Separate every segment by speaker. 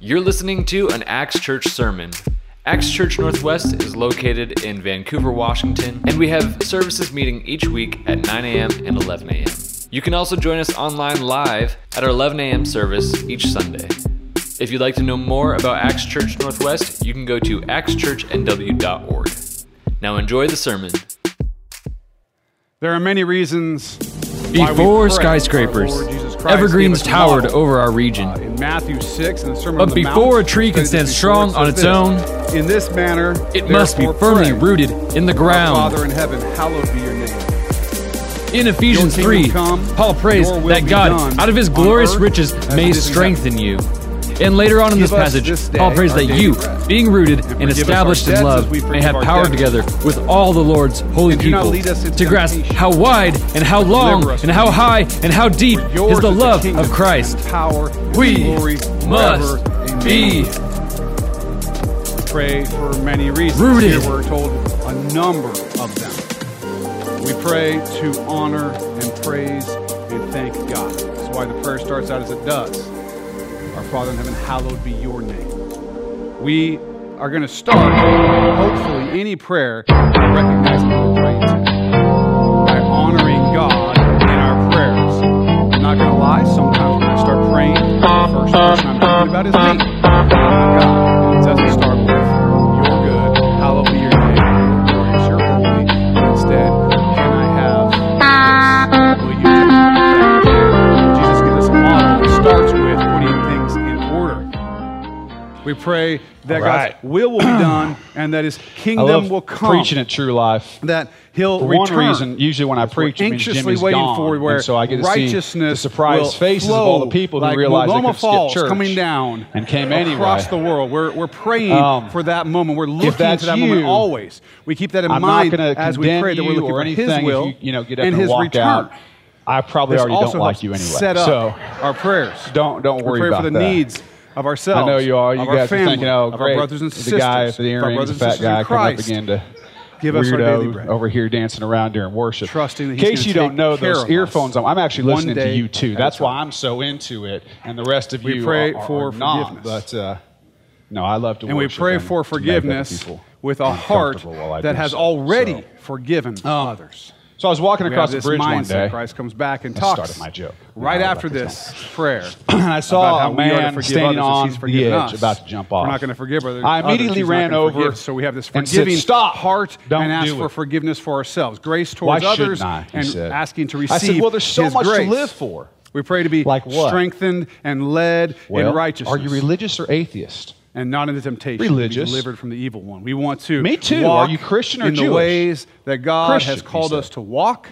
Speaker 1: You're listening to an Axe Church sermon. Axe Church Northwest is located in Vancouver, Washington, and we have services meeting each week at 9 a.m. and 11 a.m. You can also join us online live at our 11 a.m. service each Sunday. If you'd like to know more about Axe Church Northwest, you can go to axechurchnw.org. Now enjoy the sermon.
Speaker 2: There are many reasons. why we
Speaker 1: Before
Speaker 2: pray.
Speaker 1: skyscrapers,
Speaker 2: Our Lord Jesus Christ
Speaker 1: evergreens
Speaker 2: gave us a
Speaker 1: towered
Speaker 2: model,
Speaker 1: over our
Speaker 2: uh,
Speaker 1: region.
Speaker 2: in Matthew 6 and the Sermon on
Speaker 1: But
Speaker 2: the
Speaker 1: before a
Speaker 2: Mount,
Speaker 1: tree can
Speaker 2: it
Speaker 1: stand
Speaker 2: says
Speaker 1: strong
Speaker 2: before
Speaker 1: on
Speaker 2: it
Speaker 1: its
Speaker 2: says
Speaker 1: own,
Speaker 2: this, in this manner
Speaker 1: It must be
Speaker 2: therefore
Speaker 1: firmly
Speaker 2: pray,
Speaker 1: rooted in the
Speaker 2: "Our
Speaker 1: ground.
Speaker 2: Father in heaven, hallowed be your name.
Speaker 1: In Ephesians
Speaker 2: Your
Speaker 1: 3,
Speaker 2: kingdom come,
Speaker 1: Paul prays
Speaker 2: your will
Speaker 1: that
Speaker 2: be
Speaker 1: God,
Speaker 2: done
Speaker 1: out of his
Speaker 2: on
Speaker 1: glorious
Speaker 2: earth
Speaker 1: riches,
Speaker 2: as
Speaker 1: may
Speaker 2: it is in heaven.
Speaker 1: strengthen you. And later on in
Speaker 2: Give
Speaker 1: this
Speaker 2: us
Speaker 1: passage,
Speaker 2: this day
Speaker 1: Paul prays
Speaker 2: our
Speaker 1: that
Speaker 2: daily
Speaker 1: you,
Speaker 2: bread,
Speaker 1: being rooted
Speaker 2: and
Speaker 1: and,
Speaker 2: forgive us
Speaker 1: established
Speaker 2: our
Speaker 1: in
Speaker 2: debts
Speaker 1: love,
Speaker 2: as we
Speaker 1: may
Speaker 2: forgive
Speaker 1: have
Speaker 2: our
Speaker 1: power
Speaker 2: debtors.
Speaker 1: together with all the Lord's holy
Speaker 2: And do not
Speaker 1: people
Speaker 2: lead us into
Speaker 1: to grasp
Speaker 2: temptation,
Speaker 1: how wide and how long
Speaker 2: deliver us
Speaker 1: and
Speaker 2: from
Speaker 1: how high and how deep
Speaker 2: For yours
Speaker 1: is the love
Speaker 2: kingdom
Speaker 1: of Christ.
Speaker 2: and power and
Speaker 1: We
Speaker 2: glory
Speaker 1: must
Speaker 2: forever.
Speaker 1: be
Speaker 2: Amen. pray for many reasons.
Speaker 1: Rooted.
Speaker 2: Here we're told a number of them. We pray to honor and praise and thank God. That's why the prayer starts out as it does. Our Father in heaven, hallowed be your name. We are going to start, hopefully, any prayer recognizing what we're praying to by honoring God in our prayers. I'm not going to lie, sometimes when I start praying, the first person I'm thinking about is me. God. And It doesn't start with "You're good, hallowed be your name, your glorious, your holy." But instead, can I have this? Will you? Jesus gives us a model. It starts with putting things in order. We pray that God's
Speaker 3: right.
Speaker 2: will will be done and that His
Speaker 3: I
Speaker 2: kingdom
Speaker 3: love
Speaker 2: will come.
Speaker 3: preaching at True Life.
Speaker 2: That He'll
Speaker 3: For
Speaker 2: return.
Speaker 3: one reason, usually when I
Speaker 2: We're
Speaker 3: preach, it means
Speaker 2: anxiously
Speaker 3: Jimmy's
Speaker 2: waiting
Speaker 3: gone,
Speaker 2: for
Speaker 3: and
Speaker 2: where
Speaker 3: so I get to see
Speaker 2: righteousness
Speaker 3: the surprised
Speaker 2: will
Speaker 3: faces of
Speaker 2: flow,
Speaker 3: all the people who
Speaker 2: like
Speaker 3: realize they
Speaker 2: Multnomah
Speaker 3: could skip
Speaker 2: Falls
Speaker 3: church
Speaker 2: coming down
Speaker 3: and came
Speaker 2: across
Speaker 3: anyway.
Speaker 2: the world. We're, we're praying
Speaker 3: Um,
Speaker 2: for that moment. We're looking
Speaker 3: that's
Speaker 2: to that moment
Speaker 3: you,
Speaker 2: always. We keep that in
Speaker 3: I'm not
Speaker 2: mind
Speaker 3: going to
Speaker 2: as we
Speaker 3: condemn
Speaker 2: pray that we're
Speaker 3: you
Speaker 2: looking
Speaker 3: or
Speaker 2: for
Speaker 3: anything.
Speaker 2: His will
Speaker 3: if you, you know, get up
Speaker 2: and
Speaker 3: and,
Speaker 2: His
Speaker 3: walk
Speaker 2: return.
Speaker 3: out. I probably
Speaker 2: This
Speaker 3: already
Speaker 2: also
Speaker 3: don't like
Speaker 2: helps
Speaker 3: you anyway.
Speaker 2: Set up
Speaker 3: so
Speaker 2: our prayers.
Speaker 3: Don't- don't worry
Speaker 2: we pray
Speaker 3: about
Speaker 2: for the
Speaker 3: that.
Speaker 2: needs of ourselves.
Speaker 3: I know you all. You
Speaker 2: of our
Speaker 3: guys
Speaker 2: family,
Speaker 3: are thinking, oh,
Speaker 2: of
Speaker 3: great,
Speaker 2: our brothers and sisters,
Speaker 3: the guy with the
Speaker 2: of our
Speaker 3: earring,
Speaker 2: brothers
Speaker 3: the
Speaker 2: and
Speaker 3: fat
Speaker 2: sisters in
Speaker 3: guy, come up
Speaker 2: Christ.
Speaker 3: again to
Speaker 2: Give us our daily bread.
Speaker 3: weirdo over here dancing around during worship.
Speaker 2: Trusting that
Speaker 3: in
Speaker 2: he's
Speaker 3: case
Speaker 2: gonna
Speaker 3: you
Speaker 2: take
Speaker 3: don't know
Speaker 2: care of
Speaker 3: those
Speaker 2: us
Speaker 3: earphones, on, I'm actually
Speaker 2: one
Speaker 3: listening
Speaker 2: day
Speaker 3: to you too.
Speaker 2: at a
Speaker 3: That's why
Speaker 2: time.
Speaker 3: I'm so into it, and the rest of
Speaker 2: We
Speaker 3: you
Speaker 2: pray
Speaker 3: are,
Speaker 2: for
Speaker 3: are not.
Speaker 2: forgiveness.
Speaker 3: But uh, no, I love to
Speaker 2: and we
Speaker 3: worship
Speaker 2: pray
Speaker 3: and
Speaker 2: for
Speaker 3: to make other
Speaker 2: forgiveness
Speaker 3: people
Speaker 2: with a heart
Speaker 3: uncomfortable while I
Speaker 2: that
Speaker 3: do
Speaker 2: has
Speaker 3: so.
Speaker 2: already
Speaker 3: So-
Speaker 2: forgiven others.
Speaker 3: So I was walking
Speaker 2: We have
Speaker 3: across the
Speaker 2: this
Speaker 3: bridge one
Speaker 2: mindset.
Speaker 3: day.
Speaker 2: Christ comes back and
Speaker 3: That
Speaker 2: talks.
Speaker 3: started my joke.
Speaker 2: Right
Speaker 3: No, I
Speaker 2: after
Speaker 3: like
Speaker 2: this prayer,
Speaker 3: and I
Speaker 2: about how
Speaker 3: saw a
Speaker 2: we are to
Speaker 3: man
Speaker 2: forgive others
Speaker 3: standing
Speaker 2: as
Speaker 3: on
Speaker 2: he's
Speaker 3: the
Speaker 2: forgiven
Speaker 3: edge,
Speaker 2: us.
Speaker 3: about to jump
Speaker 2: We're
Speaker 3: off.
Speaker 2: not gonna forgive other-
Speaker 3: I
Speaker 2: others.
Speaker 3: immediately
Speaker 2: He's not
Speaker 3: ran
Speaker 2: gonna
Speaker 3: over.
Speaker 2: forgive. So we have this
Speaker 3: and
Speaker 2: forgiving
Speaker 3: said, "Stop!
Speaker 2: heart
Speaker 3: Don't
Speaker 2: and ask
Speaker 3: do
Speaker 2: for
Speaker 3: it."
Speaker 2: forgiveness for ourselves, grace
Speaker 3: Why
Speaker 2: towards others,
Speaker 3: shouldn't I? He
Speaker 2: and
Speaker 3: said.
Speaker 2: asking to
Speaker 3: I
Speaker 2: receive
Speaker 3: said, "Well, there's so
Speaker 2: His
Speaker 3: much
Speaker 2: grace.
Speaker 3: to live for."
Speaker 2: We pray to be
Speaker 3: Like what?
Speaker 2: strengthened and led
Speaker 3: Well,
Speaker 2: in righteousness.
Speaker 3: Are you religious or atheist?
Speaker 2: and not into temptation.
Speaker 3: Religious.
Speaker 2: Be delivered from the evil one. We want to.
Speaker 3: Me too.
Speaker 2: Walk
Speaker 3: Are you Christian or
Speaker 2: in the
Speaker 3: Jewish?
Speaker 2: ways that God
Speaker 3: Christian,
Speaker 2: has called
Speaker 3: he
Speaker 2: us
Speaker 3: said.
Speaker 2: to walk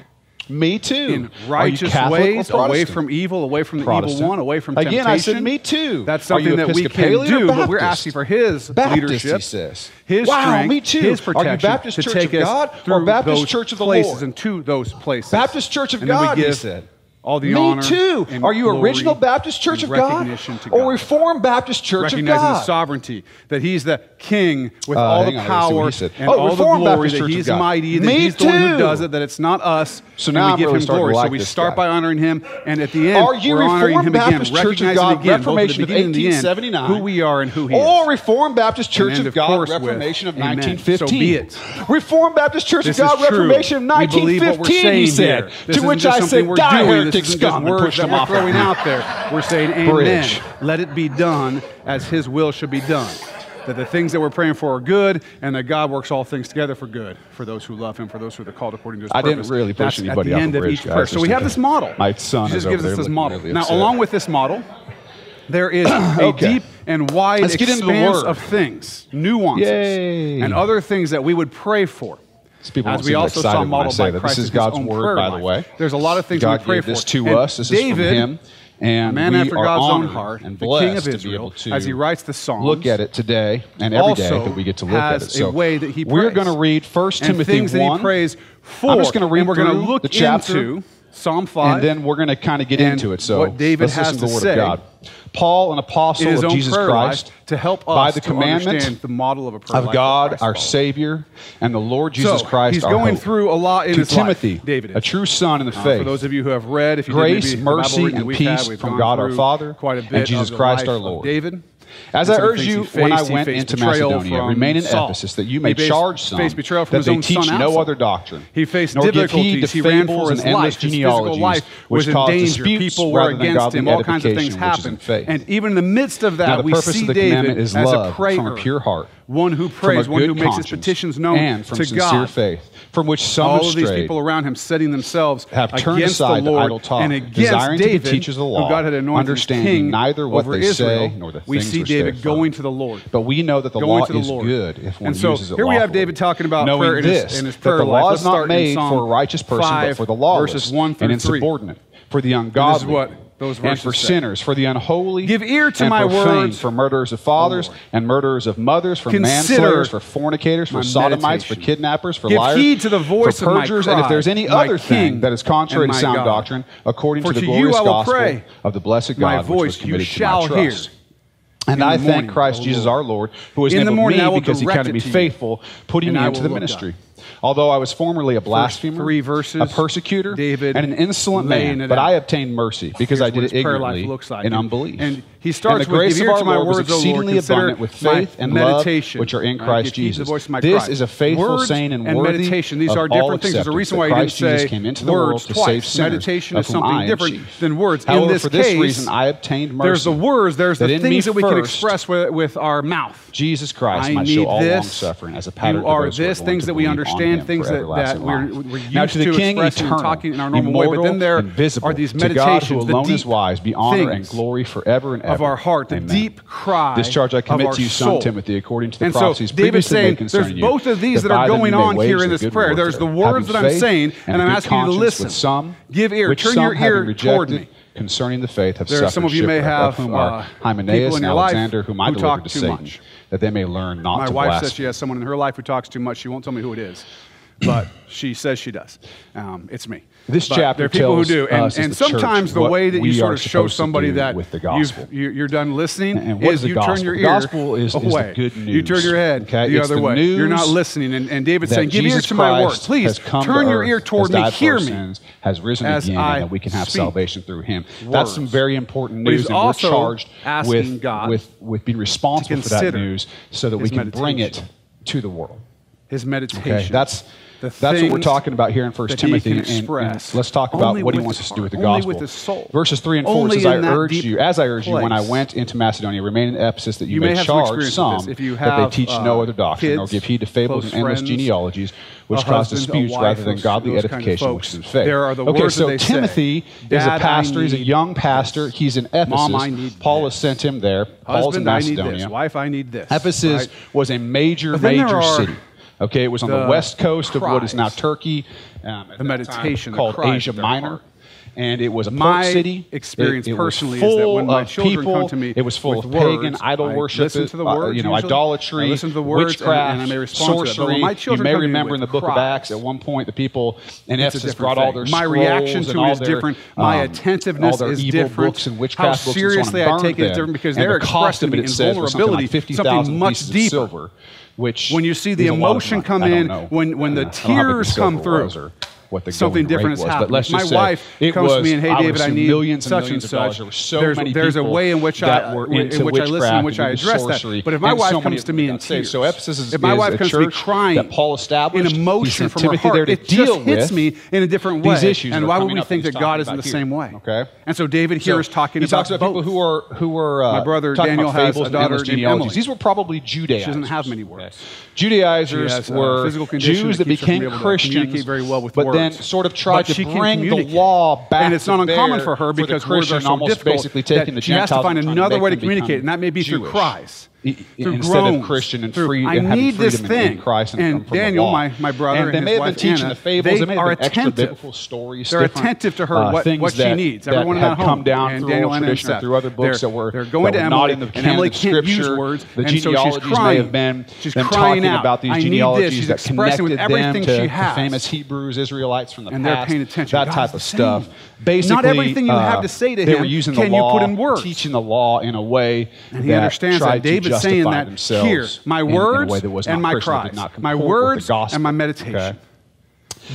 Speaker 3: Me too.
Speaker 2: in
Speaker 3: Are you
Speaker 2: righteous
Speaker 3: Catholic or
Speaker 2: ways, away
Speaker 3: Protestant?
Speaker 2: from evil, away from the evil
Speaker 3: Protestant.
Speaker 2: one, away from
Speaker 3: Again,
Speaker 2: temptation.
Speaker 3: I said, "Me too."
Speaker 2: That's
Speaker 3: Are you
Speaker 2: something that we can
Speaker 3: Episcopalian or
Speaker 2: do, but we're
Speaker 3: Baptist?
Speaker 2: asking for His
Speaker 3: Baptist,
Speaker 2: leadership.
Speaker 3: he says.
Speaker 2: His
Speaker 3: Wow,
Speaker 2: strength,
Speaker 3: me too.
Speaker 2: His
Speaker 3: Are you
Speaker 2: protection
Speaker 3: Baptist
Speaker 2: to
Speaker 3: Church
Speaker 2: take
Speaker 3: of
Speaker 2: us
Speaker 3: God or
Speaker 2: through
Speaker 3: Baptist
Speaker 2: those
Speaker 3: Church of the
Speaker 2: places
Speaker 3: Lord?
Speaker 2: and to those places.
Speaker 3: Baptist Church of
Speaker 2: and then we
Speaker 3: God, he
Speaker 2: give
Speaker 3: said.
Speaker 2: All the
Speaker 3: Me
Speaker 2: honor
Speaker 3: too.
Speaker 2: and
Speaker 3: Are you
Speaker 2: glory
Speaker 3: original Baptist Church of
Speaker 2: and
Speaker 3: God,
Speaker 2: recognition to
Speaker 3: or
Speaker 2: God.
Speaker 3: Reformed Baptist Church of
Speaker 2: recognizing
Speaker 3: God?
Speaker 2: his sovereignty, that he's the king with
Speaker 3: Uh,
Speaker 2: all the
Speaker 3: hang on, I see what
Speaker 2: power
Speaker 3: he said.
Speaker 2: and
Speaker 3: Oh,
Speaker 2: all the
Speaker 3: Reformed
Speaker 2: glory,
Speaker 3: Baptist
Speaker 2: that
Speaker 3: Church of
Speaker 2: he's
Speaker 3: God.
Speaker 2: mighty, that
Speaker 3: Me
Speaker 2: he's the one who
Speaker 3: too.
Speaker 2: does it, that it's not us.
Speaker 3: So
Speaker 2: and
Speaker 3: now
Speaker 2: we
Speaker 3: I'm
Speaker 2: give
Speaker 3: really
Speaker 2: him
Speaker 3: starting to
Speaker 2: glory. so
Speaker 3: like
Speaker 2: we
Speaker 3: this
Speaker 2: start
Speaker 3: guy.
Speaker 2: by honoring him, and at the end,
Speaker 3: Are you
Speaker 2: we're honoring
Speaker 3: Reformed
Speaker 2: him
Speaker 3: Baptist
Speaker 2: again,
Speaker 3: Church of
Speaker 2: recognizing
Speaker 3: God,
Speaker 2: again, both at the
Speaker 3: Reformation of
Speaker 2: beginning and the end,
Speaker 3: 1879?
Speaker 2: who we are and who he is.
Speaker 3: Or Reformed Baptist Church
Speaker 2: And
Speaker 3: of,
Speaker 2: of
Speaker 3: God,
Speaker 2: course with
Speaker 3: Reformation of
Speaker 2: amen.
Speaker 3: 1915?
Speaker 2: So be it.
Speaker 3: Reformed Baptist Church
Speaker 2: This
Speaker 3: of God,
Speaker 2: is true.
Speaker 3: Reformation of
Speaker 2: We believe what we're
Speaker 3: 1915, he
Speaker 2: saying
Speaker 3: said.
Speaker 2: here. This
Speaker 3: To
Speaker 2: isn't
Speaker 3: which
Speaker 2: just
Speaker 3: I say,
Speaker 2: something we're
Speaker 3: die,
Speaker 2: doing.
Speaker 3: heretic
Speaker 2: this isn't just
Speaker 3: scum, and
Speaker 2: words
Speaker 3: push
Speaker 2: that
Speaker 3: them
Speaker 2: we're
Speaker 3: off. our
Speaker 2: throwing
Speaker 3: feet.
Speaker 2: out there. We're saying, amen.
Speaker 3: Bridge.
Speaker 2: Let it be done as his will should be done. That the things that we're praying for are good, and that God works all things together for good for those who love Him, for those who are called according to His
Speaker 3: I
Speaker 2: purpose.
Speaker 3: didn't really push
Speaker 2: That's
Speaker 3: anybody
Speaker 2: at
Speaker 3: off
Speaker 2: the
Speaker 3: the
Speaker 2: end of
Speaker 3: bridge,
Speaker 2: each
Speaker 3: guys,
Speaker 2: prayer. So
Speaker 3: just
Speaker 2: we have
Speaker 3: to-
Speaker 2: this model.
Speaker 3: My son
Speaker 2: Jesus
Speaker 3: is over
Speaker 2: gives
Speaker 3: there
Speaker 2: us this
Speaker 3: looking
Speaker 2: model.
Speaker 3: really
Speaker 2: now,
Speaker 3: upset.
Speaker 2: along with this model, there is a
Speaker 3: Okay.
Speaker 2: deep and wide
Speaker 3: Let's get
Speaker 2: expanse
Speaker 3: into the Word.
Speaker 2: of things, nuances,
Speaker 3: Yay.
Speaker 2: and other things that we would pray for.
Speaker 3: These people
Speaker 2: As
Speaker 3: don't
Speaker 2: we
Speaker 3: seem
Speaker 2: also
Speaker 3: excited
Speaker 2: saw
Speaker 3: when I
Speaker 2: modeled
Speaker 3: say
Speaker 2: by
Speaker 3: that.
Speaker 2: Christ
Speaker 3: This
Speaker 2: in
Speaker 3: is
Speaker 2: his
Speaker 3: God's
Speaker 2: own
Speaker 3: word,
Speaker 2: prayer
Speaker 3: by
Speaker 2: life.
Speaker 3: the way.
Speaker 2: There's a lot of things
Speaker 3: God
Speaker 2: we pray
Speaker 3: gave this
Speaker 2: for.
Speaker 3: to
Speaker 2: And
Speaker 3: us. This
Speaker 2: David,
Speaker 3: is from Him,
Speaker 2: a
Speaker 3: and
Speaker 2: man
Speaker 3: we
Speaker 2: after
Speaker 3: are
Speaker 2: God's own
Speaker 3: honored
Speaker 2: heart,
Speaker 3: and
Speaker 2: the king
Speaker 3: blessed
Speaker 2: of
Speaker 3: to be able
Speaker 2: Israel,
Speaker 3: to
Speaker 2: as he writes the Psalms,
Speaker 3: Look at it today and every day
Speaker 2: also
Speaker 3: that we get to look
Speaker 2: has
Speaker 3: at it. So
Speaker 2: a way that he
Speaker 3: we're
Speaker 2: prays.
Speaker 3: going to read First
Speaker 2: and
Speaker 3: Timothy
Speaker 2: things
Speaker 3: one.
Speaker 2: that he prays for.
Speaker 3: I'm just going to read
Speaker 2: and we're gonna
Speaker 3: through
Speaker 2: look
Speaker 3: the chapter.
Speaker 2: into Psalm 5.
Speaker 3: and then we're going to kind of get
Speaker 2: and
Speaker 3: into it. So
Speaker 2: what David
Speaker 3: let's listen
Speaker 2: has
Speaker 3: to the
Speaker 2: to
Speaker 3: word
Speaker 2: say
Speaker 3: of God. Paul, an apostle
Speaker 2: in his
Speaker 3: of
Speaker 2: own
Speaker 3: Jesus
Speaker 2: prayer
Speaker 3: Christ,
Speaker 2: life to help us
Speaker 3: by the
Speaker 2: to
Speaker 3: commandment
Speaker 2: understand the model of a prayer
Speaker 3: of
Speaker 2: life that
Speaker 3: God,
Speaker 2: Christ
Speaker 3: our
Speaker 2: followed.
Speaker 3: Savior, and the Lord Jesus
Speaker 2: so,
Speaker 3: Christ.
Speaker 2: He's
Speaker 3: our
Speaker 2: going
Speaker 3: hope.
Speaker 2: through a lot in
Speaker 3: to
Speaker 2: his
Speaker 3: Timothy,
Speaker 2: life. David, is.
Speaker 3: a true son in the
Speaker 2: Uh,
Speaker 3: faith.
Speaker 2: for those of you who have read, if you did
Speaker 3: grace,
Speaker 2: maybe the Bible
Speaker 3: mercy,
Speaker 2: reading that
Speaker 3: and
Speaker 2: we've had,
Speaker 3: peace
Speaker 2: we've
Speaker 3: from
Speaker 2: gone
Speaker 3: God our
Speaker 2: through
Speaker 3: Father
Speaker 2: quite a bit
Speaker 3: and Jesus
Speaker 2: of the
Speaker 3: Christ
Speaker 2: life
Speaker 3: our
Speaker 2: of
Speaker 3: Lord.
Speaker 2: David,
Speaker 3: As
Speaker 2: And some
Speaker 3: I
Speaker 2: of the
Speaker 3: urge
Speaker 2: things
Speaker 3: you
Speaker 2: he faced,
Speaker 3: when I
Speaker 2: he
Speaker 3: went
Speaker 2: faced
Speaker 3: into
Speaker 2: betrayal
Speaker 3: Macedonia,
Speaker 2: from
Speaker 3: remain in
Speaker 2: Saul.
Speaker 3: Ephesus, that you
Speaker 2: He
Speaker 3: may
Speaker 2: faced-
Speaker 3: charge some
Speaker 2: faced betrayal from
Speaker 3: that
Speaker 2: his
Speaker 3: they
Speaker 2: own
Speaker 3: teach
Speaker 2: son,
Speaker 3: no
Speaker 2: Absalom.
Speaker 3: other doctrine.
Speaker 2: He faced
Speaker 3: nor give heed
Speaker 2: difficulties.
Speaker 3: to
Speaker 2: He ran
Speaker 3: fables
Speaker 2: for his
Speaker 3: and endless
Speaker 2: life. His physical
Speaker 3: genealogies,
Speaker 2: life was
Speaker 3: which
Speaker 2: in
Speaker 3: cause
Speaker 2: danger.
Speaker 3: disputes
Speaker 2: People were
Speaker 3: rather than
Speaker 2: against
Speaker 3: godly
Speaker 2: him. All kinds of
Speaker 3: edification,
Speaker 2: things
Speaker 3: which is in
Speaker 2: happened.
Speaker 3: faith.
Speaker 2: And even in the midst of that,
Speaker 3: Now, the
Speaker 2: we
Speaker 3: purpose
Speaker 2: see
Speaker 3: of the
Speaker 2: David
Speaker 3: commandment is
Speaker 2: as
Speaker 3: love
Speaker 2: a prayer,
Speaker 3: from a pure heart,
Speaker 2: one who
Speaker 3: from a
Speaker 2: prays, one
Speaker 3: good
Speaker 2: who makes his
Speaker 3: conscience,
Speaker 2: petitions known
Speaker 3: and from
Speaker 2: to
Speaker 3: sincere
Speaker 2: God.
Speaker 3: faith, from which some
Speaker 2: All
Speaker 3: have
Speaker 2: of these
Speaker 3: strayed,
Speaker 2: people around him setting themselves
Speaker 3: have turned
Speaker 2: against
Speaker 3: aside
Speaker 2: the
Speaker 3: to
Speaker 2: Lord
Speaker 3: idle talk,
Speaker 2: and against
Speaker 3: desiring to be
Speaker 2: David,
Speaker 3: teachers of the law,
Speaker 2: who God had anointed
Speaker 3: understanding
Speaker 2: king
Speaker 3: neither what
Speaker 2: over
Speaker 3: they
Speaker 2: Israel.
Speaker 3: say nor the
Speaker 2: we
Speaker 3: things
Speaker 2: see
Speaker 3: which
Speaker 2: David
Speaker 3: they affirm.
Speaker 2: going to the Lord.
Speaker 3: But we know that the
Speaker 2: Going
Speaker 3: law
Speaker 2: to the
Speaker 3: is
Speaker 2: Lord.
Speaker 3: good if one
Speaker 2: And so
Speaker 3: uses it
Speaker 2: here we have
Speaker 3: lawfully.
Speaker 2: David talking about
Speaker 3: Knowing
Speaker 2: prayer in his-
Speaker 3: this,
Speaker 2: in his
Speaker 3: that
Speaker 2: prayer
Speaker 3: the
Speaker 2: life.
Speaker 3: law
Speaker 2: Let's
Speaker 3: is not
Speaker 2: start in
Speaker 3: made
Speaker 2: Psalm
Speaker 3: for a righteous person, but
Speaker 2: 5,
Speaker 3: for the lawless
Speaker 2: verses 1 through
Speaker 3: and
Speaker 2: 3.
Speaker 3: insubordinate, for the ungodly,
Speaker 2: what those
Speaker 3: and for
Speaker 2: verses say.
Speaker 3: sinners, for the unholy,
Speaker 2: Give ear to
Speaker 3: and
Speaker 2: my
Speaker 3: profane,
Speaker 2: words,
Speaker 3: for murderers of fathers
Speaker 2: Lord.
Speaker 3: and murderers of mothers, for
Speaker 2: Consider
Speaker 3: manslayers, for fornicators,
Speaker 2: my
Speaker 3: for sodomites, for
Speaker 2: meditation.
Speaker 3: kidnappers, for
Speaker 2: Give
Speaker 3: liars,
Speaker 2: heed to the voice
Speaker 3: for
Speaker 2: of my
Speaker 3: perjurers,
Speaker 2: cry,
Speaker 3: and if there's any
Speaker 2: my
Speaker 3: other
Speaker 2: King
Speaker 3: thing that is contrary
Speaker 2: and
Speaker 3: to
Speaker 2: my
Speaker 3: sound
Speaker 2: God.
Speaker 3: doctrine, according
Speaker 2: For
Speaker 3: to
Speaker 2: to
Speaker 3: the
Speaker 2: you
Speaker 3: glorious
Speaker 2: I will
Speaker 3: gospel
Speaker 2: pray.
Speaker 3: of the blessed
Speaker 2: My
Speaker 3: God, which
Speaker 2: voice
Speaker 3: was
Speaker 2: you
Speaker 3: committed
Speaker 2: shall
Speaker 3: to my trust.
Speaker 2: hear.
Speaker 3: And
Speaker 2: In
Speaker 3: I
Speaker 2: the morning,
Speaker 3: thank Christ
Speaker 2: O
Speaker 3: Jesus
Speaker 2: Lord.
Speaker 3: our Lord, who has
Speaker 2: In the
Speaker 3: enabled
Speaker 2: morning
Speaker 3: me
Speaker 2: I will
Speaker 3: because he
Speaker 2: direct
Speaker 3: counted
Speaker 2: it
Speaker 3: me
Speaker 2: to you,
Speaker 3: faithful, putting
Speaker 2: and
Speaker 3: me
Speaker 2: I
Speaker 3: into
Speaker 2: will
Speaker 3: the
Speaker 2: love
Speaker 3: ministry. Although I was formerly a blasphemer,
Speaker 2: three verses,
Speaker 3: a persecutor,
Speaker 2: David
Speaker 3: and an insolent
Speaker 2: laying
Speaker 3: man,
Speaker 2: it
Speaker 3: but
Speaker 2: out.
Speaker 3: I obtained mercy
Speaker 2: Here's
Speaker 3: because I
Speaker 2: what
Speaker 3: did it
Speaker 2: his prayer life
Speaker 3: ignorantly
Speaker 2: looks like.
Speaker 3: in
Speaker 2: And-
Speaker 3: unbelief.
Speaker 2: and he starts
Speaker 3: and the
Speaker 2: with,
Speaker 3: grace
Speaker 2: "Give ear
Speaker 3: of our
Speaker 2: to my
Speaker 3: Lord
Speaker 2: words, O
Speaker 3: was
Speaker 2: Lord,
Speaker 3: exceedingly
Speaker 2: consider
Speaker 3: abundant with
Speaker 2: my
Speaker 3: faith and love,
Speaker 2: meditation."
Speaker 3: which are in
Speaker 2: Right?
Speaker 3: Christ
Speaker 2: Give heed to the
Speaker 3: Jesus.
Speaker 2: voice of my
Speaker 3: this
Speaker 2: cry.
Speaker 3: is a faithful,
Speaker 2: Words
Speaker 3: sane, and
Speaker 2: and
Speaker 3: worthy
Speaker 2: meditation. These
Speaker 3: of
Speaker 2: are
Speaker 3: all
Speaker 2: different things. There's a
Speaker 3: acceptance,
Speaker 2: reason
Speaker 3: that
Speaker 2: why he
Speaker 3: Christ
Speaker 2: didn't
Speaker 3: Jesus
Speaker 2: say
Speaker 3: came into the
Speaker 2: words
Speaker 3: world to
Speaker 2: twice.
Speaker 3: save sinners,
Speaker 2: Meditation
Speaker 3: of
Speaker 2: is
Speaker 3: whom
Speaker 2: something
Speaker 3: I am
Speaker 2: different
Speaker 3: chief.
Speaker 2: than words. In
Speaker 3: However,
Speaker 2: this
Speaker 3: for this
Speaker 2: case,
Speaker 3: reason I obtained mercy.
Speaker 2: There's the words, there's
Speaker 3: that
Speaker 2: the
Speaker 3: in me
Speaker 2: things that we can
Speaker 3: first
Speaker 2: express with, with our mouth.
Speaker 3: Jesus Christ
Speaker 2: I
Speaker 3: might
Speaker 2: need
Speaker 3: show all
Speaker 2: this.
Speaker 3: long suffering as a pattern
Speaker 2: You
Speaker 3: to
Speaker 2: are
Speaker 3: those who
Speaker 2: this,
Speaker 3: going
Speaker 2: things
Speaker 3: to
Speaker 2: that we
Speaker 3: believe on
Speaker 2: understand,
Speaker 3: him
Speaker 2: things
Speaker 3: for
Speaker 2: that, that
Speaker 3: everlasting
Speaker 2: we're,
Speaker 3: life.
Speaker 2: we're used
Speaker 3: now to the King
Speaker 2: expressing
Speaker 3: eternal,
Speaker 2: and talking in our normal way. But
Speaker 3: immortal,
Speaker 2: then there
Speaker 3: invisible,
Speaker 2: are these
Speaker 3: to God
Speaker 2: meditations,
Speaker 3: who alone
Speaker 2: the deep
Speaker 3: is wise, be honor and
Speaker 2: things
Speaker 3: glory forever and ever.
Speaker 2: of our heart, the
Speaker 3: Amen.
Speaker 2: deep cry.
Speaker 3: This charge I
Speaker 2: of
Speaker 3: commit
Speaker 2: our
Speaker 3: to you, son
Speaker 2: soul.
Speaker 3: Timothy, according to the
Speaker 2: and
Speaker 3: prophecies
Speaker 2: so David's
Speaker 3: previously made
Speaker 2: saying,
Speaker 3: concerning
Speaker 2: There's
Speaker 3: you,
Speaker 2: both of these that,
Speaker 3: by
Speaker 2: are
Speaker 3: them you
Speaker 2: going
Speaker 3: may
Speaker 2: on
Speaker 3: wage
Speaker 2: here in
Speaker 3: the
Speaker 2: this
Speaker 3: good
Speaker 2: prayer.
Speaker 3: warfare,
Speaker 2: There's the words
Speaker 3: having
Speaker 2: that I'm
Speaker 3: faith
Speaker 2: saying, and,
Speaker 3: a
Speaker 2: I'm
Speaker 3: good
Speaker 2: asking you to
Speaker 3: conscience with
Speaker 2: listen.
Speaker 3: Some,
Speaker 2: Give ear,
Speaker 3: which
Speaker 2: turn
Speaker 3: some
Speaker 2: your
Speaker 3: having
Speaker 2: ear toward
Speaker 3: rejected,
Speaker 2: me.
Speaker 3: Concerning the faith, have
Speaker 2: There are
Speaker 3: suffered
Speaker 2: some of you may
Speaker 3: shipwreck,
Speaker 2: have,
Speaker 3: of whom
Speaker 2: uh,
Speaker 3: are
Speaker 2: people
Speaker 3: Hymenaeus
Speaker 2: in
Speaker 3: and
Speaker 2: your life
Speaker 3: Alexander, whom I
Speaker 2: who
Speaker 3: delivered
Speaker 2: talk
Speaker 3: to
Speaker 2: too
Speaker 3: Satan,
Speaker 2: much.
Speaker 3: that they may learn not
Speaker 2: My
Speaker 3: to
Speaker 2: wife
Speaker 3: blaspheme.
Speaker 2: says she has someone in her life who talks too much. She won't tell me who it is, but she says she does. Um, it's me.
Speaker 3: This
Speaker 2: But
Speaker 3: chapter
Speaker 2: there are people
Speaker 3: tells
Speaker 2: who do, and,
Speaker 3: us as
Speaker 2: and
Speaker 3: the
Speaker 2: sometimes
Speaker 3: church
Speaker 2: the
Speaker 3: what
Speaker 2: way that you
Speaker 3: we
Speaker 2: sort
Speaker 3: are
Speaker 2: of show
Speaker 3: supposed to
Speaker 2: somebody
Speaker 3: do
Speaker 2: that
Speaker 3: with the
Speaker 2: you've,
Speaker 3: gospel.
Speaker 2: you- you're done listening
Speaker 3: And what
Speaker 2: is
Speaker 3: is the
Speaker 2: you turn
Speaker 3: gospel?
Speaker 2: your
Speaker 3: The
Speaker 2: ear
Speaker 3: gospel is- is the
Speaker 2: away.
Speaker 3: good
Speaker 2: You turn your
Speaker 3: news,
Speaker 2: head
Speaker 3: okay?
Speaker 2: the
Speaker 3: It's
Speaker 2: other
Speaker 3: the
Speaker 2: way. You're not
Speaker 3: news
Speaker 2: listening, and, and David's
Speaker 3: that
Speaker 2: saying, "Give ear
Speaker 3: Jesus
Speaker 2: to my word,
Speaker 3: Christ
Speaker 2: please.
Speaker 3: has come
Speaker 2: Turn
Speaker 3: to
Speaker 2: your
Speaker 3: earth,
Speaker 2: ear
Speaker 3: has
Speaker 2: toward me.
Speaker 3: died for
Speaker 2: Hear
Speaker 3: our
Speaker 2: me."
Speaker 3: sins, has risen
Speaker 2: as
Speaker 3: again,
Speaker 2: I
Speaker 3: and that we can have
Speaker 2: speak.
Speaker 3: salvation through Him.
Speaker 2: Words.
Speaker 3: That's some very important
Speaker 2: But he's
Speaker 3: news, and we're
Speaker 2: also
Speaker 3: charged
Speaker 2: asking
Speaker 3: with,
Speaker 2: God
Speaker 3: with with being responsible for that
Speaker 2: consider
Speaker 3: news, so that we
Speaker 2: his
Speaker 3: can bring it
Speaker 2: meditation.
Speaker 3: to the world.
Speaker 2: His meditation.
Speaker 3: Okay, that's
Speaker 2: The
Speaker 3: that's what we're
Speaker 2: things
Speaker 3: talking about here in First
Speaker 2: that he
Speaker 3: Timothy.
Speaker 2: can
Speaker 3: and- and
Speaker 2: express
Speaker 3: let's talk about
Speaker 2: only
Speaker 3: what he
Speaker 2: with
Speaker 3: wants
Speaker 2: his
Speaker 3: us to do with the
Speaker 2: heart, only
Speaker 3: gospel.
Speaker 2: with his soul,
Speaker 3: Verses three and four
Speaker 2: only
Speaker 3: says, "I
Speaker 2: in that
Speaker 3: urge
Speaker 2: deep
Speaker 3: you, as I urge you, when I
Speaker 2: place."
Speaker 3: went into Macedonia, remain in Ephesus, that you,
Speaker 2: You may
Speaker 3: may,
Speaker 2: have some
Speaker 3: charge
Speaker 2: experience
Speaker 3: some
Speaker 2: with this. If you
Speaker 3: that
Speaker 2: have,
Speaker 3: they teach no
Speaker 2: uh,
Speaker 3: other doctrine, or
Speaker 2: kids,
Speaker 3: give heed to fables
Speaker 2: close
Speaker 3: and endless
Speaker 2: friends,
Speaker 3: genealogies, which
Speaker 2: a
Speaker 3: cause
Speaker 2: husband, a
Speaker 3: disputes
Speaker 2: wife,
Speaker 3: rather than
Speaker 2: those-
Speaker 3: godly
Speaker 2: those kind of
Speaker 3: edification,
Speaker 2: folks.
Speaker 3: which is in faith."
Speaker 2: There are the
Speaker 3: okay,
Speaker 2: words that
Speaker 3: so
Speaker 2: they say,
Speaker 3: Timothy is
Speaker 2: "Dad, I
Speaker 3: a pastor. He's a
Speaker 2: need
Speaker 3: young
Speaker 2: this.
Speaker 3: pastor. He's in Ephesus.
Speaker 2: Mom, I need
Speaker 3: Paul
Speaker 2: this.
Speaker 3: has sent him there. Paul's in
Speaker 2: Husband, I need
Speaker 3: Macedonia.
Speaker 2: this. Wife, I need this.
Speaker 3: Ephesus
Speaker 2: Right?
Speaker 3: was a major,
Speaker 2: But then there
Speaker 3: major
Speaker 2: are
Speaker 3: city. Okay, it was on the,
Speaker 2: the
Speaker 3: west coast of what is now
Speaker 2: cries.
Speaker 3: Turkey. Um, at
Speaker 2: The
Speaker 3: that
Speaker 2: meditation, the
Speaker 3: time called
Speaker 2: cries of
Speaker 3: Asia
Speaker 2: their
Speaker 3: Minor.
Speaker 2: heart.
Speaker 3: And it was a port
Speaker 2: My
Speaker 3: city.
Speaker 2: experience
Speaker 3: It- it was
Speaker 2: personally is that
Speaker 3: full
Speaker 2: when my
Speaker 3: of
Speaker 2: children
Speaker 3: people,
Speaker 2: come to me
Speaker 3: it was full
Speaker 2: with
Speaker 3: of pagan
Speaker 2: words,
Speaker 3: idol
Speaker 2: I
Speaker 3: worship,
Speaker 2: listen to the
Speaker 3: uh,
Speaker 2: words
Speaker 3: you know,
Speaker 2: usually.
Speaker 3: idolatry,
Speaker 2: I listen to the words and-
Speaker 3: witchcraft,
Speaker 2: and I may respond to it. But when
Speaker 3: sorcery.
Speaker 2: my children
Speaker 3: you may
Speaker 2: come to me
Speaker 3: remember in the
Speaker 2: with
Speaker 3: book of
Speaker 2: cries,
Speaker 3: Acts at one point the people in
Speaker 2: It's a
Speaker 3: Ephesus
Speaker 2: different
Speaker 3: brought all
Speaker 2: thing.
Speaker 3: their
Speaker 2: My
Speaker 3: scrolls
Speaker 2: reaction to
Speaker 3: and
Speaker 2: it
Speaker 3: all
Speaker 2: is
Speaker 3: their,
Speaker 2: different. My
Speaker 3: um,
Speaker 2: attentiveness
Speaker 3: all their
Speaker 2: is
Speaker 3: evil
Speaker 2: different.
Speaker 3: books and
Speaker 2: How
Speaker 3: witchcraft books and so on, and
Speaker 2: seriously I
Speaker 3: burned
Speaker 2: take it is
Speaker 3: them.
Speaker 2: different because
Speaker 3: And
Speaker 2: they're
Speaker 3: the cost
Speaker 2: expressing
Speaker 3: of
Speaker 2: to
Speaker 3: it,
Speaker 2: me
Speaker 3: it
Speaker 2: in
Speaker 3: says, was something
Speaker 2: vulnerability,
Speaker 3: like 50,000
Speaker 2: something much
Speaker 3: pieces of
Speaker 2: deeper.
Speaker 3: silver, which
Speaker 2: When you see the
Speaker 3: is a lot of
Speaker 2: emotion
Speaker 3: money.
Speaker 2: come
Speaker 3: I don't
Speaker 2: in,
Speaker 3: know.
Speaker 2: when- when the
Speaker 3: I don't know how big
Speaker 2: tears
Speaker 3: silver
Speaker 2: come through,
Speaker 3: was or what the
Speaker 2: something
Speaker 3: going rate
Speaker 2: different has
Speaker 3: was, but
Speaker 2: happened.
Speaker 3: let's
Speaker 2: My
Speaker 3: just say
Speaker 2: wife
Speaker 3: it
Speaker 2: comes to
Speaker 3: was-
Speaker 2: me and, "Hey,
Speaker 3: I would
Speaker 2: David, I
Speaker 3: assume
Speaker 2: need
Speaker 3: millions and
Speaker 2: such
Speaker 3: millions
Speaker 2: and
Speaker 3: of dollars."
Speaker 2: such."
Speaker 3: There were so
Speaker 2: There's-
Speaker 3: many
Speaker 2: there's a
Speaker 3: people
Speaker 2: way in which I-
Speaker 3: that were
Speaker 2: in
Speaker 3: into
Speaker 2: which I listen, in
Speaker 3: witchcraft
Speaker 2: which
Speaker 3: and
Speaker 2: I
Speaker 3: into
Speaker 2: address that.
Speaker 3: sorcery,
Speaker 2: But if my
Speaker 3: and
Speaker 2: wife
Speaker 3: so many
Speaker 2: comes
Speaker 3: of
Speaker 2: to
Speaker 3: them
Speaker 2: me
Speaker 3: got
Speaker 2: in
Speaker 3: saved. so
Speaker 2: tears,
Speaker 3: Ephesus is,
Speaker 2: if my
Speaker 3: is
Speaker 2: wife
Speaker 3: a
Speaker 2: comes to me
Speaker 3: church
Speaker 2: crying
Speaker 3: that Paul established,
Speaker 2: in
Speaker 3: he
Speaker 2: emotion
Speaker 3: sent
Speaker 2: from her
Speaker 3: Timothy
Speaker 2: heart,
Speaker 3: there to
Speaker 2: it
Speaker 3: deal
Speaker 2: just hits
Speaker 3: with
Speaker 2: me in a different
Speaker 3: these
Speaker 2: way.
Speaker 3: issues that
Speaker 2: And
Speaker 3: are
Speaker 2: why would
Speaker 3: coming
Speaker 2: we
Speaker 3: up
Speaker 2: think
Speaker 3: he's
Speaker 2: that God
Speaker 3: talking
Speaker 2: is in the
Speaker 3: about here.
Speaker 2: same way?
Speaker 3: Okay.
Speaker 2: And so David here
Speaker 3: So,
Speaker 2: is talking
Speaker 3: he
Speaker 2: about
Speaker 3: talks about people
Speaker 2: both.
Speaker 3: who are who were uh,
Speaker 2: My brother
Speaker 3: talking
Speaker 2: Daniel
Speaker 3: about
Speaker 2: has
Speaker 3: fables
Speaker 2: a
Speaker 3: and
Speaker 2: daughter
Speaker 3: endless
Speaker 2: named
Speaker 3: genealogies.
Speaker 2: Emily.
Speaker 3: These were probably Judaizers.
Speaker 2: doesn't have many words.
Speaker 3: Judaizers
Speaker 2: She has, uh,
Speaker 3: were
Speaker 2: physical condition
Speaker 3: Jews
Speaker 2: that
Speaker 3: that
Speaker 2: keeps her from being
Speaker 3: became
Speaker 2: able to
Speaker 3: Christians,
Speaker 2: communicate very well with
Speaker 3: but
Speaker 2: words.
Speaker 3: then sort of
Speaker 2: But
Speaker 3: tried
Speaker 2: she
Speaker 3: to
Speaker 2: can
Speaker 3: bring the
Speaker 2: communicate.
Speaker 3: law back.
Speaker 2: And it's
Speaker 3: to
Speaker 2: not uncommon
Speaker 3: bear
Speaker 2: for her
Speaker 3: the
Speaker 2: because words
Speaker 3: Christian
Speaker 2: are so
Speaker 3: almost
Speaker 2: difficult
Speaker 3: basically taking
Speaker 2: that
Speaker 3: the
Speaker 2: she has
Speaker 3: Gentiles
Speaker 2: to find
Speaker 3: and trying
Speaker 2: another
Speaker 3: make
Speaker 2: way to
Speaker 3: them become
Speaker 2: communicate, and that may be through
Speaker 3: Jewish.
Speaker 2: cries,
Speaker 3: I- I-
Speaker 2: through
Speaker 3: instead
Speaker 2: groans,
Speaker 3: of Christian and
Speaker 2: through,
Speaker 3: free,
Speaker 2: "I
Speaker 3: and having
Speaker 2: need this
Speaker 3: freedom in-
Speaker 2: thing."
Speaker 3: in Christ and,
Speaker 2: And
Speaker 3: from- from
Speaker 2: Daniel,
Speaker 3: the law.
Speaker 2: my- my brother
Speaker 3: and
Speaker 2: and
Speaker 3: they
Speaker 2: his
Speaker 3: may have
Speaker 2: wife,
Speaker 3: been teaching
Speaker 2: Anna,
Speaker 3: the fables.
Speaker 2: they
Speaker 3: They, may
Speaker 2: are
Speaker 3: have been extra
Speaker 2: attentive.
Speaker 3: biblical stories.
Speaker 2: They're
Speaker 3: different,
Speaker 2: attentive to her,
Speaker 3: uh,
Speaker 2: what-
Speaker 3: things
Speaker 2: what she
Speaker 3: that-
Speaker 2: needs.
Speaker 3: that
Speaker 2: Everyone in
Speaker 3: had
Speaker 2: that home.
Speaker 3: come down
Speaker 2: And
Speaker 3: through
Speaker 2: Daniel
Speaker 3: oral
Speaker 2: and
Speaker 3: tradition,
Speaker 2: Seth.
Speaker 3: through other books
Speaker 2: They're-
Speaker 3: that were
Speaker 2: they're going
Speaker 3: that
Speaker 2: to
Speaker 3: were not
Speaker 2: Emily,
Speaker 3: in the
Speaker 2: and
Speaker 3: canon
Speaker 2: Emily
Speaker 3: of
Speaker 2: can't use
Speaker 3: Scripture.
Speaker 2: words,
Speaker 3: the
Speaker 2: and so she's
Speaker 3: genealogies may
Speaker 2: crying.
Speaker 3: have been
Speaker 2: She's
Speaker 3: them
Speaker 2: crying
Speaker 3: talking
Speaker 2: out,
Speaker 3: about these
Speaker 2: "I need this." She's
Speaker 3: genealogies that
Speaker 2: expressing
Speaker 3: connected
Speaker 2: with everything
Speaker 3: them
Speaker 2: she
Speaker 3: to
Speaker 2: has.
Speaker 3: to famous Hebrews, Israelites from the
Speaker 2: And they're
Speaker 3: past,
Speaker 2: paying attention.
Speaker 3: that
Speaker 2: God's
Speaker 3: type
Speaker 2: the
Speaker 3: of stuff.
Speaker 2: same.
Speaker 3: Basically,
Speaker 2: Not everything you
Speaker 3: uh,
Speaker 2: have to say to
Speaker 3: they
Speaker 2: him
Speaker 3: were using
Speaker 2: can
Speaker 3: the
Speaker 2: you
Speaker 3: law,
Speaker 2: put in words.
Speaker 3: teaching the law in a way
Speaker 2: And he
Speaker 3: that
Speaker 2: understands that
Speaker 3: tried
Speaker 2: David's
Speaker 3: to
Speaker 2: saying
Speaker 3: justify
Speaker 2: that
Speaker 3: themselves
Speaker 2: here, my
Speaker 3: in- in a
Speaker 2: words
Speaker 3: way that was
Speaker 2: and
Speaker 3: not
Speaker 2: my
Speaker 3: Christian, that
Speaker 2: cries,
Speaker 3: did not
Speaker 2: my
Speaker 3: comport with the
Speaker 2: words
Speaker 3: gospel.
Speaker 2: and my meditation.
Speaker 3: Okay?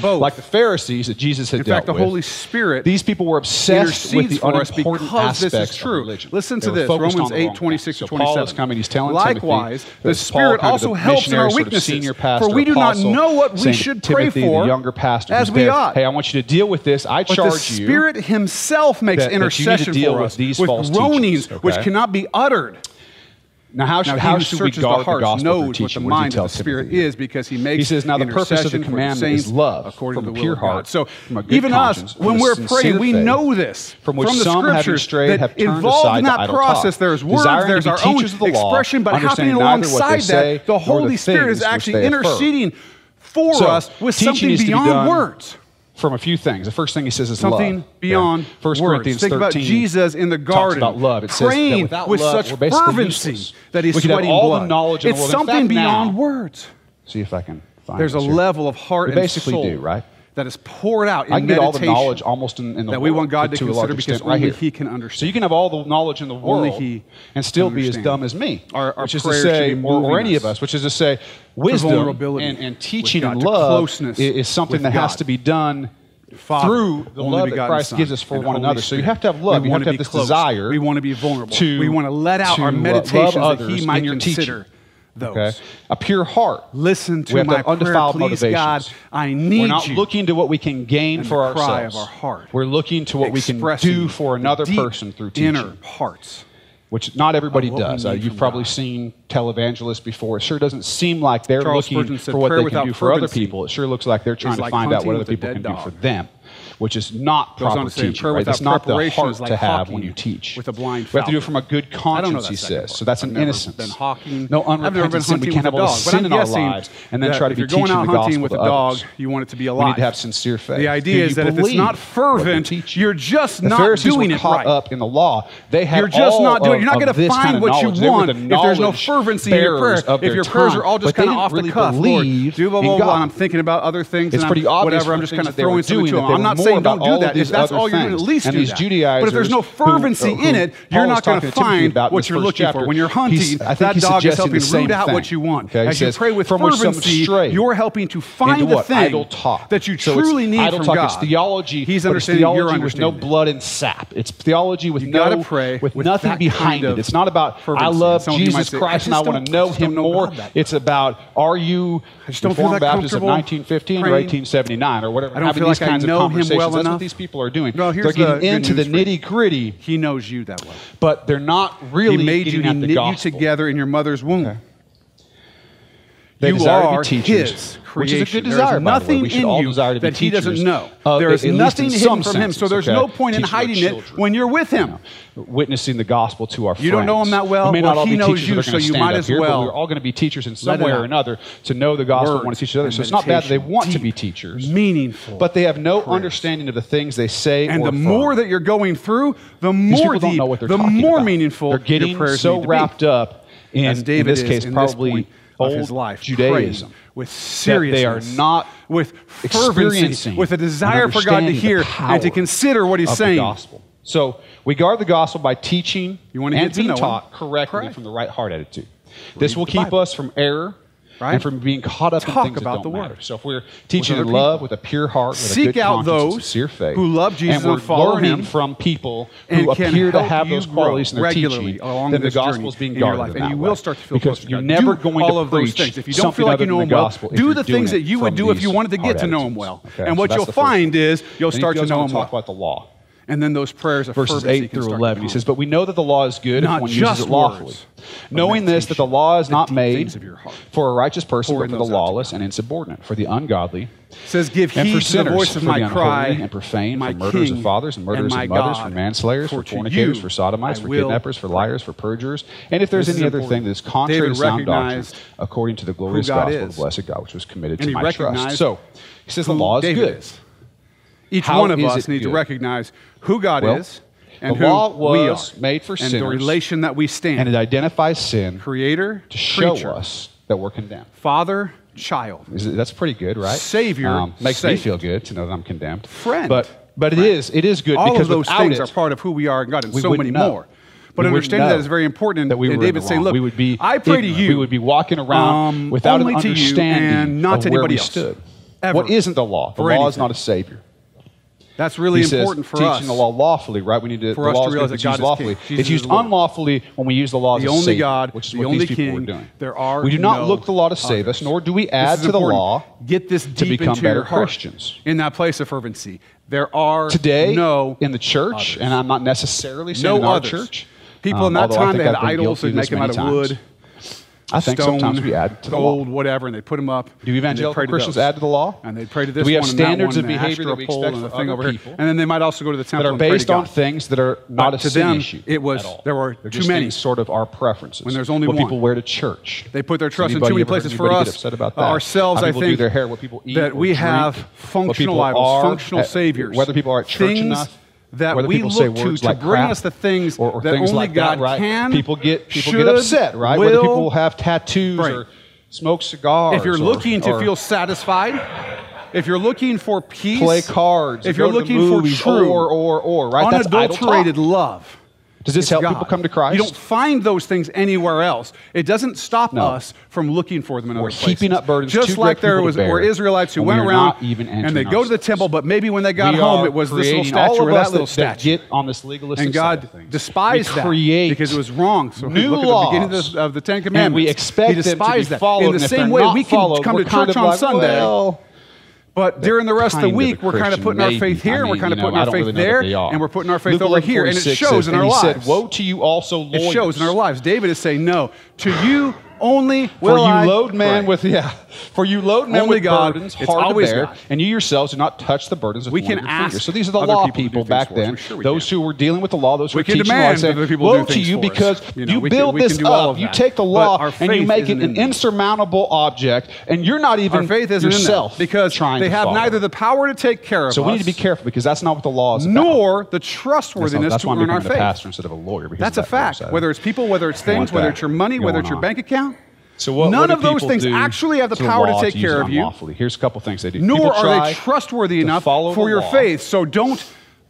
Speaker 2: Both.
Speaker 3: like the Pharisees that Jesus had
Speaker 2: In
Speaker 3: dealt
Speaker 2: fact, the
Speaker 3: with.
Speaker 2: Holy Spirit
Speaker 3: These people were obsessed with
Speaker 2: intercedes
Speaker 3: the
Speaker 2: for us
Speaker 3: unimportant
Speaker 2: because this is
Speaker 3: aspects of
Speaker 2: true.
Speaker 3: religion.
Speaker 2: Listen
Speaker 3: They
Speaker 2: to
Speaker 3: were
Speaker 2: this
Speaker 3: focused
Speaker 2: Romans
Speaker 3: on the wrong
Speaker 2: 8, 26 to
Speaker 3: things. So
Speaker 2: 27.
Speaker 3: Paul is coming, he's telling
Speaker 2: Likewise,
Speaker 3: Timothy,
Speaker 2: the
Speaker 3: there's
Speaker 2: Spirit
Speaker 3: Paul, who
Speaker 2: also
Speaker 3: the
Speaker 2: helps in our
Speaker 3: missionary, sort of
Speaker 2: weaknesses.
Speaker 3: senior pastor,
Speaker 2: for we do not
Speaker 3: apostle,
Speaker 2: know what we
Speaker 3: saying to
Speaker 2: should pray
Speaker 3: Timothy,
Speaker 2: for
Speaker 3: the younger pastor
Speaker 2: as
Speaker 3: who's
Speaker 2: we
Speaker 3: there,
Speaker 2: ought.
Speaker 3: Hey, I want you to deal with this. I
Speaker 2: But the
Speaker 3: charge you.
Speaker 2: Spirit Himself makes
Speaker 3: that- that you need to
Speaker 2: intercession
Speaker 3: deal
Speaker 2: for
Speaker 3: with
Speaker 2: us
Speaker 3: these
Speaker 2: with
Speaker 3: false
Speaker 2: groanings
Speaker 3: teachers,
Speaker 2: which
Speaker 3: okay?
Speaker 2: cannot be uttered.
Speaker 3: Now, how should,
Speaker 2: Now,
Speaker 3: how
Speaker 2: he who
Speaker 3: should we
Speaker 2: searches the
Speaker 3: guard the,
Speaker 2: hearts
Speaker 3: gospel
Speaker 2: knows
Speaker 3: through
Speaker 2: what the
Speaker 3: teaching? What
Speaker 2: mind
Speaker 3: does he tell
Speaker 2: of the
Speaker 3: Timothy?
Speaker 2: Spirit is, because he makes
Speaker 3: He says, "Now the purpose of the
Speaker 2: intercession for
Speaker 3: commandment
Speaker 2: saints
Speaker 3: is love,
Speaker 2: according
Speaker 3: from
Speaker 2: to
Speaker 3: a
Speaker 2: the
Speaker 3: pure
Speaker 2: will of God."
Speaker 3: heart,
Speaker 2: So
Speaker 3: from a good
Speaker 2: even us,
Speaker 3: conscience,
Speaker 2: when
Speaker 3: with
Speaker 2: we're
Speaker 3: a
Speaker 2: praying,
Speaker 3: sincere
Speaker 2: we
Speaker 3: faith,
Speaker 2: know this
Speaker 3: from which
Speaker 2: the
Speaker 3: some, having
Speaker 2: scriptures
Speaker 3: strayed,
Speaker 2: that
Speaker 3: have turned
Speaker 2: involved in
Speaker 3: aside to
Speaker 2: that
Speaker 3: idle
Speaker 2: process,
Speaker 3: talk,
Speaker 2: there is words,
Speaker 3: desiring to
Speaker 2: there's
Speaker 3: be
Speaker 2: our own
Speaker 3: teachers of the law,
Speaker 2: expression, but happening
Speaker 3: understanding neither what
Speaker 2: alongside
Speaker 3: they say
Speaker 2: that, the
Speaker 3: nor the
Speaker 2: Holy Spirit
Speaker 3: things
Speaker 2: is
Speaker 3: which
Speaker 2: actually
Speaker 3: they affirm.
Speaker 2: interceding for
Speaker 3: So,
Speaker 2: us with
Speaker 3: teaching
Speaker 2: something
Speaker 3: is to be done
Speaker 2: beyond words.
Speaker 3: from a few things. The first thing he says is
Speaker 2: Something
Speaker 3: love.
Speaker 2: beyond
Speaker 3: First
Speaker 2: words.
Speaker 3: Corinthians
Speaker 2: Think
Speaker 3: 13
Speaker 2: about Jesus in the
Speaker 3: talks
Speaker 2: garden
Speaker 3: about love. It says that
Speaker 2: praying
Speaker 3: without
Speaker 2: with
Speaker 3: love,
Speaker 2: such
Speaker 3: we're basically
Speaker 2: fervency
Speaker 3: useless.
Speaker 2: that he's
Speaker 3: We could have
Speaker 2: sweating
Speaker 3: all the
Speaker 2: blood.
Speaker 3: knowledge in the
Speaker 2: it's
Speaker 3: world. In
Speaker 2: something
Speaker 3: fact,
Speaker 2: beyond
Speaker 3: now-
Speaker 2: words.
Speaker 3: See if I can find
Speaker 2: There's a
Speaker 3: this here.
Speaker 2: level of heart
Speaker 3: We
Speaker 2: and
Speaker 3: basically
Speaker 2: soul
Speaker 3: do, right?
Speaker 2: that is poured out in
Speaker 3: I can get all the
Speaker 2: meditation
Speaker 3: knowledge almost in, in the
Speaker 2: that we
Speaker 3: world
Speaker 2: want God to,
Speaker 3: a large
Speaker 2: consider because
Speaker 3: extent right
Speaker 2: only
Speaker 3: here.
Speaker 2: He can understand.
Speaker 3: So you can have all the knowledge in the world
Speaker 2: Only He
Speaker 3: and still
Speaker 2: can
Speaker 3: be as
Speaker 2: understand.
Speaker 3: dumb as me,
Speaker 2: Our- our
Speaker 3: which is to
Speaker 2: prayers
Speaker 3: say,
Speaker 2: should be
Speaker 3: or, or
Speaker 2: moving
Speaker 3: any
Speaker 2: us
Speaker 3: of us, which is to say, wisdom
Speaker 2: vulnerability
Speaker 3: and, and
Speaker 2: with
Speaker 3: teaching
Speaker 2: God,
Speaker 3: and
Speaker 2: to
Speaker 3: love i-
Speaker 2: closeness
Speaker 3: is, something
Speaker 2: with
Speaker 3: that has
Speaker 2: God.
Speaker 3: to be done.
Speaker 2: Father,
Speaker 3: through the
Speaker 2: only
Speaker 3: love that
Speaker 2: begotten
Speaker 3: Christ
Speaker 2: Son,
Speaker 3: gives us for
Speaker 2: and
Speaker 3: one
Speaker 2: Holy
Speaker 3: another. So you
Speaker 2: Spirit.
Speaker 3: have to have love.
Speaker 2: We
Speaker 3: You
Speaker 2: want to
Speaker 3: have to have
Speaker 2: be
Speaker 3: this
Speaker 2: close.
Speaker 3: desire.
Speaker 2: We want to be vulnerable.
Speaker 3: to-
Speaker 2: we want to let out
Speaker 3: to,
Speaker 2: our
Speaker 3: uh, love
Speaker 2: meditations that
Speaker 3: others
Speaker 2: He
Speaker 3: in
Speaker 2: might
Speaker 3: your
Speaker 2: consider
Speaker 3: teaching.
Speaker 2: those.
Speaker 3: Okay? A pure heart.
Speaker 2: Listen to
Speaker 3: we have
Speaker 2: my
Speaker 3: to have undefiled
Speaker 2: prayer, please, God.
Speaker 3: motivations.
Speaker 2: I need
Speaker 3: We're not
Speaker 2: you.
Speaker 3: looking to what we can gain
Speaker 2: And
Speaker 3: for
Speaker 2: the cry
Speaker 3: ourselves.
Speaker 2: of our heart.
Speaker 3: We're looking to what we can
Speaker 2: Expressing
Speaker 3: do for another
Speaker 2: deep
Speaker 3: person through teaching.
Speaker 2: Inner hearts.
Speaker 3: which not everybody
Speaker 2: Of Oh, what we
Speaker 3: does. Uh,
Speaker 2: need
Speaker 3: you've
Speaker 2: from
Speaker 3: probably
Speaker 2: God.
Speaker 3: seen televangelists before. It sure doesn't seem like they're
Speaker 2: Charles Spurgeon
Speaker 3: looking
Speaker 2: said,
Speaker 3: for what
Speaker 2: "Prayer
Speaker 3: they can
Speaker 2: without
Speaker 3: do for other
Speaker 2: fervency
Speaker 3: people. It sure looks like they're trying to
Speaker 2: like
Speaker 3: find out
Speaker 2: hunting
Speaker 3: what other
Speaker 2: with a
Speaker 3: people
Speaker 2: dead
Speaker 3: can
Speaker 2: dog.
Speaker 3: do for them, which is not
Speaker 2: Goes on
Speaker 3: proper
Speaker 2: to say,
Speaker 3: teaching.
Speaker 2: prayer
Speaker 3: Right?
Speaker 2: without
Speaker 3: That's not the
Speaker 2: preparation
Speaker 3: heart
Speaker 2: is like
Speaker 3: to have
Speaker 2: hawking
Speaker 3: when you teach.
Speaker 2: with a blind
Speaker 3: We have to do
Speaker 2: falcon.
Speaker 3: it from a good
Speaker 2: I don't know
Speaker 3: conscience,
Speaker 2: that
Speaker 3: he
Speaker 2: second
Speaker 3: says.
Speaker 2: part.
Speaker 3: So that's
Speaker 2: I've
Speaker 3: an
Speaker 2: never
Speaker 3: innocence.
Speaker 2: been hawking.
Speaker 3: No
Speaker 2: I've never been
Speaker 3: unrepentance. sin.
Speaker 2: hunting
Speaker 3: we
Speaker 2: with
Speaker 3: can't have
Speaker 2: a
Speaker 3: all
Speaker 2: dog,
Speaker 3: this
Speaker 2: but
Speaker 3: sin
Speaker 2: I'm
Speaker 3: in our
Speaker 2: guessing
Speaker 3: lives and then
Speaker 2: that
Speaker 3: try to
Speaker 2: if
Speaker 3: be
Speaker 2: you're going
Speaker 3: teaching
Speaker 2: out
Speaker 3: the
Speaker 2: hunting
Speaker 3: gospel
Speaker 2: with
Speaker 3: to
Speaker 2: a dog,
Speaker 3: others.
Speaker 2: you want it to be
Speaker 3: We
Speaker 2: alive.
Speaker 3: need to have sincere faith.
Speaker 2: The idea
Speaker 3: Do
Speaker 2: is
Speaker 3: you
Speaker 2: that if it's
Speaker 3: believe
Speaker 2: not
Speaker 3: what we
Speaker 2: fervent,
Speaker 3: teach
Speaker 2: you're just
Speaker 3: the
Speaker 2: not
Speaker 3: Pharisees
Speaker 2: doing
Speaker 3: were
Speaker 2: it
Speaker 3: caught
Speaker 2: right.
Speaker 3: up in the law. They had
Speaker 2: You're just
Speaker 3: all
Speaker 2: not doing.
Speaker 3: of-
Speaker 2: You're not
Speaker 3: of
Speaker 2: going to
Speaker 3: this
Speaker 2: find
Speaker 3: kind of
Speaker 2: what
Speaker 3: knowledge.
Speaker 2: you
Speaker 3: They were
Speaker 2: want
Speaker 3: the
Speaker 2: if there's no
Speaker 3: knowledge
Speaker 2: fervency in your
Speaker 3: bearers
Speaker 2: prayer.
Speaker 3: of
Speaker 2: If
Speaker 3: their
Speaker 2: your prayers
Speaker 3: time.
Speaker 2: are all just
Speaker 3: But they
Speaker 2: kind of
Speaker 3: didn't
Speaker 2: off
Speaker 3: really
Speaker 2: the cuff, Lord,
Speaker 3: believe
Speaker 2: do blah
Speaker 3: in
Speaker 2: blah
Speaker 3: God.
Speaker 2: blah. and I'm thinking about other things.
Speaker 3: It's
Speaker 2: and
Speaker 3: pretty
Speaker 2: I'm,
Speaker 3: obvious
Speaker 2: Whatever.
Speaker 3: from
Speaker 2: I'm just
Speaker 3: things
Speaker 2: kind
Speaker 3: that
Speaker 2: of
Speaker 3: they
Speaker 2: throwing
Speaker 3: were
Speaker 2: something
Speaker 3: doing
Speaker 2: to
Speaker 3: that
Speaker 2: them.
Speaker 3: they
Speaker 2: I'm
Speaker 3: were
Speaker 2: not
Speaker 3: more
Speaker 2: saying don't
Speaker 3: about all
Speaker 2: do
Speaker 3: of
Speaker 2: that. If
Speaker 3: these
Speaker 2: that's
Speaker 3: other
Speaker 2: all you're doing, at
Speaker 3: things.
Speaker 2: least
Speaker 3: And
Speaker 2: do
Speaker 3: these
Speaker 2: that.
Speaker 3: Judaizers
Speaker 2: But if there's no
Speaker 3: who- who
Speaker 2: fervency
Speaker 3: Paul
Speaker 2: in it,
Speaker 3: is
Speaker 2: you're
Speaker 3: talking
Speaker 2: not going
Speaker 3: to
Speaker 2: to
Speaker 3: Timothy
Speaker 2: find
Speaker 3: about in
Speaker 2: what
Speaker 3: this
Speaker 2: you're
Speaker 3: first
Speaker 2: looking
Speaker 3: chapter.
Speaker 2: for. When you're hunting,
Speaker 3: He's- I think
Speaker 2: that
Speaker 3: he's
Speaker 2: dog is
Speaker 3: suggesting
Speaker 2: helping
Speaker 3: the same
Speaker 2: root out
Speaker 3: thing.
Speaker 2: what you want.
Speaker 3: Okay, he
Speaker 2: As you
Speaker 3: says,
Speaker 2: pray with
Speaker 3: from which some
Speaker 2: fervency,
Speaker 3: stray
Speaker 2: you're helping to find
Speaker 3: into
Speaker 2: the
Speaker 3: what? idle
Speaker 2: thing
Speaker 3: talk.
Speaker 2: that you
Speaker 3: So it's
Speaker 2: truly need
Speaker 3: idle
Speaker 2: from
Speaker 3: talk.
Speaker 2: God.
Speaker 3: It's theology.
Speaker 2: He's
Speaker 3: but it's
Speaker 2: understanding your
Speaker 3: theology with no
Speaker 2: understanding.
Speaker 3: blood and sap. It's theology with
Speaker 2: You gotta
Speaker 3: no
Speaker 2: pray
Speaker 3: with
Speaker 2: with
Speaker 3: nothing
Speaker 2: that
Speaker 3: behind
Speaker 2: kind of
Speaker 3: it. It's not about I
Speaker 2: fervency.
Speaker 3: love
Speaker 2: Some of you might
Speaker 3: Jesus
Speaker 2: say,
Speaker 3: Christ
Speaker 2: "I
Speaker 3: and I
Speaker 2: just don't-
Speaker 3: want to
Speaker 2: I
Speaker 3: know
Speaker 2: just don't
Speaker 3: Him
Speaker 2: know
Speaker 3: more.
Speaker 2: God that
Speaker 3: It's about are you
Speaker 2: just don't feel
Speaker 3: Reformed
Speaker 2: that
Speaker 3: Baptist of
Speaker 2: comfortable
Speaker 3: 1915 or
Speaker 2: praying.
Speaker 3: 1879 or whatever?
Speaker 2: I don't
Speaker 3: having
Speaker 2: feel
Speaker 3: these
Speaker 2: like I
Speaker 3: kinds
Speaker 2: know him
Speaker 3: of
Speaker 2: well
Speaker 3: conversations. That's
Speaker 2: enough.
Speaker 3: what these people are doing.
Speaker 2: No, here's
Speaker 3: They're
Speaker 2: the good
Speaker 3: getting into the
Speaker 2: news for you.
Speaker 3: nitty gritty
Speaker 2: He knows you that well.
Speaker 3: but they're not really
Speaker 2: he made you.
Speaker 3: getting
Speaker 2: He
Speaker 3: at the
Speaker 2: knit you
Speaker 3: gospel.
Speaker 2: together in your mother's womb.
Speaker 3: They
Speaker 2: you
Speaker 3: desire
Speaker 2: are
Speaker 3: to be teachers,
Speaker 2: his
Speaker 3: which
Speaker 2: creation. There
Speaker 3: is a good
Speaker 2: is
Speaker 3: desire. by the way.
Speaker 2: nothing
Speaker 3: We should
Speaker 2: in
Speaker 3: all
Speaker 2: you
Speaker 3: desire to be
Speaker 2: that he doesn't
Speaker 3: teachers,
Speaker 2: know.
Speaker 3: uh,
Speaker 2: There is
Speaker 3: at least
Speaker 2: nothing
Speaker 3: in
Speaker 2: hidden
Speaker 3: some
Speaker 2: from him, so
Speaker 3: senses,
Speaker 2: there's
Speaker 3: okay?
Speaker 2: no point in
Speaker 3: Teachers are
Speaker 2: hiding it
Speaker 3: children.
Speaker 2: when you're with him.
Speaker 3: You know, witnessing the gospel to our
Speaker 2: You don't know
Speaker 3: friends.
Speaker 2: him that well.
Speaker 3: We may
Speaker 2: Well,
Speaker 3: not all
Speaker 2: he
Speaker 3: be
Speaker 2: knows
Speaker 3: teachers that
Speaker 2: you,
Speaker 3: are gonna
Speaker 2: so you
Speaker 3: stand
Speaker 2: might
Speaker 3: up
Speaker 2: as
Speaker 3: here, but
Speaker 2: well
Speaker 3: we're all going to be teachers in
Speaker 2: let
Speaker 3: some
Speaker 2: it
Speaker 3: way
Speaker 2: out.
Speaker 3: or another to know the gospel
Speaker 2: Words
Speaker 3: and want to teach each other.
Speaker 2: and
Speaker 3: So it's not bad that they
Speaker 2: meditation,
Speaker 3: want to
Speaker 2: deep,
Speaker 3: be teachers,
Speaker 2: meaningful
Speaker 3: but they have no
Speaker 2: prayers.
Speaker 3: understanding of the things they say.
Speaker 2: And
Speaker 3: or
Speaker 2: the
Speaker 3: affirm.
Speaker 2: more that you're going through, the
Speaker 3: These
Speaker 2: more
Speaker 3: people don't
Speaker 2: deep,
Speaker 3: know what they're
Speaker 2: the
Speaker 3: talking
Speaker 2: more
Speaker 3: about.
Speaker 2: meaningful
Speaker 3: They're getting
Speaker 2: your prayers
Speaker 3: so
Speaker 2: need to
Speaker 3: wrapped
Speaker 2: be.
Speaker 3: up in,
Speaker 2: As
Speaker 3: in
Speaker 2: David
Speaker 3: this
Speaker 2: is
Speaker 3: case,
Speaker 2: in this
Speaker 3: probably
Speaker 2: point
Speaker 3: old
Speaker 2: of his life,
Speaker 3: Judaism.
Speaker 2: praying with
Speaker 3: that
Speaker 2: seriousness,
Speaker 3: they are not
Speaker 2: with fervency,
Speaker 3: experiencing
Speaker 2: with a
Speaker 3: and
Speaker 2: desire for God to
Speaker 3: understanding the
Speaker 2: hear and to
Speaker 3: power
Speaker 2: consider what He's
Speaker 3: of the
Speaker 2: saying.
Speaker 3: gospel. So we guard the gospel by teaching
Speaker 2: You
Speaker 3: and
Speaker 2: wanna get to
Speaker 3: being
Speaker 2: know
Speaker 3: taught
Speaker 2: him?
Speaker 3: correctly
Speaker 2: Correct.
Speaker 3: from the right heart attitude. this will
Speaker 2: the
Speaker 3: keep
Speaker 2: Bible.
Speaker 3: us from error
Speaker 2: Right?
Speaker 3: and from being caught up
Speaker 2: Talk
Speaker 3: in things
Speaker 2: about the
Speaker 3: that don't
Speaker 2: Word.
Speaker 3: matter. So if we're teaching
Speaker 2: other
Speaker 3: in love
Speaker 2: people.
Speaker 3: with a pure heart, with
Speaker 2: Seek
Speaker 3: a good
Speaker 2: out
Speaker 3: conscience and
Speaker 2: those
Speaker 3: sincere faith,
Speaker 2: who love Jesus
Speaker 3: and we're
Speaker 2: and follow
Speaker 3: learning
Speaker 2: him
Speaker 3: from people
Speaker 2: and
Speaker 3: who
Speaker 2: can
Speaker 3: appear to
Speaker 2: help
Speaker 3: have
Speaker 2: you
Speaker 3: those qualities in
Speaker 2: grow
Speaker 3: their
Speaker 2: regularly
Speaker 3: teaching,
Speaker 2: along
Speaker 3: then the
Speaker 2: this
Speaker 3: gospel
Speaker 2: journey
Speaker 3: is being
Speaker 2: in your
Speaker 3: guarded
Speaker 2: life.
Speaker 3: in
Speaker 2: And
Speaker 3: that
Speaker 2: you
Speaker 3: way.
Speaker 2: will start to feel
Speaker 3: because
Speaker 2: closer to
Speaker 3: you're
Speaker 2: God.
Speaker 3: never
Speaker 2: Do
Speaker 3: going
Speaker 2: all
Speaker 3: to
Speaker 2: of those
Speaker 3: preach
Speaker 2: things. If you don't
Speaker 3: something
Speaker 2: feel like
Speaker 3: other
Speaker 2: you know
Speaker 3: than
Speaker 2: him
Speaker 3: the
Speaker 2: well,
Speaker 3: gospel, if
Speaker 2: do
Speaker 3: you're
Speaker 2: the
Speaker 3: doing
Speaker 2: things that
Speaker 3: it
Speaker 2: you would
Speaker 3: from
Speaker 2: do if you
Speaker 3: these
Speaker 2: wanted to
Speaker 3: heart
Speaker 2: get to know him
Speaker 3: attitudes.
Speaker 2: well.
Speaker 3: Okay,
Speaker 2: And
Speaker 3: so
Speaker 2: what
Speaker 3: that's
Speaker 2: you'll
Speaker 3: the first
Speaker 2: find
Speaker 3: thing.
Speaker 2: is you'll
Speaker 3: And he
Speaker 2: start to
Speaker 3: goes on
Speaker 2: know him
Speaker 3: Talk
Speaker 2: well.
Speaker 3: about the law
Speaker 2: And then those prayers of
Speaker 3: verses
Speaker 2: fervency can
Speaker 3: 8 through
Speaker 2: start to
Speaker 3: 11. He
Speaker 2: come.
Speaker 3: says, But we know that the law is good
Speaker 2: Not
Speaker 3: if one
Speaker 2: just
Speaker 3: uses it lawfully.
Speaker 2: words, but
Speaker 3: Knowing this, that the
Speaker 2: meditation,
Speaker 3: law is not
Speaker 2: the deep
Speaker 3: made
Speaker 2: things of your heart.
Speaker 3: for a righteous person,
Speaker 2: Pouring
Speaker 3: but for the
Speaker 2: those out to
Speaker 3: lawless and insubordinate, for the ungodly.
Speaker 2: says, "Give
Speaker 3: and
Speaker 2: heed
Speaker 3: for
Speaker 2: to the
Speaker 3: sinners,
Speaker 2: voice of
Speaker 3: for
Speaker 2: my
Speaker 3: the
Speaker 2: cry,
Speaker 3: unholy and profane,
Speaker 2: my
Speaker 3: for murderers
Speaker 2: King
Speaker 3: of fathers and murderers
Speaker 2: and
Speaker 3: of
Speaker 2: my
Speaker 3: mothers,
Speaker 2: God.
Speaker 3: for manslaughterers,
Speaker 2: For
Speaker 3: for
Speaker 2: to
Speaker 3: fornicators,
Speaker 2: you
Speaker 3: for sodomites,
Speaker 2: I
Speaker 3: for
Speaker 2: will
Speaker 3: kidnappers, for liars, for perjurers, and if there's
Speaker 2: This is
Speaker 3: any other
Speaker 2: important.
Speaker 3: thing that is contrary
Speaker 2: David
Speaker 3: to sound doctrine,
Speaker 2: recognized
Speaker 3: according to the glorious
Speaker 2: God
Speaker 3: gospel of
Speaker 2: is.
Speaker 3: the blessed God, which was committed
Speaker 2: And
Speaker 3: to
Speaker 2: he
Speaker 3: my
Speaker 2: recognized
Speaker 3: trust. So he says the
Speaker 2: who
Speaker 3: law is
Speaker 2: David
Speaker 3: good.
Speaker 2: is. Each
Speaker 3: How
Speaker 2: one of
Speaker 3: is
Speaker 2: us
Speaker 3: it
Speaker 2: needs to
Speaker 3: good?
Speaker 2: recognize who God
Speaker 3: Well,
Speaker 2: is and
Speaker 3: the
Speaker 2: who
Speaker 3: law
Speaker 2: we
Speaker 3: was
Speaker 2: are,
Speaker 3: made for
Speaker 2: and the
Speaker 3: sinners,
Speaker 2: relation that we stand.
Speaker 3: And it identifies sin
Speaker 2: Creator,
Speaker 3: to show
Speaker 2: creature,
Speaker 3: us that we're condemned.
Speaker 2: Father, child.
Speaker 3: Is it- that's pretty good, right? Um,
Speaker 2: Savior,
Speaker 3: makes me
Speaker 2: saved.
Speaker 3: feel good to know that I'm condemned.
Speaker 2: Friend.
Speaker 3: but but it
Speaker 2: Friend.
Speaker 3: is it is good
Speaker 2: All
Speaker 3: because
Speaker 2: of those
Speaker 3: without
Speaker 2: things
Speaker 3: it,
Speaker 2: are part of who we are in God, and
Speaker 3: we
Speaker 2: so
Speaker 3: wouldn't
Speaker 2: many
Speaker 3: know.
Speaker 2: more. But
Speaker 3: We wouldn't
Speaker 2: understanding that
Speaker 3: know
Speaker 2: is very important.
Speaker 3: That we
Speaker 2: and
Speaker 3: were in
Speaker 2: David's
Speaker 3: the
Speaker 2: saying,
Speaker 3: wrong.
Speaker 2: "Look,
Speaker 3: we would be
Speaker 2: I pray
Speaker 3: ignorant.
Speaker 2: to you.
Speaker 3: We would be walking around
Speaker 2: um,
Speaker 3: without an
Speaker 2: only to you
Speaker 3: understanding
Speaker 2: and not
Speaker 3: of
Speaker 2: to
Speaker 3: where
Speaker 2: anybody
Speaker 3: we
Speaker 2: else.
Speaker 3: stood.
Speaker 2: Ever.
Speaker 3: What isn't the law? The
Speaker 2: For
Speaker 3: law is
Speaker 2: anything.
Speaker 3: not a savior.
Speaker 2: That's really
Speaker 3: he
Speaker 2: important
Speaker 3: says,
Speaker 2: for
Speaker 3: teaching
Speaker 2: us.
Speaker 3: the law lawfully, right? We need to,
Speaker 2: For
Speaker 3: the
Speaker 2: us
Speaker 3: law
Speaker 2: to
Speaker 3: is
Speaker 2: realize
Speaker 3: meant
Speaker 2: that God
Speaker 3: used
Speaker 2: is
Speaker 3: lawfully.
Speaker 2: king. Jesus
Speaker 3: It's used
Speaker 2: is Lord.
Speaker 3: unlawfully when we use the law
Speaker 2: The
Speaker 3: as a
Speaker 2: only
Speaker 3: savior,
Speaker 2: God,
Speaker 3: which is
Speaker 2: the
Speaker 3: what
Speaker 2: only
Speaker 3: these people were
Speaker 2: king,
Speaker 3: doing.
Speaker 2: there are
Speaker 3: we do not
Speaker 2: no
Speaker 3: look to the law to save
Speaker 2: others.
Speaker 3: us, nor do we
Speaker 2: This
Speaker 3: add
Speaker 2: is
Speaker 3: to the
Speaker 2: important.
Speaker 3: law
Speaker 2: Get this
Speaker 3: to
Speaker 2: deep
Speaker 3: become
Speaker 2: into
Speaker 3: better
Speaker 2: your heart.
Speaker 3: Christians.
Speaker 2: In that place of fervency, there are
Speaker 3: today
Speaker 2: no
Speaker 3: in the church,
Speaker 2: others.
Speaker 3: and I'm not necessarily saying
Speaker 2: no
Speaker 3: in our
Speaker 2: others.
Speaker 3: church.
Speaker 2: People
Speaker 3: um,
Speaker 2: in that
Speaker 3: although I
Speaker 2: time
Speaker 3: think
Speaker 2: they had
Speaker 3: I've been
Speaker 2: idols.
Speaker 3: guilty of
Speaker 2: They'd make
Speaker 3: this
Speaker 2: them out
Speaker 3: many
Speaker 2: of
Speaker 3: times.
Speaker 2: wood,
Speaker 3: I think
Speaker 2: stone,
Speaker 3: sometimes we add to the law.
Speaker 2: gold, whatever, and they put them up.
Speaker 3: Do
Speaker 2: and
Speaker 3: evangelical
Speaker 2: they pray to
Speaker 3: Christians
Speaker 2: those.
Speaker 3: add to the law?
Speaker 2: And they pray to
Speaker 3: Do
Speaker 2: this
Speaker 3: we have
Speaker 2: one and that
Speaker 3: standards
Speaker 2: one
Speaker 3: of
Speaker 2: and the
Speaker 3: behavior that we
Speaker 2: astral pole
Speaker 3: expect
Speaker 2: and the
Speaker 3: from
Speaker 2: thing
Speaker 3: other
Speaker 2: over here.
Speaker 3: people?
Speaker 2: And then they might also go to the temple
Speaker 3: that are
Speaker 2: and pray
Speaker 3: based
Speaker 2: to
Speaker 3: on
Speaker 2: God.
Speaker 3: things that are not
Speaker 2: But
Speaker 3: a
Speaker 2: to
Speaker 3: sin
Speaker 2: them,
Speaker 3: issue.
Speaker 2: it was-
Speaker 3: at all.
Speaker 2: there were
Speaker 3: They're
Speaker 2: too
Speaker 3: just
Speaker 2: many.
Speaker 3: things sort of our preferences.
Speaker 2: When there's only
Speaker 3: what
Speaker 2: one.
Speaker 3: people wear to church.
Speaker 2: They put their
Speaker 3: Has
Speaker 2: trust in
Speaker 3: anybody
Speaker 2: too many
Speaker 3: ever heard
Speaker 2: places for
Speaker 3: anybody
Speaker 2: us,
Speaker 3: Get upset about
Speaker 2: uh,
Speaker 3: that?
Speaker 2: ourselves,
Speaker 3: How
Speaker 2: I
Speaker 3: people do
Speaker 2: think
Speaker 3: their hair, what people eat,
Speaker 2: that
Speaker 3: or
Speaker 2: we
Speaker 3: drink,
Speaker 2: have
Speaker 3: what
Speaker 2: functional
Speaker 3: people
Speaker 2: idols,
Speaker 3: are,
Speaker 2: functional
Speaker 3: at-
Speaker 2: saviors,
Speaker 3: Whether people are at church
Speaker 2: things
Speaker 3: enough.
Speaker 2: that
Speaker 3: whether
Speaker 2: we
Speaker 3: people say
Speaker 2: look to
Speaker 3: words
Speaker 2: to
Speaker 3: like
Speaker 2: bring
Speaker 3: crap,
Speaker 2: us the things
Speaker 3: or, or
Speaker 2: that
Speaker 3: things
Speaker 2: only
Speaker 3: like that,
Speaker 2: God
Speaker 3: right?
Speaker 2: can,
Speaker 3: people get people
Speaker 2: should,
Speaker 3: get upset, right? whether
Speaker 2: will
Speaker 3: people have tattoos
Speaker 2: bring.
Speaker 3: or smoke cigars.
Speaker 2: if you're
Speaker 3: or-
Speaker 2: looking to
Speaker 3: or-
Speaker 2: feel satisfied, if you're looking for peace,
Speaker 3: play cards.
Speaker 2: if
Speaker 3: go
Speaker 2: you're
Speaker 3: to the
Speaker 2: looking
Speaker 3: movies,
Speaker 2: for true,
Speaker 3: or or or right. That's idle talk.
Speaker 2: unadulterated love.
Speaker 3: Does this
Speaker 2: It's
Speaker 3: help
Speaker 2: God.
Speaker 3: people come to Christ?
Speaker 2: You don't find those things anywhere else. It doesn't stop
Speaker 3: No.
Speaker 2: us from looking for them in
Speaker 3: We're
Speaker 2: other places.
Speaker 3: heaping up burdens
Speaker 2: Just
Speaker 3: too great
Speaker 2: like
Speaker 3: for
Speaker 2: there
Speaker 3: people to
Speaker 2: was
Speaker 3: bear,
Speaker 2: were Israelites who
Speaker 3: and
Speaker 2: went
Speaker 3: we are
Speaker 2: around
Speaker 3: not even
Speaker 2: and they
Speaker 3: answering
Speaker 2: go to the
Speaker 3: ourselves.
Speaker 2: temple, but maybe when they got
Speaker 3: we
Speaker 2: home,
Speaker 3: are
Speaker 2: it was this little
Speaker 3: creating
Speaker 2: statue
Speaker 3: all
Speaker 2: or
Speaker 3: of
Speaker 2: that
Speaker 3: us
Speaker 2: little
Speaker 3: that
Speaker 2: statue.
Speaker 3: get on this legalistic
Speaker 2: and
Speaker 3: side
Speaker 2: God
Speaker 3: of things.
Speaker 2: despised
Speaker 3: we
Speaker 2: that
Speaker 3: create
Speaker 2: because it was wrong. So
Speaker 3: new
Speaker 2: look
Speaker 3: laws,
Speaker 2: at the beginning of the, of the Ten Commandments.
Speaker 3: and we expect
Speaker 2: he despised
Speaker 3: them to be followed.
Speaker 2: that. In the
Speaker 3: and if
Speaker 2: same
Speaker 3: they're
Speaker 2: way,
Speaker 3: not
Speaker 2: we can
Speaker 3: followed,
Speaker 2: come
Speaker 3: we're
Speaker 2: to
Speaker 3: kind
Speaker 2: church
Speaker 3: of
Speaker 2: on
Speaker 3: like,
Speaker 2: Sunday.
Speaker 3: well,
Speaker 2: But during the rest of the
Speaker 3: kind of a
Speaker 2: week, we're kind of
Speaker 3: Christian,
Speaker 2: putting our
Speaker 3: maybe.
Speaker 2: faith here,
Speaker 3: I
Speaker 2: we're
Speaker 3: mean,
Speaker 2: kind of
Speaker 3: you know,
Speaker 2: putting
Speaker 3: I
Speaker 2: our
Speaker 3: don't
Speaker 2: faith
Speaker 3: really know
Speaker 2: there,
Speaker 3: that they are.
Speaker 2: and we're putting our faith
Speaker 3: Luke
Speaker 2: over here, and
Speaker 3: 11:46
Speaker 2: it
Speaker 3: says,
Speaker 2: shows in
Speaker 3: and
Speaker 2: our
Speaker 3: he
Speaker 2: lives.
Speaker 3: said, "Woe to you, also lawyers."
Speaker 2: It shows in our lives. David is saying, "No to you only
Speaker 3: For
Speaker 2: will
Speaker 3: you
Speaker 2: I
Speaker 3: load man
Speaker 2: pray."
Speaker 3: with yeah. For you load man
Speaker 2: Only
Speaker 3: with
Speaker 2: God.
Speaker 3: burdens
Speaker 2: It's
Speaker 3: hard
Speaker 2: always
Speaker 3: to bear,
Speaker 2: God.
Speaker 3: and you yourselves do not touch the burdens of
Speaker 2: We
Speaker 3: one
Speaker 2: can
Speaker 3: of your fingers.
Speaker 2: ask
Speaker 3: So these are the
Speaker 2: other
Speaker 3: law
Speaker 2: people to do
Speaker 3: people
Speaker 2: things
Speaker 3: back
Speaker 2: for us.
Speaker 3: then.
Speaker 2: Sure we
Speaker 3: those
Speaker 2: can.
Speaker 3: who were dealing with the law, those who
Speaker 2: We
Speaker 3: were
Speaker 2: can
Speaker 3: teaching the law,
Speaker 2: demand
Speaker 3: saying,
Speaker 2: that other people
Speaker 3: "Woe
Speaker 2: do
Speaker 3: to
Speaker 2: things
Speaker 3: you
Speaker 2: for us."
Speaker 3: because
Speaker 2: You know,
Speaker 3: you
Speaker 2: we can-
Speaker 3: build
Speaker 2: we
Speaker 3: this
Speaker 2: can do all
Speaker 3: up.
Speaker 2: of
Speaker 3: You
Speaker 2: that.
Speaker 3: take
Speaker 2: But
Speaker 3: the law
Speaker 2: our
Speaker 3: and you
Speaker 2: faith
Speaker 3: make
Speaker 2: isn't
Speaker 3: it
Speaker 2: in
Speaker 3: an
Speaker 2: that.
Speaker 3: insurmountable object, and you're not even
Speaker 2: Our faith isn't
Speaker 3: yourself
Speaker 2: in that because
Speaker 3: trying
Speaker 2: they
Speaker 3: to
Speaker 2: have
Speaker 3: follow.
Speaker 2: neither the power to take care of
Speaker 3: So
Speaker 2: us,
Speaker 3: we need to be careful because that's not what the law is about.
Speaker 2: nor the
Speaker 3: That's not-
Speaker 2: trustworthiness
Speaker 3: that's
Speaker 2: to
Speaker 3: why I'm
Speaker 2: earn our
Speaker 3: becoming
Speaker 2: faith.
Speaker 3: a pastor instead of a lawyer. Because
Speaker 2: That's a
Speaker 3: of that
Speaker 2: fact.
Speaker 3: verse. I-
Speaker 2: Whether it's people, whether it's
Speaker 3: I want
Speaker 2: things, whether
Speaker 3: that
Speaker 2: it's your money, whether it's your
Speaker 3: going on.
Speaker 2: bank account,
Speaker 3: So what,
Speaker 2: none
Speaker 3: what do
Speaker 2: of those
Speaker 3: people
Speaker 2: things
Speaker 3: do
Speaker 2: actually have the
Speaker 3: to the
Speaker 2: power
Speaker 3: law
Speaker 2: to take
Speaker 3: use
Speaker 2: care
Speaker 3: it
Speaker 2: of you.
Speaker 3: unlawfully? Here's a couple things they do. People
Speaker 2: nor are
Speaker 3: try
Speaker 2: they trustworthy
Speaker 3: to
Speaker 2: enough
Speaker 3: follow
Speaker 2: for
Speaker 3: the
Speaker 2: your
Speaker 3: law,
Speaker 2: faith. So don't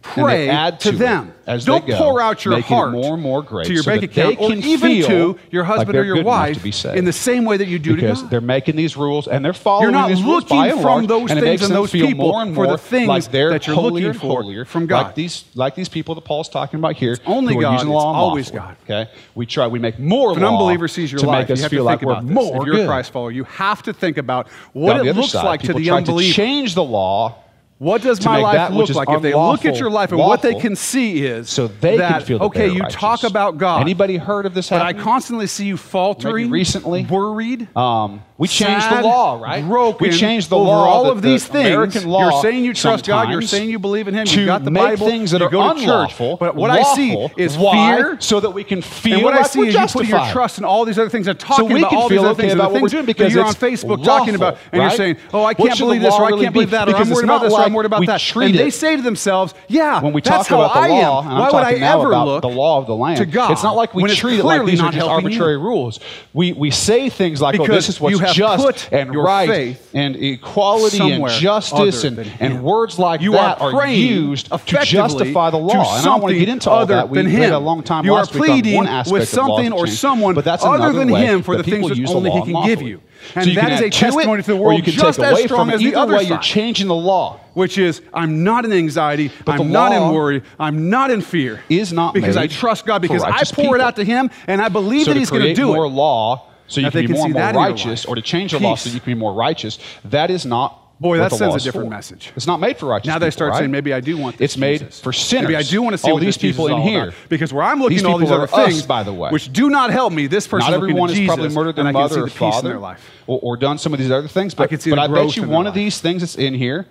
Speaker 3: and they
Speaker 2: pray
Speaker 3: add
Speaker 2: to,
Speaker 3: it
Speaker 2: them.
Speaker 3: as they
Speaker 2: don't
Speaker 3: go,
Speaker 2: pour out your
Speaker 3: making it
Speaker 2: heart
Speaker 3: more and more great
Speaker 2: to your
Speaker 3: so
Speaker 2: bank
Speaker 3: that they
Speaker 2: account or
Speaker 3: can
Speaker 2: even
Speaker 3: feel
Speaker 2: to your
Speaker 3: like
Speaker 2: husband
Speaker 3: they're
Speaker 2: or your
Speaker 3: good enough to
Speaker 2: wife
Speaker 3: be saved.
Speaker 2: in the same way that you do
Speaker 3: because
Speaker 2: to God.
Speaker 3: they're making these rules and they're following
Speaker 2: You're not
Speaker 3: these rules
Speaker 2: looking
Speaker 3: by and
Speaker 2: from
Speaker 3: large,
Speaker 2: those
Speaker 3: and it
Speaker 2: things
Speaker 3: makes
Speaker 2: and
Speaker 3: them
Speaker 2: those
Speaker 3: feel
Speaker 2: people
Speaker 3: more and
Speaker 2: for the
Speaker 3: more
Speaker 2: things
Speaker 3: like they're
Speaker 2: that you're
Speaker 3: holier
Speaker 2: looking
Speaker 3: and
Speaker 2: for
Speaker 3: holier,
Speaker 2: from God.
Speaker 3: Like these, like these people that Paul's talking about here.
Speaker 2: only
Speaker 3: who are
Speaker 2: God,
Speaker 3: using the law
Speaker 2: it's always
Speaker 3: unlawfully,
Speaker 2: God.
Speaker 3: Okay, we try. We make more
Speaker 2: If an
Speaker 3: law
Speaker 2: unbeliever sees your
Speaker 3: to
Speaker 2: life,
Speaker 3: make us
Speaker 2: you have
Speaker 3: feel
Speaker 2: to
Speaker 3: like
Speaker 2: think
Speaker 3: we're
Speaker 2: about this.
Speaker 3: more
Speaker 2: If you're
Speaker 3: good.
Speaker 2: a Christ follower, you have to think about what
Speaker 3: on the
Speaker 2: it
Speaker 3: other
Speaker 2: looks
Speaker 3: side,
Speaker 2: like to
Speaker 3: people
Speaker 2: the
Speaker 3: tried
Speaker 2: unbeliever.
Speaker 3: To change the law
Speaker 2: what does
Speaker 3: to
Speaker 2: my
Speaker 3: make
Speaker 2: life
Speaker 3: that which
Speaker 2: look
Speaker 3: is
Speaker 2: like? If they look at
Speaker 3: unlawful
Speaker 2: your life and what they
Speaker 3: lawful,
Speaker 2: can see is
Speaker 3: so they
Speaker 2: that,
Speaker 3: can feel. That
Speaker 2: okay,
Speaker 3: they're
Speaker 2: you
Speaker 3: righteous.
Speaker 2: talk about God.
Speaker 3: Anybody heard of this?
Speaker 2: But I
Speaker 3: Happening?
Speaker 2: constantly see you faltering.
Speaker 3: Maybe recently.
Speaker 2: worried.
Speaker 3: Um, we changed
Speaker 2: sad,
Speaker 3: the law, right?
Speaker 2: Broken.
Speaker 3: we changed the
Speaker 2: over
Speaker 3: law.
Speaker 2: All
Speaker 3: that
Speaker 2: of
Speaker 3: the
Speaker 2: these things.
Speaker 3: American law.
Speaker 2: you're saying you trust God. You're
Speaker 3: sometimes
Speaker 2: saying you believe in Him.
Speaker 3: to
Speaker 2: You got the
Speaker 3: make
Speaker 2: Bible.
Speaker 3: things that
Speaker 2: you
Speaker 3: are
Speaker 2: go to church.
Speaker 3: unlawful.
Speaker 2: But what I see
Speaker 3: lawful.
Speaker 2: is
Speaker 3: Why?
Speaker 2: fear.
Speaker 3: so that we can feel
Speaker 2: and what
Speaker 3: like
Speaker 2: I see
Speaker 3: we're
Speaker 2: is you putting your
Speaker 3: justified.
Speaker 2: trust in all these other things and talking
Speaker 3: so we
Speaker 2: about
Speaker 3: can
Speaker 2: all these
Speaker 3: feel
Speaker 2: other
Speaker 3: okay
Speaker 2: things, and
Speaker 3: about
Speaker 2: other
Speaker 3: what we're
Speaker 2: things
Speaker 3: doing
Speaker 2: that
Speaker 3: because
Speaker 2: you're on
Speaker 3: it's
Speaker 2: Facebook
Speaker 3: lawful,
Speaker 2: talking about, and
Speaker 3: right?
Speaker 2: you're saying, "Oh, I
Speaker 3: What
Speaker 2: can't
Speaker 3: should the
Speaker 2: believe this,
Speaker 3: law
Speaker 2: or I
Speaker 3: really
Speaker 2: can't
Speaker 3: be?
Speaker 2: believe that, or
Speaker 3: Because
Speaker 2: I'm
Speaker 3: it's
Speaker 2: worried about
Speaker 3: not
Speaker 2: this, or I'm
Speaker 3: like
Speaker 2: worried about
Speaker 3: we
Speaker 2: that."
Speaker 3: treat
Speaker 2: and they
Speaker 3: it-
Speaker 2: say to themselves, "Yeah,
Speaker 3: when we
Speaker 2: that's
Speaker 3: talk
Speaker 2: how
Speaker 3: about the
Speaker 2: I
Speaker 3: law,
Speaker 2: am.
Speaker 3: and I'm
Speaker 2: Why would I
Speaker 3: talking now
Speaker 2: ever
Speaker 3: about
Speaker 2: look
Speaker 3: the law of the land?
Speaker 2: to God
Speaker 3: It's not like we
Speaker 2: when it's
Speaker 3: treat it like
Speaker 2: clearly
Speaker 3: these
Speaker 2: not
Speaker 3: are just
Speaker 2: helping you?
Speaker 3: arbitrary rules. We we say things like, "Oh,
Speaker 2: Because
Speaker 3: this is what's
Speaker 2: you have
Speaker 3: just
Speaker 2: put
Speaker 3: and
Speaker 2: your
Speaker 3: right
Speaker 2: faith
Speaker 3: and equality and
Speaker 2: somewhere
Speaker 3: justice
Speaker 2: other
Speaker 3: and,
Speaker 2: than
Speaker 3: and
Speaker 2: Him.
Speaker 3: words like
Speaker 2: you
Speaker 3: that
Speaker 2: are,
Speaker 3: are
Speaker 2: praying
Speaker 3: used to
Speaker 2: effectively
Speaker 3: justify the law."
Speaker 2: to
Speaker 3: and I don't want
Speaker 2: something
Speaker 3: to get into all
Speaker 2: other
Speaker 3: that. We
Speaker 2: than
Speaker 3: we
Speaker 2: him.
Speaker 3: had a long time
Speaker 2: You
Speaker 3: last
Speaker 2: are
Speaker 3: week on
Speaker 2: pleading
Speaker 3: one aspect
Speaker 2: with
Speaker 3: of law
Speaker 2: something
Speaker 3: that
Speaker 2: or
Speaker 3: changed,
Speaker 2: someone
Speaker 3: but that's
Speaker 2: other
Speaker 3: another
Speaker 2: than
Speaker 3: way
Speaker 2: him for
Speaker 3: that
Speaker 2: the things
Speaker 3: people
Speaker 2: that
Speaker 3: use the
Speaker 2: only
Speaker 3: law
Speaker 2: he can give you.
Speaker 3: unlawfully.
Speaker 2: And
Speaker 3: So you
Speaker 2: that
Speaker 3: can
Speaker 2: is a
Speaker 3: add to it,
Speaker 2: testimony to the
Speaker 3: or
Speaker 2: world
Speaker 3: you can
Speaker 2: just
Speaker 3: take
Speaker 2: as
Speaker 3: away
Speaker 2: strong
Speaker 3: from it.
Speaker 2: as the
Speaker 3: Either
Speaker 2: other
Speaker 3: way, you're
Speaker 2: side.
Speaker 3: changing the law.
Speaker 2: which is I'm not in anxiety,
Speaker 3: But the
Speaker 2: I'm not in
Speaker 3: law
Speaker 2: worry, I'm not in fear.
Speaker 3: is not
Speaker 2: because I
Speaker 3: made
Speaker 2: trust God
Speaker 3: for
Speaker 2: because I
Speaker 3: righteous
Speaker 2: pour it
Speaker 3: people.
Speaker 2: out to Him and I believe
Speaker 3: so
Speaker 2: that
Speaker 3: to
Speaker 2: He's going
Speaker 3: create
Speaker 2: do
Speaker 3: more
Speaker 2: it.
Speaker 3: law so you
Speaker 2: That
Speaker 3: can
Speaker 2: they
Speaker 3: be
Speaker 2: can
Speaker 3: more
Speaker 2: see
Speaker 3: and more
Speaker 2: that in your life.
Speaker 3: righteous or to change the law so
Speaker 2: Peace.
Speaker 3: you can be more righteous that is not
Speaker 2: Boy,
Speaker 3: what
Speaker 2: that
Speaker 3: the
Speaker 2: sends
Speaker 3: law
Speaker 2: a
Speaker 3: is
Speaker 2: different
Speaker 3: for.
Speaker 2: message.
Speaker 3: it's not made for righteous
Speaker 2: Now they
Speaker 3: people,
Speaker 2: start
Speaker 3: right?
Speaker 2: saying, maybe I do want this
Speaker 3: it's made
Speaker 2: Jesus.
Speaker 3: for sinners
Speaker 2: Maybe I do want to see
Speaker 3: all
Speaker 2: what
Speaker 3: these
Speaker 2: this Jesus
Speaker 3: people
Speaker 2: is
Speaker 3: in
Speaker 2: all
Speaker 3: here
Speaker 2: about. Because where I'm looking
Speaker 3: these
Speaker 2: at all these
Speaker 3: people
Speaker 2: other
Speaker 3: are us,
Speaker 2: things,
Speaker 3: by the way
Speaker 2: which do not help me, this person
Speaker 3: not everyone has probably murdered their
Speaker 2: and I can see
Speaker 3: mother or
Speaker 2: the peace in
Speaker 3: father
Speaker 2: their life.
Speaker 3: Or, or done some of these other things but
Speaker 2: I can see
Speaker 3: but
Speaker 2: the
Speaker 3: I bet
Speaker 2: growth
Speaker 3: you
Speaker 2: in their
Speaker 3: one of
Speaker 2: life.
Speaker 3: these things that's in here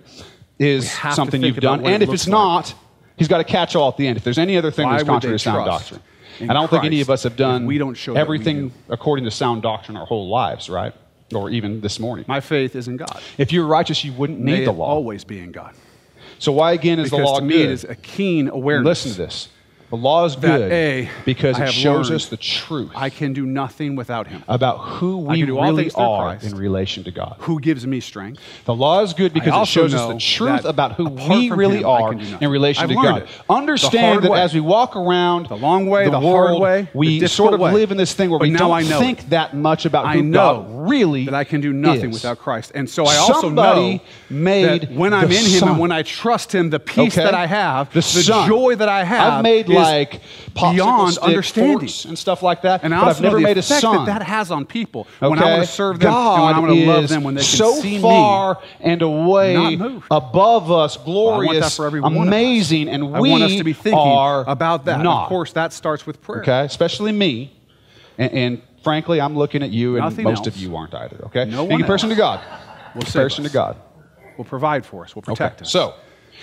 Speaker 3: is
Speaker 2: have to
Speaker 3: something
Speaker 2: think
Speaker 3: you've done
Speaker 2: about what
Speaker 3: and
Speaker 2: it
Speaker 3: if it's
Speaker 2: looks like.
Speaker 3: not he's got a catch all at the end if there's any other thing
Speaker 2: Why
Speaker 3: that's
Speaker 2: would they
Speaker 3: contrary to sound
Speaker 2: trust
Speaker 3: doctrine
Speaker 2: in
Speaker 3: and I don't think any
Speaker 2: Christ
Speaker 3: of us have
Speaker 2: if
Speaker 3: done
Speaker 2: we don't show that we
Speaker 3: everything
Speaker 2: do?
Speaker 3: according to sound doctrine our whole lives right or even this morning
Speaker 2: My faith is in God.
Speaker 3: If you're righteous, you wouldn't
Speaker 2: May
Speaker 3: need the
Speaker 2: it
Speaker 3: law.
Speaker 2: always be in God.
Speaker 3: So why again is the
Speaker 2: because
Speaker 3: law
Speaker 2: to me it
Speaker 3: good?
Speaker 2: is a keen awareness.
Speaker 3: Listen to this. The law is
Speaker 2: That
Speaker 3: good
Speaker 2: A,
Speaker 3: because
Speaker 2: I
Speaker 3: it
Speaker 2: have
Speaker 3: shows
Speaker 2: learned.
Speaker 3: us the truth
Speaker 2: I can do nothing without him.
Speaker 3: about who we
Speaker 2: can do all
Speaker 3: really
Speaker 2: things through
Speaker 3: are
Speaker 2: Christ.
Speaker 3: in relation to God.
Speaker 2: Who gives me strength?
Speaker 3: The law is good because it
Speaker 2: also
Speaker 3: shows us
Speaker 2: know
Speaker 3: the truth
Speaker 2: that
Speaker 3: about who
Speaker 2: apart
Speaker 3: we
Speaker 2: from
Speaker 3: really
Speaker 2: Him, I
Speaker 3: are
Speaker 2: can do nothing.
Speaker 3: in relation
Speaker 2: I've
Speaker 3: to
Speaker 2: learned
Speaker 3: God.
Speaker 2: it. The
Speaker 3: Understand
Speaker 2: hard
Speaker 3: that
Speaker 2: way.
Speaker 3: as we walk around
Speaker 2: The long way, the hard
Speaker 3: world,
Speaker 2: way, the
Speaker 3: we
Speaker 2: difficult
Speaker 3: sort of
Speaker 2: way.
Speaker 3: live in this thing where
Speaker 2: But
Speaker 3: we
Speaker 2: now
Speaker 3: don't
Speaker 2: I know
Speaker 3: think
Speaker 2: it.
Speaker 3: that much about
Speaker 2: I
Speaker 3: who
Speaker 2: know
Speaker 3: God really
Speaker 2: that I can do nothing
Speaker 3: is.
Speaker 2: without Christ, and so I also
Speaker 3: Somebody
Speaker 2: know
Speaker 3: made
Speaker 2: that when
Speaker 3: the
Speaker 2: I'm in Him
Speaker 3: sun.
Speaker 2: and when I trust Him, the peace
Speaker 3: Okay?
Speaker 2: that I have, the,
Speaker 3: sun.
Speaker 2: joy that I have,
Speaker 3: I've made
Speaker 2: is
Speaker 3: like popsicle
Speaker 2: beyond
Speaker 3: stick
Speaker 2: understanding.
Speaker 3: forks and stuff like that,
Speaker 2: and I
Speaker 3: but
Speaker 2: also
Speaker 3: I've never
Speaker 2: know the
Speaker 3: made a
Speaker 2: effect
Speaker 3: sun.
Speaker 2: that that has on people when I
Speaker 3: Okay?
Speaker 2: want to serve them
Speaker 3: God
Speaker 2: and when I want to love
Speaker 3: is
Speaker 2: them when they can
Speaker 3: so
Speaker 2: see me.
Speaker 3: far and
Speaker 2: not
Speaker 3: away
Speaker 2: moved.
Speaker 3: above us, glorious,
Speaker 2: for every one of us.
Speaker 3: amazing, and
Speaker 2: I
Speaker 3: we
Speaker 2: want us to be thinking
Speaker 3: are
Speaker 2: about that.
Speaker 3: Not.
Speaker 2: Of course, that starts with prayer.
Speaker 3: okay, especially me, and, and frankly, I'm looking at you, and
Speaker 2: Nothing
Speaker 3: most
Speaker 2: else.
Speaker 3: of you aren't either. Okay,
Speaker 2: No
Speaker 3: in
Speaker 2: one
Speaker 3: comparison
Speaker 2: else.
Speaker 3: to God,
Speaker 2: Will save
Speaker 3: comparison
Speaker 2: us.
Speaker 3: to God.
Speaker 2: Will provide for us. Will
Speaker 3: Okay,
Speaker 2: protect us.
Speaker 3: so.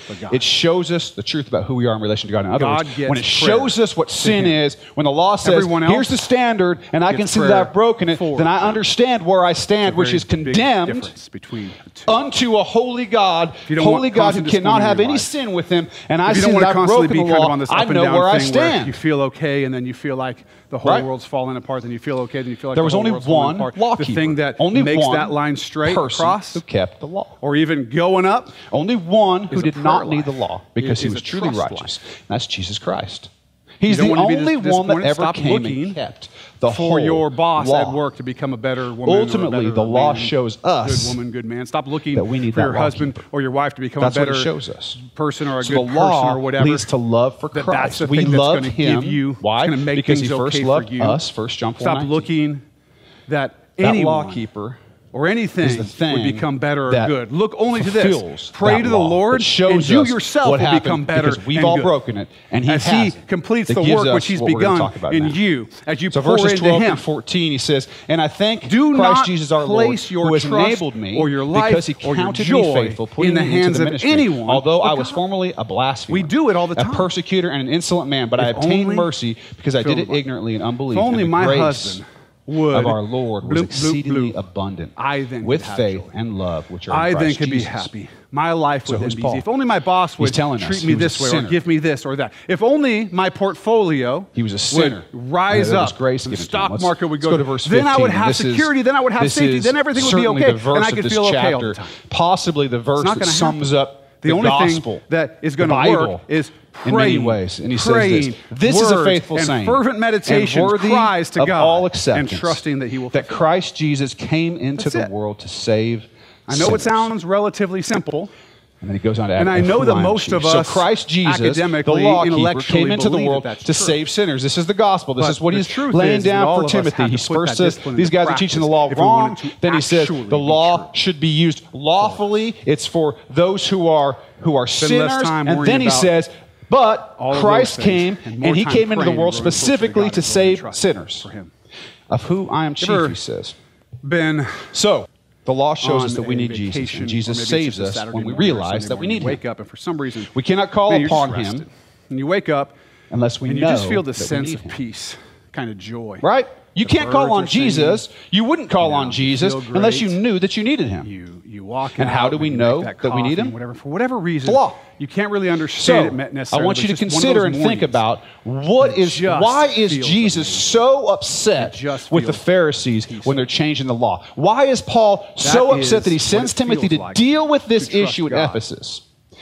Speaker 2: But God.
Speaker 3: It shows us the truth about who we are in relation to God. In other
Speaker 2: God
Speaker 3: words,
Speaker 2: gets
Speaker 3: when it
Speaker 2: prayer
Speaker 3: shows us what sin
Speaker 2: him.
Speaker 3: is, when the law says,
Speaker 2: Everyone else
Speaker 3: here's the standard, and I
Speaker 2: gets
Speaker 3: can see that
Speaker 2: prayer
Speaker 3: I've broken it,
Speaker 2: for
Speaker 3: then I
Speaker 2: them.
Speaker 3: understand where I stand,
Speaker 2: Very
Speaker 3: which is
Speaker 2: big
Speaker 3: condemned
Speaker 2: difference between the two.
Speaker 3: unto a holy God,
Speaker 2: you don't
Speaker 3: holy
Speaker 2: want
Speaker 3: God who
Speaker 2: constant
Speaker 3: cannot
Speaker 2: disappointment in
Speaker 3: have
Speaker 2: your
Speaker 3: any
Speaker 2: life.
Speaker 3: sin with him, and I
Speaker 2: if you
Speaker 3: see
Speaker 2: don't
Speaker 3: that
Speaker 2: want to
Speaker 3: I've
Speaker 2: constantly
Speaker 3: broken
Speaker 2: be
Speaker 3: the
Speaker 2: kind
Speaker 3: law,
Speaker 2: of on this
Speaker 3: I
Speaker 2: up and
Speaker 3: know
Speaker 2: down
Speaker 3: where
Speaker 2: thing
Speaker 3: I
Speaker 2: where
Speaker 3: stand.
Speaker 2: you feel okay, and then you feel like the whole
Speaker 3: Right.
Speaker 2: world's falling apart. Then you feel okay, then you feel like
Speaker 3: there
Speaker 2: the
Speaker 3: was
Speaker 2: whole
Speaker 3: only
Speaker 2: world's falling
Speaker 3: one
Speaker 2: apart.
Speaker 3: lawkeeper,
Speaker 2: The thing that
Speaker 3: only
Speaker 2: makes
Speaker 3: one
Speaker 2: that line straight
Speaker 3: person
Speaker 2: across,
Speaker 3: who kept the law.
Speaker 2: or even going up.
Speaker 3: Only one who
Speaker 2: is a
Speaker 3: did not
Speaker 2: prayer
Speaker 3: need the
Speaker 2: life.
Speaker 3: law because
Speaker 2: It
Speaker 3: he
Speaker 2: is
Speaker 3: was
Speaker 2: a
Speaker 3: truly
Speaker 2: trust
Speaker 3: righteous.
Speaker 2: life.
Speaker 3: And that's Jesus Christ. He's
Speaker 2: don't
Speaker 3: the
Speaker 2: wanna be dis-
Speaker 3: only one that
Speaker 2: disappointed.
Speaker 3: ever
Speaker 2: Stop
Speaker 3: came and
Speaker 2: looking
Speaker 3: kept the
Speaker 2: for
Speaker 3: whole
Speaker 2: your boss
Speaker 3: law.
Speaker 2: at work to become a better woman. or a
Speaker 3: Ultimately,
Speaker 2: better
Speaker 3: the law
Speaker 2: man,
Speaker 3: shows us
Speaker 2: good woman, good man. Stop looking
Speaker 3: that we need
Speaker 2: for
Speaker 3: that
Speaker 2: your
Speaker 3: law
Speaker 2: husband
Speaker 3: keeper.
Speaker 2: or your wife to become
Speaker 3: That's
Speaker 2: a
Speaker 3: what it
Speaker 2: better
Speaker 3: shows us.
Speaker 2: person or a
Speaker 3: So
Speaker 2: good
Speaker 3: the law
Speaker 2: person or whatever.
Speaker 3: leads to love for
Speaker 2: That-
Speaker 3: Christ.
Speaker 2: That's the
Speaker 3: we
Speaker 2: thing
Speaker 3: love
Speaker 2: that's
Speaker 3: him.
Speaker 2: Give you,
Speaker 3: Why?
Speaker 2: It's gonna make
Speaker 3: because he
Speaker 2: things
Speaker 3: first
Speaker 2: okay for
Speaker 3: loved
Speaker 2: you.
Speaker 3: us. First John 4,
Speaker 2: Stop
Speaker 3: 19.
Speaker 2: looking that
Speaker 3: That
Speaker 2: anyone
Speaker 3: lawkeeper
Speaker 2: or anything
Speaker 3: is the thing
Speaker 2: would become better or
Speaker 3: that
Speaker 2: good. Look only to
Speaker 3: fulfills
Speaker 2: this. Pray
Speaker 3: that
Speaker 2: to the
Speaker 3: law,
Speaker 2: Lord,
Speaker 3: that shows
Speaker 2: and you
Speaker 3: us
Speaker 2: yourself
Speaker 3: what
Speaker 2: will
Speaker 3: happened
Speaker 2: become better.
Speaker 3: Because we've
Speaker 2: and
Speaker 3: all
Speaker 2: good.
Speaker 3: broken it, and he
Speaker 2: as he
Speaker 3: hasn't.
Speaker 2: completes
Speaker 3: That
Speaker 2: the
Speaker 3: gives
Speaker 2: work
Speaker 3: us
Speaker 2: which he's
Speaker 3: what we're gonna
Speaker 2: begun
Speaker 3: talk about
Speaker 2: in
Speaker 3: now.
Speaker 2: you, as you
Speaker 3: so
Speaker 2: pour
Speaker 3: verses
Speaker 2: into
Speaker 3: 12
Speaker 2: him.
Speaker 3: through 14, he says, "And I thank
Speaker 2: Do
Speaker 3: Christ
Speaker 2: not
Speaker 3: Jesus our
Speaker 2: place
Speaker 3: Lord,
Speaker 2: your
Speaker 3: who has
Speaker 2: trust
Speaker 3: enabled me,
Speaker 2: or your life
Speaker 3: because he
Speaker 2: or your
Speaker 3: counted me
Speaker 2: joy
Speaker 3: faithful,
Speaker 2: in
Speaker 3: putting
Speaker 2: the
Speaker 3: me
Speaker 2: hands
Speaker 3: into the
Speaker 2: of
Speaker 3: ministry,
Speaker 2: anyone
Speaker 3: Although
Speaker 2: but
Speaker 3: I was
Speaker 2: God."
Speaker 3: formerly a blasphemer,
Speaker 2: We do it all the time.
Speaker 3: a persecutor and an insolent man, but I
Speaker 2: If
Speaker 3: obtained
Speaker 2: only-
Speaker 3: mercy because I did
Speaker 2: Fill
Speaker 3: it
Speaker 2: the line.
Speaker 3: ignorantly and unbelief.
Speaker 2: If only
Speaker 3: and the
Speaker 2: my
Speaker 3: grace
Speaker 2: husband would
Speaker 3: of our Lord was
Speaker 2: bloop, bloop,
Speaker 3: exceedingly
Speaker 2: bloop.
Speaker 3: abundant,
Speaker 2: I then
Speaker 3: with
Speaker 2: could have
Speaker 3: faith
Speaker 2: joy.
Speaker 3: and love, which are in
Speaker 2: I then
Speaker 3: Christ
Speaker 2: could be
Speaker 3: Jesus.
Speaker 2: happy. My life would
Speaker 3: So
Speaker 2: then
Speaker 3: who's
Speaker 2: be
Speaker 3: Paul?
Speaker 2: easy. If only my boss
Speaker 3: He's
Speaker 2: would
Speaker 3: telling us
Speaker 2: treat
Speaker 3: he
Speaker 2: me
Speaker 3: was a
Speaker 2: this way or
Speaker 3: sinner.
Speaker 2: give me this or that. If only my portfolio
Speaker 3: He was a
Speaker 2: would
Speaker 3: sinner.
Speaker 2: rise
Speaker 3: Yeah, there was
Speaker 2: up.
Speaker 3: grace
Speaker 2: the
Speaker 3: given to him.
Speaker 2: stock
Speaker 3: Let's-
Speaker 2: market would
Speaker 3: let's
Speaker 2: go,
Speaker 3: go to verse
Speaker 2: Then I
Speaker 3: 15.
Speaker 2: would have
Speaker 3: This is-
Speaker 2: security. then I would have
Speaker 3: this
Speaker 2: safety.
Speaker 3: is
Speaker 2: Then everything would be
Speaker 3: certainly
Speaker 2: okay.
Speaker 3: The verse
Speaker 2: and I
Speaker 3: of
Speaker 2: could
Speaker 3: this
Speaker 2: feel okay all
Speaker 3: chapter,
Speaker 2: the time.
Speaker 3: Possibly the verse
Speaker 2: It's not
Speaker 3: that
Speaker 2: going to
Speaker 3: sums up
Speaker 2: the, only
Speaker 3: gospel,
Speaker 2: thing that is
Speaker 3: the
Speaker 2: going to
Speaker 3: Bible,
Speaker 2: work is praying.
Speaker 3: in many ways. And he
Speaker 2: praying,
Speaker 3: says this: This is a
Speaker 2: words,
Speaker 3: faithful
Speaker 2: and
Speaker 3: saying,
Speaker 2: fervent meditation,
Speaker 3: and worthy
Speaker 2: cries to
Speaker 3: of
Speaker 2: God,
Speaker 3: all acceptance,
Speaker 2: and trusting that He will.
Speaker 3: that
Speaker 2: fulfill.
Speaker 3: Christ Jesus came into
Speaker 2: That's
Speaker 3: the
Speaker 2: it.
Speaker 3: world to save.
Speaker 2: I know it
Speaker 3: sinners.
Speaker 2: sounds relatively simple.
Speaker 3: And then he goes on to add,
Speaker 2: And I
Speaker 3: "If
Speaker 2: know that
Speaker 3: I'm
Speaker 2: most of
Speaker 3: Jesus."
Speaker 2: us
Speaker 3: So Christ Jesus, the
Speaker 2: academically,
Speaker 3: law keeper,
Speaker 2: intellectually
Speaker 3: came into the
Speaker 2: believe
Speaker 3: world
Speaker 2: that that's
Speaker 3: to
Speaker 2: true.
Speaker 3: save sinners. This is the gospel. This
Speaker 2: But
Speaker 3: is what
Speaker 2: the
Speaker 3: he's
Speaker 2: truth
Speaker 3: laying
Speaker 2: is that
Speaker 3: down
Speaker 2: all
Speaker 3: for
Speaker 2: of us have
Speaker 3: Timothy.
Speaker 2: to
Speaker 3: He
Speaker 2: put that
Speaker 3: first says
Speaker 2: discipline
Speaker 3: these
Speaker 2: into
Speaker 3: guys are teaching the
Speaker 2: practice
Speaker 3: law
Speaker 2: if we
Speaker 3: wrong.
Speaker 2: want it to
Speaker 3: Then he says
Speaker 2: actually
Speaker 3: the
Speaker 2: be
Speaker 3: law
Speaker 2: true.
Speaker 3: should be usused lawfully. It's for those who are who are
Speaker 2: Spend less
Speaker 3: sinners.
Speaker 2: time
Speaker 3: And
Speaker 2: worrying
Speaker 3: then he
Speaker 2: about
Speaker 3: says, but
Speaker 2: all of those
Speaker 3: Christ
Speaker 2: things
Speaker 3: came
Speaker 2: and
Speaker 3: and,
Speaker 2: more
Speaker 3: he
Speaker 2: time
Speaker 3: came into the
Speaker 2: praying
Speaker 3: world
Speaker 2: and growing closer to
Speaker 3: specifically
Speaker 2: God and growing
Speaker 3: to
Speaker 2: in
Speaker 3: save
Speaker 2: trust
Speaker 3: sinners.
Speaker 2: for Him.
Speaker 3: Of who I am chief,
Speaker 2: Ever-
Speaker 3: he says.
Speaker 2: Ben,
Speaker 3: So the law shows
Speaker 2: on
Speaker 3: us that we
Speaker 2: a
Speaker 3: need Jesus,
Speaker 2: vacation,
Speaker 3: and
Speaker 2: or maybe
Speaker 3: Jesus
Speaker 2: it's
Speaker 3: saves
Speaker 2: just a
Speaker 3: us
Speaker 2: Saturday
Speaker 3: when we
Speaker 2: morning or
Speaker 3: realize
Speaker 2: Sunday
Speaker 3: that we
Speaker 2: morning.
Speaker 3: need
Speaker 2: you
Speaker 3: Him.
Speaker 2: wake up and for some reason
Speaker 3: We cannot call
Speaker 2: man, you're
Speaker 3: upon
Speaker 2: just
Speaker 3: him
Speaker 2: rested. And you wake up
Speaker 3: unless we
Speaker 2: and you
Speaker 3: know
Speaker 2: just feel
Speaker 3: that
Speaker 2: this
Speaker 3: we
Speaker 2: sense
Speaker 3: need
Speaker 2: of
Speaker 3: him.
Speaker 2: peace, kind of joy.
Speaker 3: Right? You
Speaker 2: The
Speaker 3: can't call
Speaker 2: birds
Speaker 3: on
Speaker 2: are singing.
Speaker 3: Jesus. You wouldn't call
Speaker 2: You
Speaker 3: on
Speaker 2: know,
Speaker 3: Jesus
Speaker 2: feel
Speaker 3: unless you
Speaker 2: great.
Speaker 3: knew that you needed him.
Speaker 2: You you walk
Speaker 3: And
Speaker 2: it
Speaker 3: how
Speaker 2: out
Speaker 3: do we
Speaker 2: you
Speaker 3: know
Speaker 2: make
Speaker 3: that we need
Speaker 2: coffee
Speaker 3: him?
Speaker 2: and Whatever for whatever reason,
Speaker 3: law.
Speaker 2: you can't really understand
Speaker 3: so
Speaker 2: it me-
Speaker 3: I
Speaker 2: necessarily.
Speaker 3: want you
Speaker 2: but
Speaker 3: to
Speaker 2: it's just one of
Speaker 3: consider
Speaker 2: those
Speaker 3: and think
Speaker 2: mornings.
Speaker 3: about what
Speaker 2: It
Speaker 3: is
Speaker 2: just
Speaker 3: why is
Speaker 2: feels
Speaker 3: Jesus
Speaker 2: amazing.
Speaker 3: so upset
Speaker 2: It just
Speaker 3: with the
Speaker 2: feels
Speaker 3: Pharisees
Speaker 2: peaceful.
Speaker 3: when they're changing the law? Why is Paul so
Speaker 2: is
Speaker 3: upset that he
Speaker 2: what
Speaker 3: sends
Speaker 2: it
Speaker 3: Timothy to
Speaker 2: feels like
Speaker 3: deal with this
Speaker 2: to trust
Speaker 3: issue at
Speaker 2: God.
Speaker 3: Ephesus?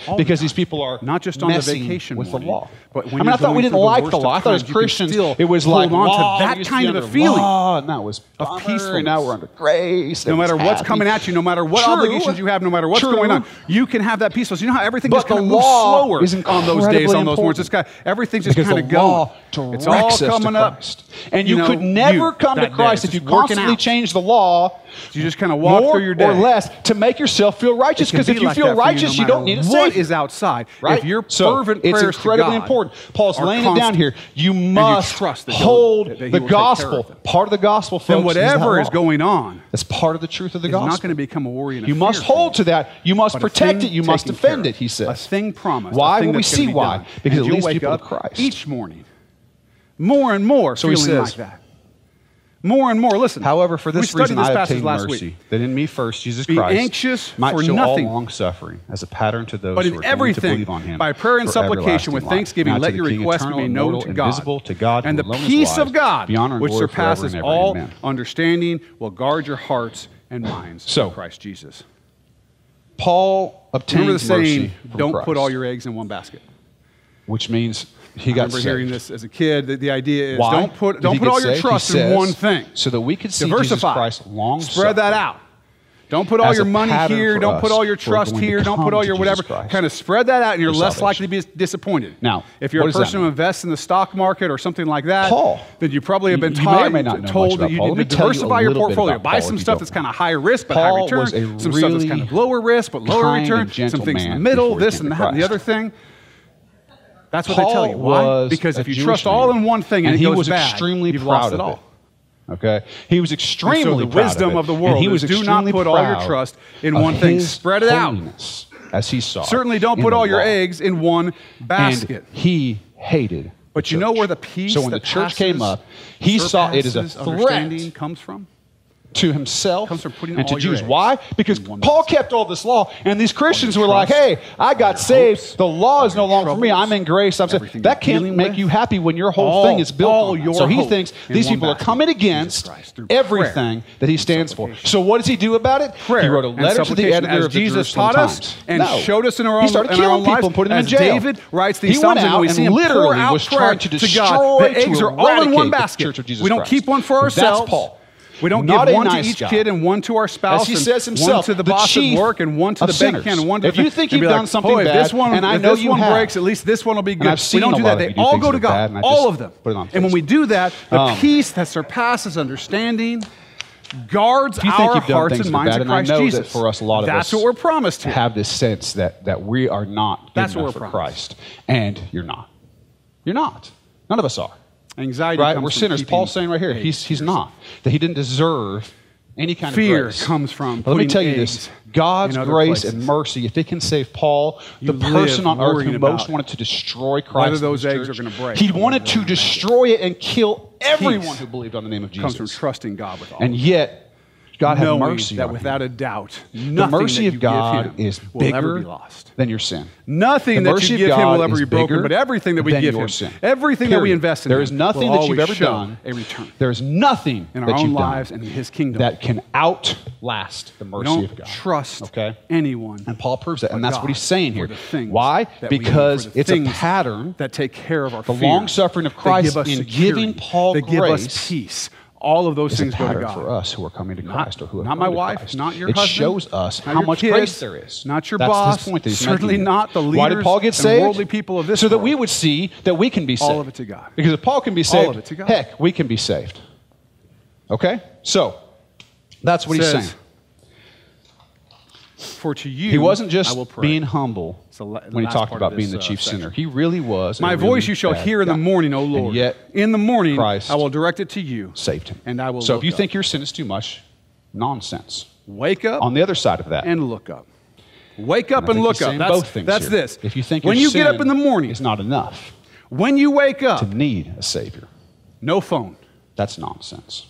Speaker 2: All the
Speaker 3: because these
Speaker 2: time.
Speaker 3: people are
Speaker 2: Not just on the
Speaker 3: messing
Speaker 2: vacation
Speaker 3: with
Speaker 2: morning,
Speaker 3: the law.
Speaker 2: but when
Speaker 3: I mean, I
Speaker 2: you're
Speaker 3: thought
Speaker 2: going
Speaker 3: we didn't
Speaker 2: through the
Speaker 3: like
Speaker 2: worst
Speaker 3: the law.
Speaker 2: of
Speaker 3: I thought as
Speaker 2: times, you can
Speaker 3: Christians,
Speaker 2: still
Speaker 3: it was like
Speaker 2: hold on to
Speaker 3: law,
Speaker 2: that
Speaker 3: we used
Speaker 2: kind
Speaker 3: be
Speaker 2: of a
Speaker 3: under
Speaker 2: feeling.
Speaker 3: law, and that was bummer, and now
Speaker 2: peacefulness.
Speaker 3: we're under grace.
Speaker 2: No
Speaker 3: and
Speaker 2: matter
Speaker 3: it's
Speaker 2: what's
Speaker 3: happy.
Speaker 2: coming at you, no matter what
Speaker 3: True.
Speaker 2: obligations you have, no matter what's
Speaker 3: True.
Speaker 2: going on, you can have that peace. So you know how everything
Speaker 3: But
Speaker 2: just kind
Speaker 3: the
Speaker 2: of moves
Speaker 3: law
Speaker 2: slower
Speaker 3: is
Speaker 2: on those days,
Speaker 3: incredibly
Speaker 2: on those
Speaker 3: important.
Speaker 2: mornings. It's got everything just
Speaker 3: because
Speaker 2: kind of
Speaker 3: the law
Speaker 2: going.
Speaker 3: directs
Speaker 2: It's all
Speaker 3: us to
Speaker 2: coming up,
Speaker 3: Christ. And you,
Speaker 2: know,
Speaker 3: could never
Speaker 2: you,
Speaker 3: come to
Speaker 2: that day.
Speaker 3: Christ
Speaker 2: It's
Speaker 3: if you
Speaker 2: just working
Speaker 3: constantly
Speaker 2: out.
Speaker 3: change the law.
Speaker 2: You just kind of walk
Speaker 3: more
Speaker 2: through your day.
Speaker 3: or less to make yourself feel righteous.
Speaker 2: It can
Speaker 3: Because
Speaker 2: be
Speaker 3: if you
Speaker 2: like that
Speaker 3: feel
Speaker 2: for no
Speaker 3: righteous, you,
Speaker 2: matter
Speaker 3: don't need a
Speaker 2: What
Speaker 3: savior.
Speaker 2: is outside?
Speaker 3: Right?
Speaker 2: If your
Speaker 3: so
Speaker 2: fervent
Speaker 3: it's
Speaker 2: prayers
Speaker 3: incredibly
Speaker 2: to God
Speaker 3: important. Paul's
Speaker 2: are
Speaker 3: laying it down
Speaker 2: constant,
Speaker 3: here. You
Speaker 2: and
Speaker 3: must
Speaker 2: trust that he'll-
Speaker 3: hold
Speaker 2: that he will take
Speaker 3: the
Speaker 2: care of
Speaker 3: gospel.
Speaker 2: them.
Speaker 3: Part of the gospel, folks,
Speaker 2: Then
Speaker 3: is that
Speaker 2: whatever is
Speaker 3: law.
Speaker 2: going on
Speaker 3: That's part of the truth of the
Speaker 2: is
Speaker 3: gospel.
Speaker 2: not going to become a worry. And a
Speaker 3: You must
Speaker 2: fear for
Speaker 3: hold
Speaker 2: you.
Speaker 3: to that. You must
Speaker 2: But a
Speaker 3: protect
Speaker 2: thing
Speaker 3: it. You must
Speaker 2: taken
Speaker 3: defend
Speaker 2: care
Speaker 3: it.
Speaker 2: of.
Speaker 3: He says.
Speaker 2: A thing promised.
Speaker 3: Why
Speaker 2: a thing
Speaker 3: will we
Speaker 2: that's gonna
Speaker 3: see
Speaker 2: be
Speaker 3: why?
Speaker 2: done.
Speaker 3: Because
Speaker 2: And
Speaker 3: it
Speaker 2: you'll
Speaker 3: leads
Speaker 2: wake
Speaker 3: people to
Speaker 2: up
Speaker 3: Christ.
Speaker 2: Each morning, more and more
Speaker 3: So he
Speaker 2: feeling
Speaker 3: says-
Speaker 2: like that. More and more. Listen.
Speaker 3: However, for
Speaker 2: we
Speaker 3: this
Speaker 2: studied
Speaker 3: reason I
Speaker 2: passage
Speaker 3: obtain
Speaker 2: last
Speaker 3: mercy,
Speaker 2: week.
Speaker 3: that in me first, Jesus
Speaker 2: Be
Speaker 3: Christ,
Speaker 2: anxious
Speaker 3: might
Speaker 2: for
Speaker 3: show
Speaker 2: nothing.
Speaker 3: all long suffering as a pattern to those
Speaker 2: But in
Speaker 3: who are
Speaker 2: everything,
Speaker 3: going to believe on Him.
Speaker 2: by prayer and
Speaker 3: for
Speaker 2: supplication
Speaker 3: everlasting
Speaker 2: with
Speaker 3: life.
Speaker 2: thanksgiving,
Speaker 3: Now to
Speaker 2: let
Speaker 3: the
Speaker 2: your
Speaker 3: King,
Speaker 2: requests be
Speaker 3: eternal,
Speaker 2: made known
Speaker 3: immortal,
Speaker 2: to God.
Speaker 3: invisible, to God,
Speaker 2: and
Speaker 3: who
Speaker 2: the
Speaker 3: alone is
Speaker 2: peace
Speaker 3: wise,
Speaker 2: of God,
Speaker 3: be honor and
Speaker 2: which
Speaker 3: glory forever
Speaker 2: surpasses
Speaker 3: and ever.
Speaker 2: all
Speaker 3: Amen.
Speaker 2: understanding, will guard your hearts and minds
Speaker 3: So,
Speaker 2: in Christ Jesus.
Speaker 3: Paul obtained
Speaker 2: Remember the
Speaker 3: mercy
Speaker 2: saying,
Speaker 3: from
Speaker 2: "Don't put
Speaker 3: Christ,
Speaker 2: all your eggs in one basket."
Speaker 3: which means he
Speaker 2: I
Speaker 3: got
Speaker 2: remember
Speaker 3: saved.
Speaker 2: hearing this as a kid. That the idea is
Speaker 3: Why?
Speaker 2: don't put
Speaker 3: Did
Speaker 2: don't
Speaker 3: he
Speaker 2: put
Speaker 3: get
Speaker 2: all your
Speaker 3: saved?
Speaker 2: trust
Speaker 3: He
Speaker 2: in
Speaker 3: says,
Speaker 2: one thing.
Speaker 3: so that we could see Jesus
Speaker 2: diversify,
Speaker 3: Christ long
Speaker 2: spread that
Speaker 3: suffering.
Speaker 2: out. Don't put all
Speaker 3: as
Speaker 2: your
Speaker 3: a
Speaker 2: money
Speaker 3: pattern
Speaker 2: here.
Speaker 3: for
Speaker 2: Don't put
Speaker 3: us
Speaker 2: all your
Speaker 3: who are
Speaker 2: trust
Speaker 3: going to
Speaker 2: here. Don't put
Speaker 3: come
Speaker 2: all
Speaker 3: to
Speaker 2: your
Speaker 3: Jesus
Speaker 2: whatever.
Speaker 3: Christ.
Speaker 2: Kind of spread that out, and you're
Speaker 3: For
Speaker 2: less
Speaker 3: salvation.
Speaker 2: likely to be disappointed.
Speaker 3: Now,
Speaker 2: if you're a
Speaker 3: what does that
Speaker 2: person who
Speaker 3: mean?
Speaker 2: invests in the stock market or something like that,
Speaker 3: Paul.
Speaker 2: then you probably have been
Speaker 3: You- you may or
Speaker 2: taught,
Speaker 3: may not know much
Speaker 2: told that
Speaker 3: about
Speaker 2: you
Speaker 3: Paul. Let
Speaker 2: need
Speaker 3: me
Speaker 2: to
Speaker 3: tell you a
Speaker 2: diversify your
Speaker 3: little bit
Speaker 2: portfolio.
Speaker 3: about
Speaker 2: Buy
Speaker 3: Paul
Speaker 2: some
Speaker 3: if you
Speaker 2: stuff
Speaker 3: don't
Speaker 2: that's
Speaker 3: know.
Speaker 2: kind of high risk but high
Speaker 3: Paul
Speaker 2: return.
Speaker 3: was a
Speaker 2: some stuff that's
Speaker 3: really
Speaker 2: kind of lower risk but lower
Speaker 3: kind and
Speaker 2: return. Some
Speaker 3: gentle
Speaker 2: things in the
Speaker 3: man
Speaker 2: middle.
Speaker 3: before he
Speaker 2: This
Speaker 3: came
Speaker 2: and
Speaker 3: to
Speaker 2: that and the
Speaker 3: Christ.
Speaker 2: other thing. That's what
Speaker 3: Paul
Speaker 2: they tell you. Why?
Speaker 3: Was
Speaker 2: Because
Speaker 3: a
Speaker 2: if you
Speaker 3: Jewish
Speaker 2: trust
Speaker 3: man,
Speaker 2: all in one thing and,
Speaker 3: and
Speaker 2: it
Speaker 3: he
Speaker 2: goes
Speaker 3: was
Speaker 2: bad,
Speaker 3: extremely
Speaker 2: you've
Speaker 3: proud
Speaker 2: lost
Speaker 3: of
Speaker 2: it all.
Speaker 3: It. Okay, he was extremely
Speaker 2: so the
Speaker 3: proud
Speaker 2: wisdom
Speaker 3: of, it.
Speaker 2: of the
Speaker 3: and
Speaker 2: world
Speaker 3: he was
Speaker 2: is do not
Speaker 3: extremely
Speaker 2: put all your
Speaker 3: proud
Speaker 2: trust in
Speaker 3: of
Speaker 2: one thing.
Speaker 3: his
Speaker 2: Spread it out.
Speaker 3: holiness, as he saw. it
Speaker 2: Certainly don't
Speaker 3: in
Speaker 2: put
Speaker 3: the
Speaker 2: all your
Speaker 3: law.
Speaker 2: eggs in one basket.
Speaker 3: And he hated.
Speaker 2: But
Speaker 3: the
Speaker 2: you know
Speaker 3: church.
Speaker 2: where the peace
Speaker 3: So when
Speaker 2: that
Speaker 3: the church came
Speaker 2: passes-
Speaker 3: up, he saw it as a
Speaker 2: surpasses understanding
Speaker 3: threat
Speaker 2: comes from.
Speaker 3: to himself
Speaker 2: Comes from putting
Speaker 3: and to
Speaker 2: all your
Speaker 3: Jews.
Speaker 2: eggs
Speaker 3: Why? Because
Speaker 2: in one
Speaker 3: Paul
Speaker 2: basket.
Speaker 3: kept all this law, and these Christians
Speaker 2: your
Speaker 3: were like,
Speaker 2: trust,
Speaker 3: "Hey, I got saved.
Speaker 2: hopes,
Speaker 3: the law is no
Speaker 2: all your
Speaker 3: longer for me.
Speaker 2: troubles,
Speaker 3: I'm in grace. I'm
Speaker 2: everything
Speaker 3: saved." That
Speaker 2: you're
Speaker 3: can't
Speaker 2: dealing
Speaker 3: make
Speaker 2: with,
Speaker 3: you happy when your whole
Speaker 2: all-
Speaker 3: thing is built
Speaker 2: all
Speaker 3: on that.
Speaker 2: your
Speaker 3: So he
Speaker 2: hope
Speaker 3: thinks
Speaker 2: in
Speaker 3: these
Speaker 2: one
Speaker 3: people are
Speaker 2: basket,
Speaker 3: coming
Speaker 2: Jesus
Speaker 3: against
Speaker 2: Christ, through
Speaker 3: everything
Speaker 2: prayer
Speaker 3: that he
Speaker 2: and
Speaker 3: stands for.
Speaker 2: supplication.
Speaker 3: So what does he do about it? he wrote a
Speaker 2: and
Speaker 3: letter to the
Speaker 2: supplication,
Speaker 3: editor
Speaker 2: as
Speaker 3: of the
Speaker 2: Jesus
Speaker 3: Jerusalem
Speaker 2: taught us
Speaker 3: Times.
Speaker 2: and
Speaker 3: No.
Speaker 2: showed us in our own-
Speaker 3: He started
Speaker 2: in our
Speaker 3: killing
Speaker 2: own
Speaker 3: people
Speaker 2: lives,
Speaker 3: and putting them in
Speaker 2: as
Speaker 3: jail.
Speaker 2: David writes these
Speaker 3: he
Speaker 2: Psalms,
Speaker 3: went
Speaker 2: and
Speaker 3: out
Speaker 2: we
Speaker 3: and
Speaker 2: see him pour
Speaker 3: literally
Speaker 2: out
Speaker 3: was
Speaker 2: prayer
Speaker 3: trying to
Speaker 2: to God.
Speaker 3: destroy
Speaker 2: The
Speaker 3: to
Speaker 2: eggs are all in one
Speaker 3: eradicate the
Speaker 2: basket.
Speaker 3: Church of Jesus
Speaker 2: We don't
Speaker 3: Christ.
Speaker 2: keep one for ourselves.
Speaker 3: That's Paul.
Speaker 2: We don't
Speaker 3: Not
Speaker 2: give
Speaker 3: a
Speaker 2: one
Speaker 3: nice
Speaker 2: to each
Speaker 3: guy.
Speaker 2: kid and one to our spouse,
Speaker 3: As he
Speaker 2: and
Speaker 3: says
Speaker 2: one
Speaker 3: himself,
Speaker 2: to the,
Speaker 3: the
Speaker 2: boss at
Speaker 3: chief
Speaker 2: work, and one to
Speaker 3: of
Speaker 2: the bank
Speaker 3: sinners.
Speaker 2: account, and one to
Speaker 3: If
Speaker 2: the
Speaker 3: you think
Speaker 2: and be
Speaker 3: you've
Speaker 2: like,
Speaker 3: done something
Speaker 2: "Boy, if this
Speaker 3: bad,
Speaker 2: one,
Speaker 3: and I
Speaker 2: if
Speaker 3: know
Speaker 2: this
Speaker 3: you
Speaker 2: one
Speaker 3: have."
Speaker 2: breaks, at least this one will be good.
Speaker 3: I've
Speaker 2: we
Speaker 3: seen
Speaker 2: don't
Speaker 3: a
Speaker 2: do
Speaker 3: lot
Speaker 2: that.
Speaker 3: of
Speaker 2: They
Speaker 3: you do
Speaker 2: all
Speaker 3: things
Speaker 2: go
Speaker 3: that
Speaker 2: to
Speaker 3: are
Speaker 2: God,
Speaker 3: bad, and I
Speaker 2: all
Speaker 3: just
Speaker 2: of them.
Speaker 3: put it on
Speaker 2: and when we
Speaker 3: Facebook.
Speaker 2: do that, the
Speaker 3: Um,
Speaker 2: peace that surpasses understanding guards
Speaker 3: If you think
Speaker 2: our
Speaker 3: you've done
Speaker 2: hearts
Speaker 3: things
Speaker 2: and
Speaker 3: that are
Speaker 2: minds
Speaker 3: bad,
Speaker 2: in Christ
Speaker 3: and I know
Speaker 2: Jesus.
Speaker 3: that for us, a lot of
Speaker 2: That's
Speaker 3: us
Speaker 2: what we're promised here.
Speaker 3: have this sense that that we are not good
Speaker 2: That's what
Speaker 3: enough
Speaker 2: we're
Speaker 3: for
Speaker 2: promised.
Speaker 3: Christ, and you're not. You're not. None of us are.
Speaker 2: Anxiety
Speaker 3: Right?
Speaker 2: comes
Speaker 3: We're
Speaker 2: from
Speaker 3: sinners.
Speaker 2: keeping
Speaker 3: Paul's saying right here,
Speaker 2: eggs
Speaker 3: he's he's not that he didn't deserve any kind
Speaker 2: Fear
Speaker 3: of grace.
Speaker 2: comes from
Speaker 3: But let me
Speaker 2: putting
Speaker 3: tell you
Speaker 2: eggs
Speaker 3: this: God's
Speaker 2: in other
Speaker 3: grace and
Speaker 2: places.
Speaker 3: mercy, if it can save Paul,
Speaker 2: You
Speaker 3: the person
Speaker 2: live
Speaker 3: on earth
Speaker 2: worrying
Speaker 3: who most
Speaker 2: about
Speaker 3: wanted to destroy Christ,
Speaker 2: whether
Speaker 3: and
Speaker 2: those
Speaker 3: his
Speaker 2: eggs
Speaker 3: church,
Speaker 2: are gonna break
Speaker 3: he
Speaker 2: or
Speaker 3: wanted
Speaker 2: whether
Speaker 3: to
Speaker 2: they're gonna make
Speaker 3: destroy it and kill everyone who believed on the name of
Speaker 2: comes from
Speaker 3: Jesus.
Speaker 2: trusting God with all.
Speaker 3: And yet, God had
Speaker 2: knowing
Speaker 3: mercy
Speaker 2: that
Speaker 3: on
Speaker 2: without
Speaker 3: him.
Speaker 2: a doubt,
Speaker 3: The
Speaker 2: nothing
Speaker 3: mercy
Speaker 2: that
Speaker 3: of
Speaker 2: you
Speaker 3: God
Speaker 2: give him
Speaker 3: is
Speaker 2: will ever
Speaker 3: bigger
Speaker 2: be lost.
Speaker 3: than your sin.
Speaker 2: Nothing
Speaker 3: The
Speaker 2: that
Speaker 3: mercy
Speaker 2: you
Speaker 3: of
Speaker 2: give him
Speaker 3: God
Speaker 2: will ever
Speaker 3: is
Speaker 2: be broken,
Speaker 3: bigger
Speaker 2: but everything that we
Speaker 3: than
Speaker 2: give
Speaker 3: your
Speaker 2: him,
Speaker 3: sin.
Speaker 2: everything that we
Speaker 3: Period.
Speaker 2: invest in,
Speaker 3: There
Speaker 2: him
Speaker 3: is nothing
Speaker 2: will
Speaker 3: that
Speaker 2: always
Speaker 3: you've ever
Speaker 2: show
Speaker 3: done.
Speaker 2: a return.
Speaker 3: There is nothing
Speaker 2: In our
Speaker 3: that
Speaker 2: own
Speaker 3: you've
Speaker 2: lives
Speaker 3: done
Speaker 2: and in His kingdom.
Speaker 3: that can outlast the mercy
Speaker 2: We don't
Speaker 3: of God.
Speaker 2: trust
Speaker 3: Okay.
Speaker 2: anyone.
Speaker 3: And Paul proves that, and
Speaker 2: but
Speaker 3: that's what
Speaker 2: God
Speaker 3: he's saying
Speaker 2: for
Speaker 3: here.
Speaker 2: the things
Speaker 3: Why?
Speaker 2: that we need,
Speaker 3: Because
Speaker 2: for the
Speaker 3: it's a
Speaker 2: things
Speaker 3: pattern
Speaker 2: that take care of our
Speaker 3: The
Speaker 2: fears,
Speaker 3: long-suffering of
Speaker 2: that
Speaker 3: Christ
Speaker 2: give us
Speaker 3: in
Speaker 2: security,
Speaker 3: giving Paul
Speaker 2: that give us
Speaker 3: grace
Speaker 2: peace. All of those
Speaker 3: It's a
Speaker 2: things go to
Speaker 3: pattern
Speaker 2: God
Speaker 3: for us who are coming to Christ or who have
Speaker 2: not
Speaker 3: come
Speaker 2: my
Speaker 3: to
Speaker 2: wife,
Speaker 3: Christ.
Speaker 2: not your
Speaker 3: it
Speaker 2: husband,
Speaker 3: shows us
Speaker 2: not
Speaker 3: how
Speaker 2: your
Speaker 3: much
Speaker 2: kids,
Speaker 3: grace there is.
Speaker 2: not your
Speaker 3: That's
Speaker 2: boss,
Speaker 3: This point that he's
Speaker 2: certainly
Speaker 3: making.
Speaker 2: not the
Speaker 3: Why did
Speaker 2: leaders
Speaker 3: Paul get
Speaker 2: and
Speaker 3: saved?
Speaker 2: worldly people of this
Speaker 3: so that
Speaker 2: world.
Speaker 3: we would see that we can be
Speaker 2: All
Speaker 3: saved.
Speaker 2: of it to God.
Speaker 3: Because if Paul can be saved,
Speaker 2: All of it to God.
Speaker 3: heck, we can be saved. Okay, so that's what he's
Speaker 2: Says,
Speaker 3: saying.
Speaker 2: for to you.
Speaker 3: He wasn't
Speaker 2: I
Speaker 3: just
Speaker 2: will pray.
Speaker 3: being humble
Speaker 2: It's the la- the
Speaker 3: when he
Speaker 2: last
Speaker 3: talked
Speaker 2: part
Speaker 3: about
Speaker 2: of
Speaker 3: being
Speaker 2: this,
Speaker 3: the
Speaker 2: uh,
Speaker 3: chief
Speaker 2: section.
Speaker 3: sinner. He really was. a
Speaker 2: My
Speaker 3: really
Speaker 2: voice you shall
Speaker 3: bad
Speaker 2: hear in the
Speaker 3: guy.
Speaker 2: morning, O Lord.
Speaker 3: And yet,
Speaker 2: in the morning
Speaker 3: Christ
Speaker 2: I will direct it to you.
Speaker 3: saved him.
Speaker 2: And I will
Speaker 3: So if
Speaker 2: look
Speaker 3: you
Speaker 2: up.
Speaker 3: think your sin is too much, nonsense.
Speaker 2: Wake up
Speaker 3: On the other side of that,
Speaker 2: and look up. Wake up and
Speaker 3: I think
Speaker 2: look
Speaker 3: he's
Speaker 2: up.
Speaker 3: saying
Speaker 2: That's,
Speaker 3: both things
Speaker 2: that's
Speaker 3: here.
Speaker 2: this.
Speaker 3: If you think
Speaker 2: when
Speaker 3: your
Speaker 2: you get
Speaker 3: sin
Speaker 2: up in the morning,
Speaker 3: is not enough
Speaker 2: when you wake up,
Speaker 3: to need a savior,
Speaker 2: no phone,
Speaker 3: that's nonsense.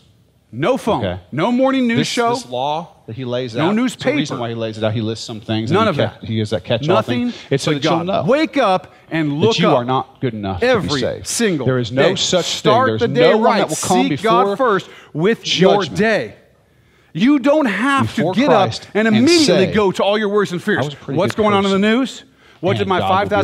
Speaker 2: no phone,
Speaker 3: Okay.
Speaker 2: no morning news
Speaker 3: this,
Speaker 2: show.
Speaker 3: this law that he lays
Speaker 2: No
Speaker 3: out. it's
Speaker 2: newspaper.
Speaker 3: The reason why he lays it out, he lists some things. and
Speaker 2: None
Speaker 3: he
Speaker 2: of
Speaker 3: ca-
Speaker 2: that.
Speaker 3: He gives that catch-all
Speaker 2: Nothing.
Speaker 3: thing. It's so
Speaker 2: but
Speaker 3: that
Speaker 2: God.
Speaker 3: you'll know.
Speaker 2: Wake up and look
Speaker 3: that you
Speaker 2: up.
Speaker 3: are not good enough to
Speaker 2: Every
Speaker 3: be saved.
Speaker 2: single
Speaker 3: there is no
Speaker 2: day.
Speaker 3: such
Speaker 2: Start
Speaker 3: thing. There's
Speaker 2: the day
Speaker 3: no
Speaker 2: right.
Speaker 3: one that will come
Speaker 2: Seek
Speaker 3: before
Speaker 2: God first with your
Speaker 3: judgment.
Speaker 2: day. You don't have
Speaker 3: Before
Speaker 2: to get
Speaker 3: Christ
Speaker 2: up and
Speaker 3: and
Speaker 2: immediately
Speaker 3: say,
Speaker 2: go to all your worries and
Speaker 3: "I
Speaker 2: fears.
Speaker 3: was a pretty
Speaker 2: What's
Speaker 3: good
Speaker 2: going on in the
Speaker 3: person."
Speaker 2: news? What did
Speaker 3: And
Speaker 2: my
Speaker 3: God will be like, "Oh, yeah,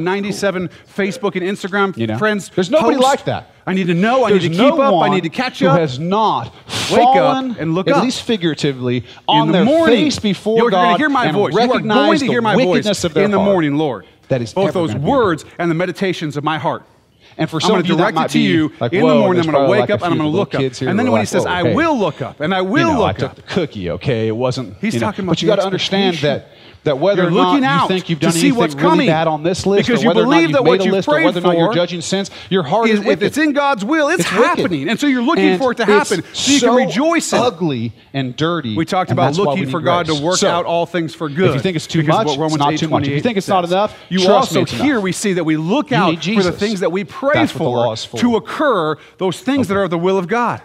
Speaker 2: 5,497 Facebook and Instagram
Speaker 3: You know?
Speaker 2: friends?
Speaker 3: There's nobody
Speaker 2: post?
Speaker 3: like that.
Speaker 2: I need to know. I need to
Speaker 3: There's
Speaker 2: keep
Speaker 3: no
Speaker 2: up. I
Speaker 3: one
Speaker 2: need to catch
Speaker 3: who
Speaker 2: up.
Speaker 3: has not
Speaker 2: Wake up
Speaker 3: fallen,
Speaker 2: and look
Speaker 3: at
Speaker 2: up.
Speaker 3: least figuratively, on
Speaker 2: in the
Speaker 3: their
Speaker 2: morning,
Speaker 3: face before
Speaker 2: you're
Speaker 3: God
Speaker 2: going to hear my
Speaker 3: and
Speaker 2: voice. You are
Speaker 3: recognize
Speaker 2: going to
Speaker 3: the
Speaker 2: hear my
Speaker 3: wickedness
Speaker 2: voice
Speaker 3: of their
Speaker 2: in the
Speaker 3: heart.
Speaker 2: morning, Lord.
Speaker 3: That is
Speaker 2: both
Speaker 3: ever
Speaker 2: those
Speaker 3: gonna be
Speaker 2: words and the meditations of my heart.
Speaker 3: And for
Speaker 2: I'm
Speaker 3: some
Speaker 2: going
Speaker 3: of
Speaker 2: to
Speaker 3: you, that
Speaker 2: direct it
Speaker 3: might
Speaker 2: to
Speaker 3: be
Speaker 2: you
Speaker 3: like,
Speaker 2: in the
Speaker 3: whoa,
Speaker 2: morning.
Speaker 3: there's
Speaker 2: I'm going to
Speaker 3: probably
Speaker 2: wake
Speaker 3: like a
Speaker 2: up and I'm
Speaker 3: few
Speaker 2: going to
Speaker 3: little
Speaker 2: look up.
Speaker 3: kids here
Speaker 2: And then
Speaker 3: who are
Speaker 2: when he
Speaker 3: like,
Speaker 2: says,
Speaker 3: whoa,
Speaker 2: I
Speaker 3: hey,
Speaker 2: will look up and I
Speaker 3: you
Speaker 2: will
Speaker 3: know, I
Speaker 2: look
Speaker 3: took
Speaker 2: up.
Speaker 3: the cookie, okay? It wasn't.
Speaker 2: He's
Speaker 3: you know,
Speaker 2: talking about
Speaker 3: But you
Speaker 2: the
Speaker 3: got to understand
Speaker 2: expectation.
Speaker 3: that that whether
Speaker 2: You're
Speaker 3: or not
Speaker 2: looking out
Speaker 3: you think you've
Speaker 2: to
Speaker 3: done
Speaker 2: see
Speaker 3: anything
Speaker 2: what's
Speaker 3: really
Speaker 2: coming.
Speaker 3: bad on this list,
Speaker 2: Because
Speaker 3: or
Speaker 2: you
Speaker 3: whether
Speaker 2: believe that
Speaker 3: or not you've
Speaker 2: what
Speaker 3: made a
Speaker 2: you've
Speaker 3: list, or
Speaker 2: prayed
Speaker 3: whether or not
Speaker 2: for
Speaker 3: you're judging sins, your heart is,
Speaker 2: is- if
Speaker 3: wicked.
Speaker 2: it's in God's will, it's
Speaker 3: wicked.
Speaker 2: happening. And so you're looking
Speaker 3: And
Speaker 2: for it to
Speaker 3: it's
Speaker 2: happen so you can rejoice in it.
Speaker 3: Ugly and dirty.
Speaker 2: We talked
Speaker 3: and
Speaker 2: about
Speaker 3: that's why we
Speaker 2: looking
Speaker 3: need
Speaker 2: for God
Speaker 3: grace.
Speaker 2: to work
Speaker 3: So,
Speaker 2: out all things for good.
Speaker 3: If you think it's too
Speaker 2: because of
Speaker 3: much,
Speaker 2: what Romans
Speaker 3: it's not
Speaker 2: 8,
Speaker 3: too much. If you think it's
Speaker 2: 28
Speaker 3: not enough,
Speaker 2: says. you
Speaker 3: trust me,
Speaker 2: also
Speaker 3: it's enough.
Speaker 2: here we see that we look
Speaker 3: You
Speaker 2: out
Speaker 3: need
Speaker 2: for the
Speaker 3: Jesus.
Speaker 2: things that we pray
Speaker 3: That's what the law
Speaker 2: for,
Speaker 3: is for.
Speaker 2: to occur, those things that are of the will of God.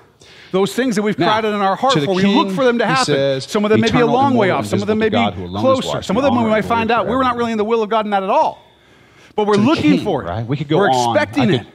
Speaker 2: Those things that we've
Speaker 3: Now,
Speaker 2: crowded in our heart
Speaker 3: to the
Speaker 2: for, we
Speaker 3: king,
Speaker 2: look for them to
Speaker 3: he
Speaker 2: happen.
Speaker 3: says,
Speaker 2: some of them may be a
Speaker 3: "Eternal,
Speaker 2: long way
Speaker 3: immortal,
Speaker 2: off. Some of them may be
Speaker 3: invisible God who alone is
Speaker 2: closer.
Speaker 3: watching
Speaker 2: Some of them
Speaker 3: all
Speaker 2: we might
Speaker 3: right,
Speaker 2: find
Speaker 3: Lord,
Speaker 2: out we're
Speaker 3: forever.
Speaker 2: not really in the will of God in that at all. But we're
Speaker 3: to the
Speaker 2: looking
Speaker 3: king,
Speaker 2: for it.
Speaker 3: Right? We could go
Speaker 2: We're
Speaker 3: on.
Speaker 2: expecting
Speaker 3: I
Speaker 2: it.
Speaker 3: could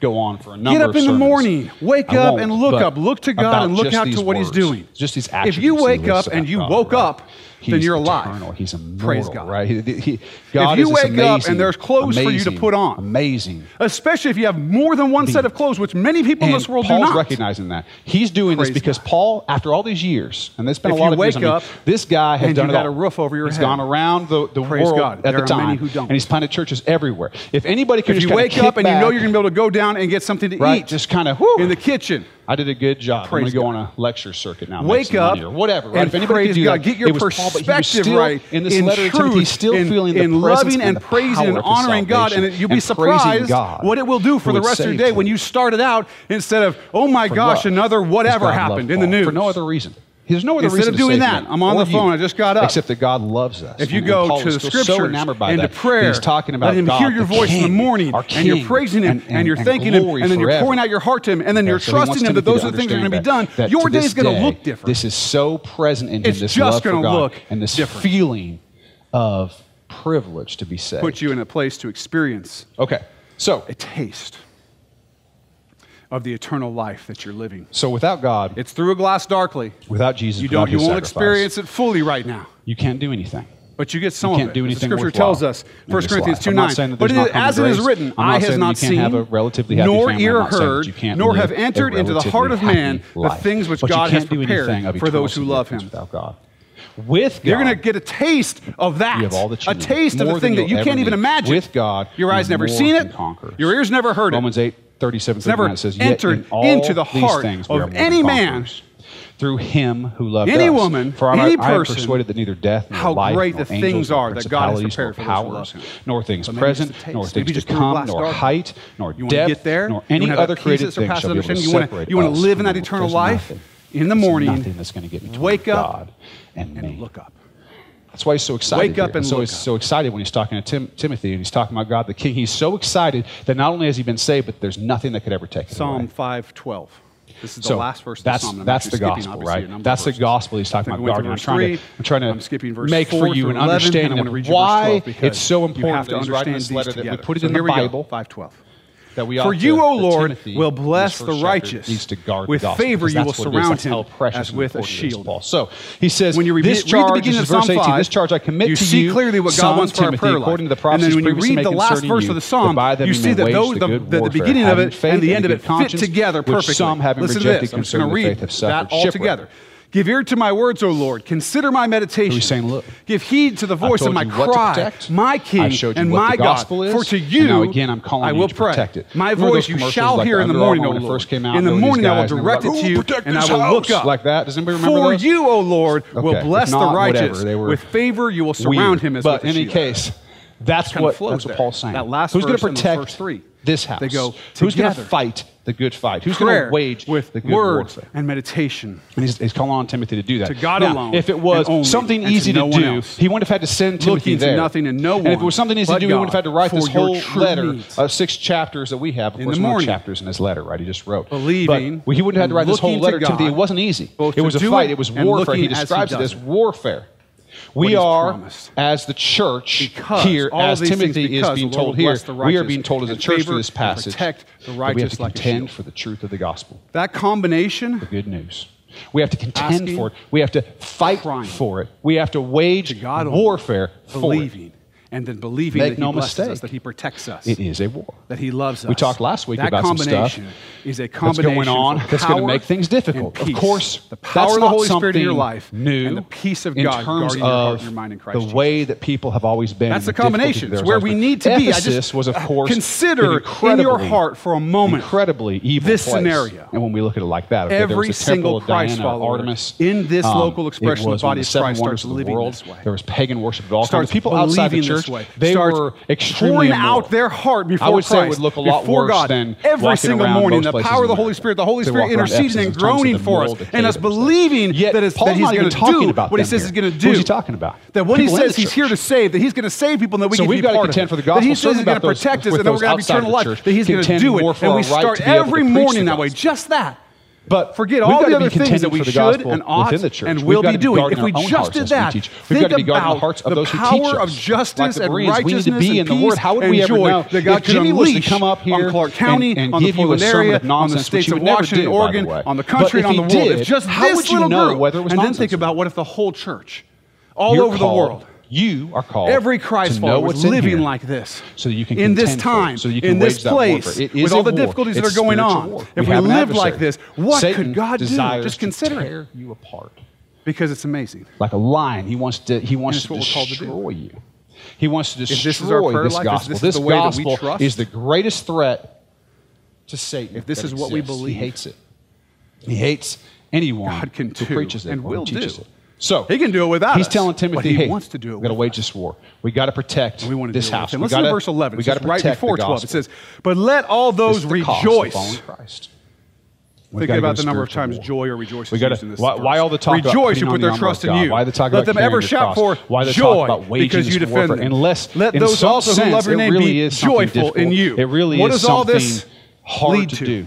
Speaker 3: Go on for a number
Speaker 2: Get up
Speaker 3: of
Speaker 2: in the
Speaker 3: sermons.
Speaker 2: morning. Wake
Speaker 3: I
Speaker 2: up
Speaker 3: won't,
Speaker 2: and look
Speaker 3: but
Speaker 2: up. Look to God
Speaker 3: about
Speaker 2: and look
Speaker 3: just
Speaker 2: out to
Speaker 3: these
Speaker 2: what He's
Speaker 3: words,
Speaker 2: doing.
Speaker 3: Just these
Speaker 2: If
Speaker 3: attributes.
Speaker 2: you
Speaker 3: he
Speaker 2: wake up
Speaker 3: lists
Speaker 2: and
Speaker 3: about
Speaker 2: you
Speaker 3: God,
Speaker 2: woke
Speaker 3: right?
Speaker 2: up, then
Speaker 3: He's
Speaker 2: you're alive.
Speaker 3: eternal. He's immortal.
Speaker 2: Praise God.
Speaker 3: Right? He- he- he- God
Speaker 2: you
Speaker 3: is
Speaker 2: wake
Speaker 3: just
Speaker 2: up
Speaker 3: amazing,
Speaker 2: and there's clothes for you to
Speaker 3: amazing,
Speaker 2: put on.
Speaker 3: Amazing.
Speaker 2: Especially if you have more than one set of clothes, which many people in
Speaker 3: And
Speaker 2: this world
Speaker 3: Paul's
Speaker 2: do not.
Speaker 3: recognizing that. He's doing
Speaker 2: Praise
Speaker 3: this because
Speaker 2: God.
Speaker 3: Paul, after all these years, and there's been
Speaker 2: If
Speaker 3: a lot
Speaker 2: you
Speaker 3: of years,
Speaker 2: wake
Speaker 3: I mean,
Speaker 2: up
Speaker 3: this guy has
Speaker 2: and
Speaker 3: done
Speaker 2: you've
Speaker 3: it
Speaker 2: got
Speaker 3: all.
Speaker 2: a roof over your
Speaker 3: He's
Speaker 2: head.
Speaker 3: gone around the, the
Speaker 2: Praise
Speaker 3: world
Speaker 2: God.
Speaker 3: at
Speaker 2: There
Speaker 3: the
Speaker 2: are
Speaker 3: time,
Speaker 2: many who don't.
Speaker 3: and he's planted churches everywhere. If anybody could
Speaker 2: If
Speaker 3: just
Speaker 2: you
Speaker 3: kinda
Speaker 2: wake
Speaker 3: kick
Speaker 2: up and you know
Speaker 3: back,
Speaker 2: you're going to be able to go down and get something to
Speaker 3: right,
Speaker 2: eat
Speaker 3: just kind of
Speaker 2: in the kitchen.
Speaker 3: I did a good job.
Speaker 2: Praise
Speaker 3: I'm going to go
Speaker 2: God.
Speaker 3: on a lecture circuit now. make
Speaker 2: Wake
Speaker 3: some
Speaker 2: up
Speaker 3: money or whatever. Right?
Speaker 2: and
Speaker 3: if anybody
Speaker 2: praise
Speaker 3: could do
Speaker 2: God.
Speaker 3: that,
Speaker 2: Get your
Speaker 3: it was Paul, but he was
Speaker 2: perspective
Speaker 3: still,
Speaker 2: right
Speaker 3: In this
Speaker 2: in
Speaker 3: letter to Timothy,
Speaker 2: truth,
Speaker 3: he's still
Speaker 2: in-
Speaker 3: feeling
Speaker 2: in
Speaker 3: the presence
Speaker 2: loving and
Speaker 3: the
Speaker 2: praising
Speaker 3: power
Speaker 2: and
Speaker 3: of the
Speaker 2: honoring God, and
Speaker 3: salvation
Speaker 2: you'll be
Speaker 3: and praising
Speaker 2: surprised
Speaker 3: God,
Speaker 2: what it will do for
Speaker 3: who
Speaker 2: the
Speaker 3: had
Speaker 2: rest of your
Speaker 3: saved
Speaker 2: day
Speaker 3: him.
Speaker 2: when you started out instead of oh my
Speaker 3: For
Speaker 2: gosh
Speaker 3: love.
Speaker 2: another
Speaker 3: Because
Speaker 2: whatever
Speaker 3: God loved
Speaker 2: happened in the
Speaker 3: Paul
Speaker 2: news
Speaker 3: for no other reason. There's no other
Speaker 2: Instead of
Speaker 3: reason to
Speaker 2: doing
Speaker 3: save
Speaker 2: that,
Speaker 3: me
Speaker 2: I'm on
Speaker 3: or
Speaker 2: the
Speaker 3: you,
Speaker 2: phone, I just got up.
Speaker 3: Except that God loves us.
Speaker 2: If you
Speaker 3: And
Speaker 2: go
Speaker 3: Paul
Speaker 2: to
Speaker 3: is
Speaker 2: the
Speaker 3: still so
Speaker 2: scriptures
Speaker 3: enamored by
Speaker 2: and
Speaker 3: that,
Speaker 2: to prayer,
Speaker 3: that he's talking about
Speaker 2: let him
Speaker 3: God,
Speaker 2: hear your
Speaker 3: the
Speaker 2: voice in
Speaker 3: King,
Speaker 2: the morning,
Speaker 3: our
Speaker 2: and you're
Speaker 3: King,
Speaker 2: praising him, and, you're thanking him,
Speaker 3: glory
Speaker 2: and then you're
Speaker 3: forever.
Speaker 2: pouring out your heart to him, and then
Speaker 3: Yeah,
Speaker 2: you're
Speaker 3: so he wants
Speaker 2: trusting him that
Speaker 3: Timothy
Speaker 2: those
Speaker 3: to
Speaker 2: are the things that are going to be done.
Speaker 3: understand that- that
Speaker 2: your day
Speaker 3: this
Speaker 2: is going to look
Speaker 3: day,
Speaker 2: different.
Speaker 3: This is so present in him.
Speaker 2: It's
Speaker 3: this
Speaker 2: just
Speaker 3: love for
Speaker 2: gonna
Speaker 3: God
Speaker 2: look
Speaker 3: and this
Speaker 2: different.
Speaker 3: feeling of privilege to be saved.
Speaker 2: Put you in a place to experience
Speaker 3: okay, so
Speaker 2: a taste of the eternal life that you're living.
Speaker 3: so without God,
Speaker 2: It's through a glass darkly.
Speaker 3: without Jesus,
Speaker 2: You don't.
Speaker 3: without
Speaker 2: You
Speaker 3: his
Speaker 2: won't
Speaker 3: sacrifice,
Speaker 2: experience it fully right now.
Speaker 3: You can't do anything.
Speaker 2: But you get some
Speaker 3: you
Speaker 2: of
Speaker 3: can't
Speaker 2: it.
Speaker 3: do
Speaker 2: The
Speaker 3: anything
Speaker 2: Scripture
Speaker 3: worthwhile
Speaker 2: tells us,
Speaker 3: in
Speaker 2: 1
Speaker 3: this
Speaker 2: Corinthians
Speaker 3: life.
Speaker 2: 2
Speaker 3: I'm
Speaker 2: 9.
Speaker 3: not saying that
Speaker 2: but
Speaker 3: there's not
Speaker 2: it-
Speaker 3: common
Speaker 2: as it is
Speaker 3: grace.
Speaker 2: written,
Speaker 3: I'm
Speaker 2: eye
Speaker 3: not
Speaker 2: has
Speaker 3: saying
Speaker 2: not
Speaker 3: that you
Speaker 2: seen,
Speaker 3: can't have a relatively happy
Speaker 2: nor
Speaker 3: family. I'm
Speaker 2: ear
Speaker 3: not saying that
Speaker 2: heard,
Speaker 3: you can't
Speaker 2: nor
Speaker 3: live
Speaker 2: have
Speaker 3: a
Speaker 2: entered into the
Speaker 3: relatively
Speaker 2: heart of
Speaker 3: happy
Speaker 2: man the
Speaker 3: life.
Speaker 2: things which
Speaker 3: But you
Speaker 2: God has
Speaker 3: can't do
Speaker 2: prepared
Speaker 3: anything of
Speaker 2: for those
Speaker 3: eternal
Speaker 2: who love
Speaker 3: significance
Speaker 2: him.
Speaker 3: Without God, with God,
Speaker 2: You're going to get a taste of that.
Speaker 3: You have all that you
Speaker 2: a
Speaker 3: need,
Speaker 2: taste of
Speaker 3: more
Speaker 2: the thing
Speaker 3: than
Speaker 2: that you
Speaker 3: you'll
Speaker 2: can't
Speaker 3: ever
Speaker 2: even
Speaker 3: need.
Speaker 2: imagine.
Speaker 3: With God,
Speaker 2: your eyes
Speaker 3: you're
Speaker 2: never
Speaker 3: more
Speaker 2: seen
Speaker 3: than
Speaker 2: it.
Speaker 3: conquerors.
Speaker 2: Your ears never heard
Speaker 3: Romans
Speaker 2: it.
Speaker 3: 8, 37,
Speaker 2: It's never
Speaker 3: 39 says, Yet
Speaker 2: entered
Speaker 3: in all
Speaker 2: into the
Speaker 3: these
Speaker 2: heart
Speaker 3: things we
Speaker 2: of
Speaker 3: are more
Speaker 2: any
Speaker 3: than
Speaker 2: man.
Speaker 3: conquerors Through him who loved
Speaker 2: Any
Speaker 3: us.
Speaker 2: woman,
Speaker 3: For I,
Speaker 2: any
Speaker 3: I am
Speaker 2: person,
Speaker 3: persuaded that neither death nor
Speaker 2: how
Speaker 3: life
Speaker 2: great
Speaker 3: nor
Speaker 2: the
Speaker 3: angels,
Speaker 2: things
Speaker 3: nor
Speaker 2: are that God has
Speaker 3: principalities,
Speaker 2: prepared
Speaker 3: nor
Speaker 2: for those who love
Speaker 3: powers,
Speaker 2: him.
Speaker 3: nor things
Speaker 2: So maybe just
Speaker 3: present,
Speaker 2: a taste.
Speaker 3: nor
Speaker 2: Maybe
Speaker 3: things
Speaker 2: just
Speaker 3: to
Speaker 2: through a
Speaker 3: come,
Speaker 2: glass
Speaker 3: nor
Speaker 2: dark.
Speaker 3: height, nor
Speaker 2: You want to
Speaker 3: depth,
Speaker 2: get there?
Speaker 3: nor
Speaker 2: you
Speaker 3: any
Speaker 2: wanna have
Speaker 3: other
Speaker 2: that peace
Speaker 3: created
Speaker 2: that
Speaker 3: thing
Speaker 2: surpasses
Speaker 3: shall be able to
Speaker 2: understanding? You wanna-
Speaker 3: separate
Speaker 2: You wanna
Speaker 3: us
Speaker 2: live in
Speaker 3: from
Speaker 2: that
Speaker 3: the love.
Speaker 2: eternal
Speaker 3: There's
Speaker 2: life
Speaker 3: nothing.
Speaker 2: in the
Speaker 3: There's
Speaker 2: morning.
Speaker 3: Nothing that's going to get me between
Speaker 2: Wake up
Speaker 3: God and me.
Speaker 2: and look up.
Speaker 3: That's why he's so excited.
Speaker 2: Wake up
Speaker 3: here.
Speaker 2: and
Speaker 3: so
Speaker 2: look
Speaker 3: he's
Speaker 2: up.
Speaker 3: so excited when he's talking to Tim, Timothy and he's talking about God the King. He's so excited that not only has he been saved, but there's nothing that could ever take it away.
Speaker 2: Psalm 5:12. This is the
Speaker 3: so
Speaker 2: last verse of
Speaker 3: that's
Speaker 2: the psalm. and I'm
Speaker 3: that's the
Speaker 2: actually skipping,
Speaker 3: gospel,
Speaker 2: obviously, a number
Speaker 3: right?
Speaker 2: of
Speaker 3: That's the
Speaker 2: verses.
Speaker 3: gospel
Speaker 2: I
Speaker 3: he's talking
Speaker 2: think
Speaker 3: about
Speaker 2: we went
Speaker 3: God.
Speaker 2: to
Speaker 3: And I'm
Speaker 2: verse
Speaker 3: trying to
Speaker 2: three.
Speaker 3: I'm trying to
Speaker 2: I'm skipping verse
Speaker 3: make
Speaker 2: four
Speaker 3: for you
Speaker 2: through
Speaker 3: an
Speaker 2: 11,
Speaker 3: understanding
Speaker 2: and I'm gonna
Speaker 3: of
Speaker 2: read you verse
Speaker 3: why
Speaker 2: 12 because
Speaker 3: it's so
Speaker 2: You
Speaker 3: important
Speaker 2: have to
Speaker 3: that he's
Speaker 2: understand
Speaker 3: writing this
Speaker 2: these
Speaker 3: letter that we
Speaker 2: together.
Speaker 3: put it
Speaker 2: so
Speaker 3: in
Speaker 2: here
Speaker 3: the
Speaker 2: we go,
Speaker 3: Bible
Speaker 2: 5:12.
Speaker 3: that we
Speaker 2: For
Speaker 3: ought
Speaker 2: you,
Speaker 3: to-
Speaker 2: O
Speaker 3: that
Speaker 2: Lord,
Speaker 3: Timothy,
Speaker 2: will
Speaker 3: in this
Speaker 2: bless
Speaker 3: first
Speaker 2: the
Speaker 3: chapter,
Speaker 2: righteous.
Speaker 3: needs to guard the
Speaker 2: With
Speaker 3: gospel,
Speaker 2: favor
Speaker 3: because
Speaker 2: you
Speaker 3: that's
Speaker 2: will
Speaker 3: what it is.
Speaker 2: surround
Speaker 3: That's how
Speaker 2: him
Speaker 3: precious
Speaker 2: as
Speaker 3: and
Speaker 2: with a
Speaker 3: important it is,
Speaker 2: shield.
Speaker 3: Paul. So he says,
Speaker 2: When you read,
Speaker 3: this
Speaker 2: read the
Speaker 3: charge,
Speaker 2: beginning
Speaker 3: this
Speaker 2: of
Speaker 3: is verse
Speaker 2: Psalm
Speaker 3: 18,
Speaker 2: 5,
Speaker 3: this charge I commit
Speaker 2: you
Speaker 3: to
Speaker 2: see
Speaker 3: you,
Speaker 2: clearly what
Speaker 3: son
Speaker 2: God wants for our
Speaker 3: Timothy,
Speaker 2: prayer life.
Speaker 3: according to the
Speaker 2: and
Speaker 3: prophecies
Speaker 2: then when you
Speaker 3: previously
Speaker 2: read the
Speaker 3: made
Speaker 2: last
Speaker 3: concerning
Speaker 2: verse
Speaker 3: you,
Speaker 2: of the psalm,
Speaker 3: that by them
Speaker 2: you
Speaker 3: you
Speaker 2: see
Speaker 3: may
Speaker 2: that
Speaker 3: wage
Speaker 2: those,
Speaker 3: the
Speaker 2: the,
Speaker 3: good
Speaker 2: the, the
Speaker 3: warfare,
Speaker 2: beginning of
Speaker 3: having
Speaker 2: it
Speaker 3: faith
Speaker 2: and the
Speaker 3: and
Speaker 2: end
Speaker 3: a
Speaker 2: of it
Speaker 3: good conscience,
Speaker 2: fit together
Speaker 3: which
Speaker 2: perfectly.
Speaker 3: some, having
Speaker 2: Listen to
Speaker 3: rejected
Speaker 2: this. I'm just
Speaker 3: concerning
Speaker 2: going to
Speaker 3: the
Speaker 2: read
Speaker 3: faith, have
Speaker 2: that
Speaker 3: suffered
Speaker 2: all
Speaker 3: shipwreck.
Speaker 2: together. Give ear to my words, O Lord. Consider my meditation.
Speaker 3: He's saying, look,
Speaker 2: Give heed to the
Speaker 3: I
Speaker 2: voice of
Speaker 3: told
Speaker 2: my
Speaker 3: you what to
Speaker 2: cry,
Speaker 3: protect.
Speaker 2: my
Speaker 3: I
Speaker 2: King
Speaker 3: showed you
Speaker 2: and
Speaker 3: what
Speaker 2: my
Speaker 3: the
Speaker 2: God.
Speaker 3: gospel is.
Speaker 2: For to
Speaker 3: And
Speaker 2: you,
Speaker 3: now again, I'm calling
Speaker 2: I
Speaker 3: you
Speaker 2: will
Speaker 3: to
Speaker 2: pray.
Speaker 3: protect it.
Speaker 2: My
Speaker 3: Remember
Speaker 2: voice
Speaker 3: those
Speaker 2: you
Speaker 3: commercials
Speaker 2: shall
Speaker 3: like
Speaker 2: hear
Speaker 3: the
Speaker 2: in the
Speaker 3: Under
Speaker 2: morning,
Speaker 3: Armour
Speaker 2: O
Speaker 3: when it
Speaker 2: Lord.
Speaker 3: first came out,
Speaker 2: in the
Speaker 3: there were these
Speaker 2: morning, I will
Speaker 3: guys, and they were
Speaker 2: direct
Speaker 3: like,
Speaker 2: it to
Speaker 3: "Ooh,
Speaker 2: you,
Speaker 3: protect
Speaker 2: and I
Speaker 3: this
Speaker 2: will
Speaker 3: house,"
Speaker 2: look up
Speaker 3: like that. Does anybody remember
Speaker 2: For
Speaker 3: those?
Speaker 2: you, O Lord, will
Speaker 3: Okay, if
Speaker 2: bless
Speaker 3: not,
Speaker 2: the righteous.
Speaker 3: whatever. They were
Speaker 2: with favor, you will surround
Speaker 3: weird.
Speaker 2: him as
Speaker 3: But
Speaker 2: with a
Speaker 3: in any
Speaker 2: shield.
Speaker 3: case, that's
Speaker 2: kinda
Speaker 3: what,
Speaker 2: flows
Speaker 3: that's
Speaker 2: there.
Speaker 3: what Paul's saying.
Speaker 2: That last
Speaker 3: Who's gonna
Speaker 2: verse and those
Speaker 3: protect
Speaker 2: first three.
Speaker 3: this house?
Speaker 2: They go
Speaker 3: Who's going to
Speaker 2: together.
Speaker 3: fight the good fight? Who's going
Speaker 2: prayer
Speaker 3: to wage
Speaker 2: with
Speaker 3: the good
Speaker 2: words
Speaker 3: warfare?
Speaker 2: and meditation.
Speaker 3: And he's, he's calling on Timothy to do that.
Speaker 2: To God
Speaker 3: Now,
Speaker 2: alone
Speaker 3: If it
Speaker 2: and
Speaker 3: was
Speaker 2: only,
Speaker 3: something
Speaker 2: and to
Speaker 3: easy
Speaker 2: no
Speaker 3: to
Speaker 2: one
Speaker 3: do,
Speaker 2: else.
Speaker 3: he wouldn't have had to send Timothy
Speaker 2: Looking to
Speaker 3: there.
Speaker 2: nothing and no
Speaker 3: And if it
Speaker 2: one
Speaker 3: was something easy
Speaker 2: but
Speaker 3: to do, he wouldn't have had to write
Speaker 2: God
Speaker 3: this
Speaker 2: for your
Speaker 3: whole
Speaker 2: true
Speaker 3: letter
Speaker 2: needs.
Speaker 3: of six chapters that we have. Of
Speaker 2: In
Speaker 3: course,
Speaker 2: the
Speaker 3: we don't have
Speaker 2: morning.
Speaker 3: chapters in his letter, right? He just wrote.
Speaker 2: Believing
Speaker 3: But he wouldn't have
Speaker 2: and
Speaker 3: had to write this whole
Speaker 2: looking to
Speaker 3: letter to Timothy.
Speaker 2: God,
Speaker 3: It wasn't easy.
Speaker 2: both
Speaker 3: It
Speaker 2: to
Speaker 3: was a
Speaker 2: do
Speaker 3: fight.
Speaker 2: it
Speaker 3: It was
Speaker 2: and
Speaker 3: warfare.
Speaker 2: looking
Speaker 3: He
Speaker 2: as he
Speaker 3: describes it
Speaker 2: does
Speaker 3: as
Speaker 2: it.
Speaker 3: warfare.
Speaker 2: he's
Speaker 3: We are,
Speaker 2: promised.
Speaker 3: as the church
Speaker 2: Because
Speaker 3: here,
Speaker 2: all
Speaker 3: as
Speaker 2: these things,
Speaker 3: Timothy is
Speaker 2: because
Speaker 3: being
Speaker 2: the Lord
Speaker 3: told
Speaker 2: will
Speaker 3: here,
Speaker 2: bless the
Speaker 3: we are
Speaker 2: righteous
Speaker 3: being told as a
Speaker 2: and
Speaker 3: church
Speaker 2: favor
Speaker 3: through this
Speaker 2: and
Speaker 3: passage
Speaker 2: protect the
Speaker 3: that we
Speaker 2: righteous
Speaker 3: have to
Speaker 2: like a
Speaker 3: contend
Speaker 2: shield.
Speaker 3: for the truth of the gospel
Speaker 2: That combination
Speaker 3: good news. We have to contend
Speaker 2: Asking,
Speaker 3: for it. We have to fight
Speaker 2: crying,
Speaker 3: for it. We have to wage
Speaker 2: God only,
Speaker 3: warfare for it.
Speaker 2: believing and then believing
Speaker 3: Make
Speaker 2: that he
Speaker 3: no
Speaker 2: blesses
Speaker 3: mistake.
Speaker 2: us, that he protects us,
Speaker 3: It is a war.
Speaker 2: that he loves us.
Speaker 3: We talked last week
Speaker 2: that
Speaker 3: about some stuff
Speaker 2: combination is a
Speaker 3: that's
Speaker 2: combination
Speaker 3: going on
Speaker 2: of
Speaker 3: that's going to
Speaker 2: power
Speaker 3: make things difficult.
Speaker 2: and
Speaker 3: Of
Speaker 2: peace.
Speaker 3: course,
Speaker 2: the power
Speaker 3: that's
Speaker 2: of the
Speaker 3: not
Speaker 2: Holy Spirit in your
Speaker 3: something
Speaker 2: life,
Speaker 3: new
Speaker 2: and the peace of
Speaker 3: in
Speaker 2: God
Speaker 3: terms
Speaker 2: guarding your heart and
Speaker 3: of
Speaker 2: your mind in Christ.
Speaker 3: the
Speaker 2: Jesus.
Speaker 3: way that people have always been.
Speaker 2: That's
Speaker 3: and
Speaker 2: the
Speaker 3: difficulty
Speaker 2: combination.
Speaker 3: there's
Speaker 2: It's where
Speaker 3: always
Speaker 2: we
Speaker 3: been.
Speaker 2: need to be. I
Speaker 3: Ephesus
Speaker 2: just-
Speaker 3: was, of course,
Speaker 2: Consider
Speaker 3: an
Speaker 2: in your
Speaker 3: incredibly-
Speaker 2: heart for a moment
Speaker 3: incredibly evil
Speaker 2: this
Speaker 3: place.
Speaker 2: scenario.
Speaker 3: And when we look at it like that, okay, there
Speaker 2: Every
Speaker 3: was the temple
Speaker 2: single
Speaker 3: of Diana,
Speaker 2: Christ follower
Speaker 3: Artemis. Um,
Speaker 2: in this local
Speaker 3: it
Speaker 2: expression of
Speaker 3: was
Speaker 2: the
Speaker 3: when
Speaker 2: body of
Speaker 3: seven
Speaker 2: Christ
Speaker 3: wonders
Speaker 2: starts
Speaker 3: of the
Speaker 2: living
Speaker 3: world.
Speaker 2: this way.
Speaker 3: There was pagan worship of all
Speaker 2: starts
Speaker 3: kinds. The people outside the
Speaker 2: believing this
Speaker 3: church,
Speaker 2: way.
Speaker 3: they
Speaker 2: Starts
Speaker 3: were extremely
Speaker 2: pouring out
Speaker 3: immoral.
Speaker 2: their heart before
Speaker 3: I would say it
Speaker 2: Christ,
Speaker 3: would look a lot
Speaker 2: before
Speaker 3: worse
Speaker 2: God,
Speaker 3: than
Speaker 2: every
Speaker 3: walking
Speaker 2: single
Speaker 3: around
Speaker 2: morning.
Speaker 3: most
Speaker 2: The
Speaker 3: places
Speaker 2: power of the
Speaker 3: in
Speaker 2: Holy
Speaker 3: America.
Speaker 2: Spirit, the Holy
Speaker 3: They
Speaker 2: Spirit
Speaker 3: walk around
Speaker 2: interceding
Speaker 3: Ephesus
Speaker 2: and
Speaker 3: in terms of
Speaker 2: groaning
Speaker 3: the
Speaker 2: for us,
Speaker 3: moral decay
Speaker 2: and us
Speaker 3: that was there.
Speaker 2: believing
Speaker 3: Yet
Speaker 2: that, it's,
Speaker 3: Paul's
Speaker 2: that He's
Speaker 3: not even
Speaker 2: going to
Speaker 3: talking
Speaker 2: do
Speaker 3: about
Speaker 2: what He
Speaker 3: them
Speaker 2: says
Speaker 3: here.
Speaker 2: He's going to
Speaker 3: Who's
Speaker 2: do.
Speaker 3: he talking about?
Speaker 2: That what He
Speaker 3: People in
Speaker 2: says
Speaker 3: the
Speaker 2: He's here to
Speaker 3: church.
Speaker 2: save, that He's going to save people, and that we
Speaker 3: so
Speaker 2: can
Speaker 3: we've
Speaker 2: be
Speaker 3: got to
Speaker 2: part
Speaker 3: contend
Speaker 2: of it.
Speaker 3: for the gospel.
Speaker 2: That He says
Speaker 3: certainly
Speaker 2: He's going
Speaker 3: about
Speaker 2: to
Speaker 3: those-
Speaker 2: protect us,
Speaker 3: with
Speaker 2: and that we're
Speaker 3: those
Speaker 2: going to have
Speaker 3: outside of
Speaker 2: eternal
Speaker 3: the
Speaker 2: life.
Speaker 3: church.
Speaker 2: That He's going to
Speaker 3: Contend
Speaker 2: do
Speaker 3: more
Speaker 2: it,
Speaker 3: for
Speaker 2: and
Speaker 3: our
Speaker 2: we
Speaker 3: right
Speaker 2: start
Speaker 3: to be able to
Speaker 2: every
Speaker 3: preach the
Speaker 2: morning that way.
Speaker 3: gospel.
Speaker 2: Just that. But forget
Speaker 3: we've
Speaker 2: all
Speaker 3: got
Speaker 2: the
Speaker 3: to be
Speaker 2: other things
Speaker 3: contending
Speaker 2: that we
Speaker 3: for the
Speaker 2: should
Speaker 3: gospel
Speaker 2: and ought
Speaker 3: within the church.
Speaker 2: and
Speaker 3: We've
Speaker 2: will
Speaker 3: got
Speaker 2: be
Speaker 3: to be
Speaker 2: doing.
Speaker 3: guarding
Speaker 2: If we
Speaker 3: our own
Speaker 2: just
Speaker 3: hearts
Speaker 2: did
Speaker 3: as we
Speaker 2: that,
Speaker 3: teach. We've
Speaker 2: think
Speaker 3: got to be guarding the
Speaker 2: about
Speaker 3: hearts of
Speaker 2: the
Speaker 3: those who teach
Speaker 2: power
Speaker 3: us.
Speaker 2: of justice
Speaker 3: Like the
Speaker 2: and
Speaker 3: Bereans, we need to
Speaker 2: righteousness and
Speaker 3: be in the Word.
Speaker 2: peace
Speaker 3: How would
Speaker 2: and
Speaker 3: we ever
Speaker 2: joy
Speaker 3: know?
Speaker 2: that God
Speaker 3: If
Speaker 2: could
Speaker 3: Jimmy was to
Speaker 2: unleash
Speaker 3: come up here
Speaker 2: on Clark
Speaker 3: and-
Speaker 2: County,
Speaker 3: and
Speaker 2: on the
Speaker 3: give you a
Speaker 2: Portland
Speaker 3: sermon
Speaker 2: area, on
Speaker 3: of
Speaker 2: the
Speaker 3: nonsense, which
Speaker 2: states
Speaker 3: he
Speaker 2: of
Speaker 3: would never
Speaker 2: Washington,
Speaker 3: do, by the
Speaker 2: Oregon,
Speaker 3: way.
Speaker 2: on the
Speaker 3: But
Speaker 2: country, and
Speaker 3: if
Speaker 2: on
Speaker 3: he
Speaker 2: the world.
Speaker 3: did,
Speaker 2: If just
Speaker 3: how
Speaker 2: this
Speaker 3: would you
Speaker 2: little
Speaker 3: know
Speaker 2: group,
Speaker 3: whether it was
Speaker 2: and then
Speaker 3: nonsense
Speaker 2: think
Speaker 3: or
Speaker 2: about
Speaker 3: not?
Speaker 2: what if the whole church, all
Speaker 3: You're
Speaker 2: over the
Speaker 3: called-
Speaker 2: world.
Speaker 3: You are called.
Speaker 2: Every Christ
Speaker 3: to know
Speaker 2: follower
Speaker 3: what's
Speaker 2: is
Speaker 3: in
Speaker 2: living
Speaker 3: here
Speaker 2: like this.
Speaker 3: so that you can
Speaker 2: in this
Speaker 3: contend for it,
Speaker 2: time,
Speaker 3: so you can
Speaker 2: in this
Speaker 3: wage that
Speaker 2: place,
Speaker 3: warfare. It
Speaker 2: with
Speaker 3: is
Speaker 2: all
Speaker 3: a
Speaker 2: the
Speaker 3: war.
Speaker 2: difficulties that
Speaker 3: It's
Speaker 2: are going
Speaker 3: spiritual
Speaker 2: on.
Speaker 3: war.
Speaker 2: If we,
Speaker 3: have an
Speaker 2: live like
Speaker 3: adversary.
Speaker 2: this, what
Speaker 3: Satan
Speaker 2: could God do?
Speaker 3: desires
Speaker 2: Just
Speaker 3: to
Speaker 2: consider
Speaker 3: tear
Speaker 2: it,
Speaker 3: you apart
Speaker 2: because it's amazing.
Speaker 3: like a lion. He wants to. He
Speaker 2: And
Speaker 3: wants
Speaker 2: it's
Speaker 3: to
Speaker 2: what we're called to do.
Speaker 3: destroy you. He wants to destroy
Speaker 2: this is our prayer
Speaker 3: this
Speaker 2: life, if
Speaker 3: gospel.
Speaker 2: this is
Speaker 3: this
Speaker 2: the way that we
Speaker 3: gospel
Speaker 2: trust-
Speaker 3: is the greatest threat to Satan.
Speaker 2: If this
Speaker 3: that
Speaker 2: is what we
Speaker 3: exists.
Speaker 2: believe.
Speaker 3: he hates it. He hates anyone
Speaker 2: God can
Speaker 3: who
Speaker 2: do
Speaker 3: preaches it
Speaker 2: and
Speaker 3: or
Speaker 2: will
Speaker 3: teaches
Speaker 2: do.
Speaker 3: it. So
Speaker 2: He can do it without
Speaker 3: He's
Speaker 2: us,
Speaker 3: telling
Speaker 2: but
Speaker 3: Timothy,
Speaker 2: he
Speaker 3: hey,
Speaker 2: wants to do it
Speaker 3: We've got to
Speaker 2: with
Speaker 3: wage
Speaker 2: us.
Speaker 3: this war. We got to protect
Speaker 2: And we want to
Speaker 3: this
Speaker 2: deal with
Speaker 3: house.
Speaker 2: him.
Speaker 3: We
Speaker 2: Listen
Speaker 3: gotta,
Speaker 2: to verse 11.
Speaker 3: We
Speaker 2: It's
Speaker 3: got to
Speaker 2: just right
Speaker 3: protect
Speaker 2: before
Speaker 3: the
Speaker 2: 12. It
Speaker 3: gospel.
Speaker 2: says, But let all
Speaker 3: This
Speaker 2: those
Speaker 3: is the cost of
Speaker 2: rejoice.
Speaker 3: following Christ. We've
Speaker 2: Thinking
Speaker 3: gotta go
Speaker 2: about
Speaker 3: to
Speaker 2: the number of
Speaker 3: spiritual
Speaker 2: times
Speaker 3: war.
Speaker 2: joy or rejoice
Speaker 3: We
Speaker 2: is
Speaker 3: gotta-
Speaker 2: used in this
Speaker 3: Why,
Speaker 2: verse.
Speaker 3: why all the talk about
Speaker 2: rejoice
Speaker 3: putting
Speaker 2: who put
Speaker 3: on the
Speaker 2: their
Speaker 3: armor of
Speaker 2: trust in
Speaker 3: God?
Speaker 2: you?
Speaker 3: Why the talk
Speaker 2: Let
Speaker 3: about
Speaker 2: them
Speaker 3: carrying
Speaker 2: ever
Speaker 3: your
Speaker 2: shout
Speaker 3: cross?
Speaker 2: for
Speaker 3: Why the
Speaker 2: joy,
Speaker 3: talk about waging
Speaker 2: because
Speaker 3: this
Speaker 2: you
Speaker 3: warfare?
Speaker 2: defend them.
Speaker 3: Unless
Speaker 2: Let
Speaker 3: in
Speaker 2: those
Speaker 3: some
Speaker 2: also who
Speaker 3: sense,
Speaker 2: love your
Speaker 3: it
Speaker 2: name
Speaker 3: really
Speaker 2: be
Speaker 3: is something
Speaker 2: joyful in
Speaker 3: difficult.
Speaker 2: you.
Speaker 3: It really
Speaker 2: What
Speaker 3: is
Speaker 2: does all this
Speaker 3: something hard
Speaker 2: lead
Speaker 3: to
Speaker 2: to?
Speaker 3: do.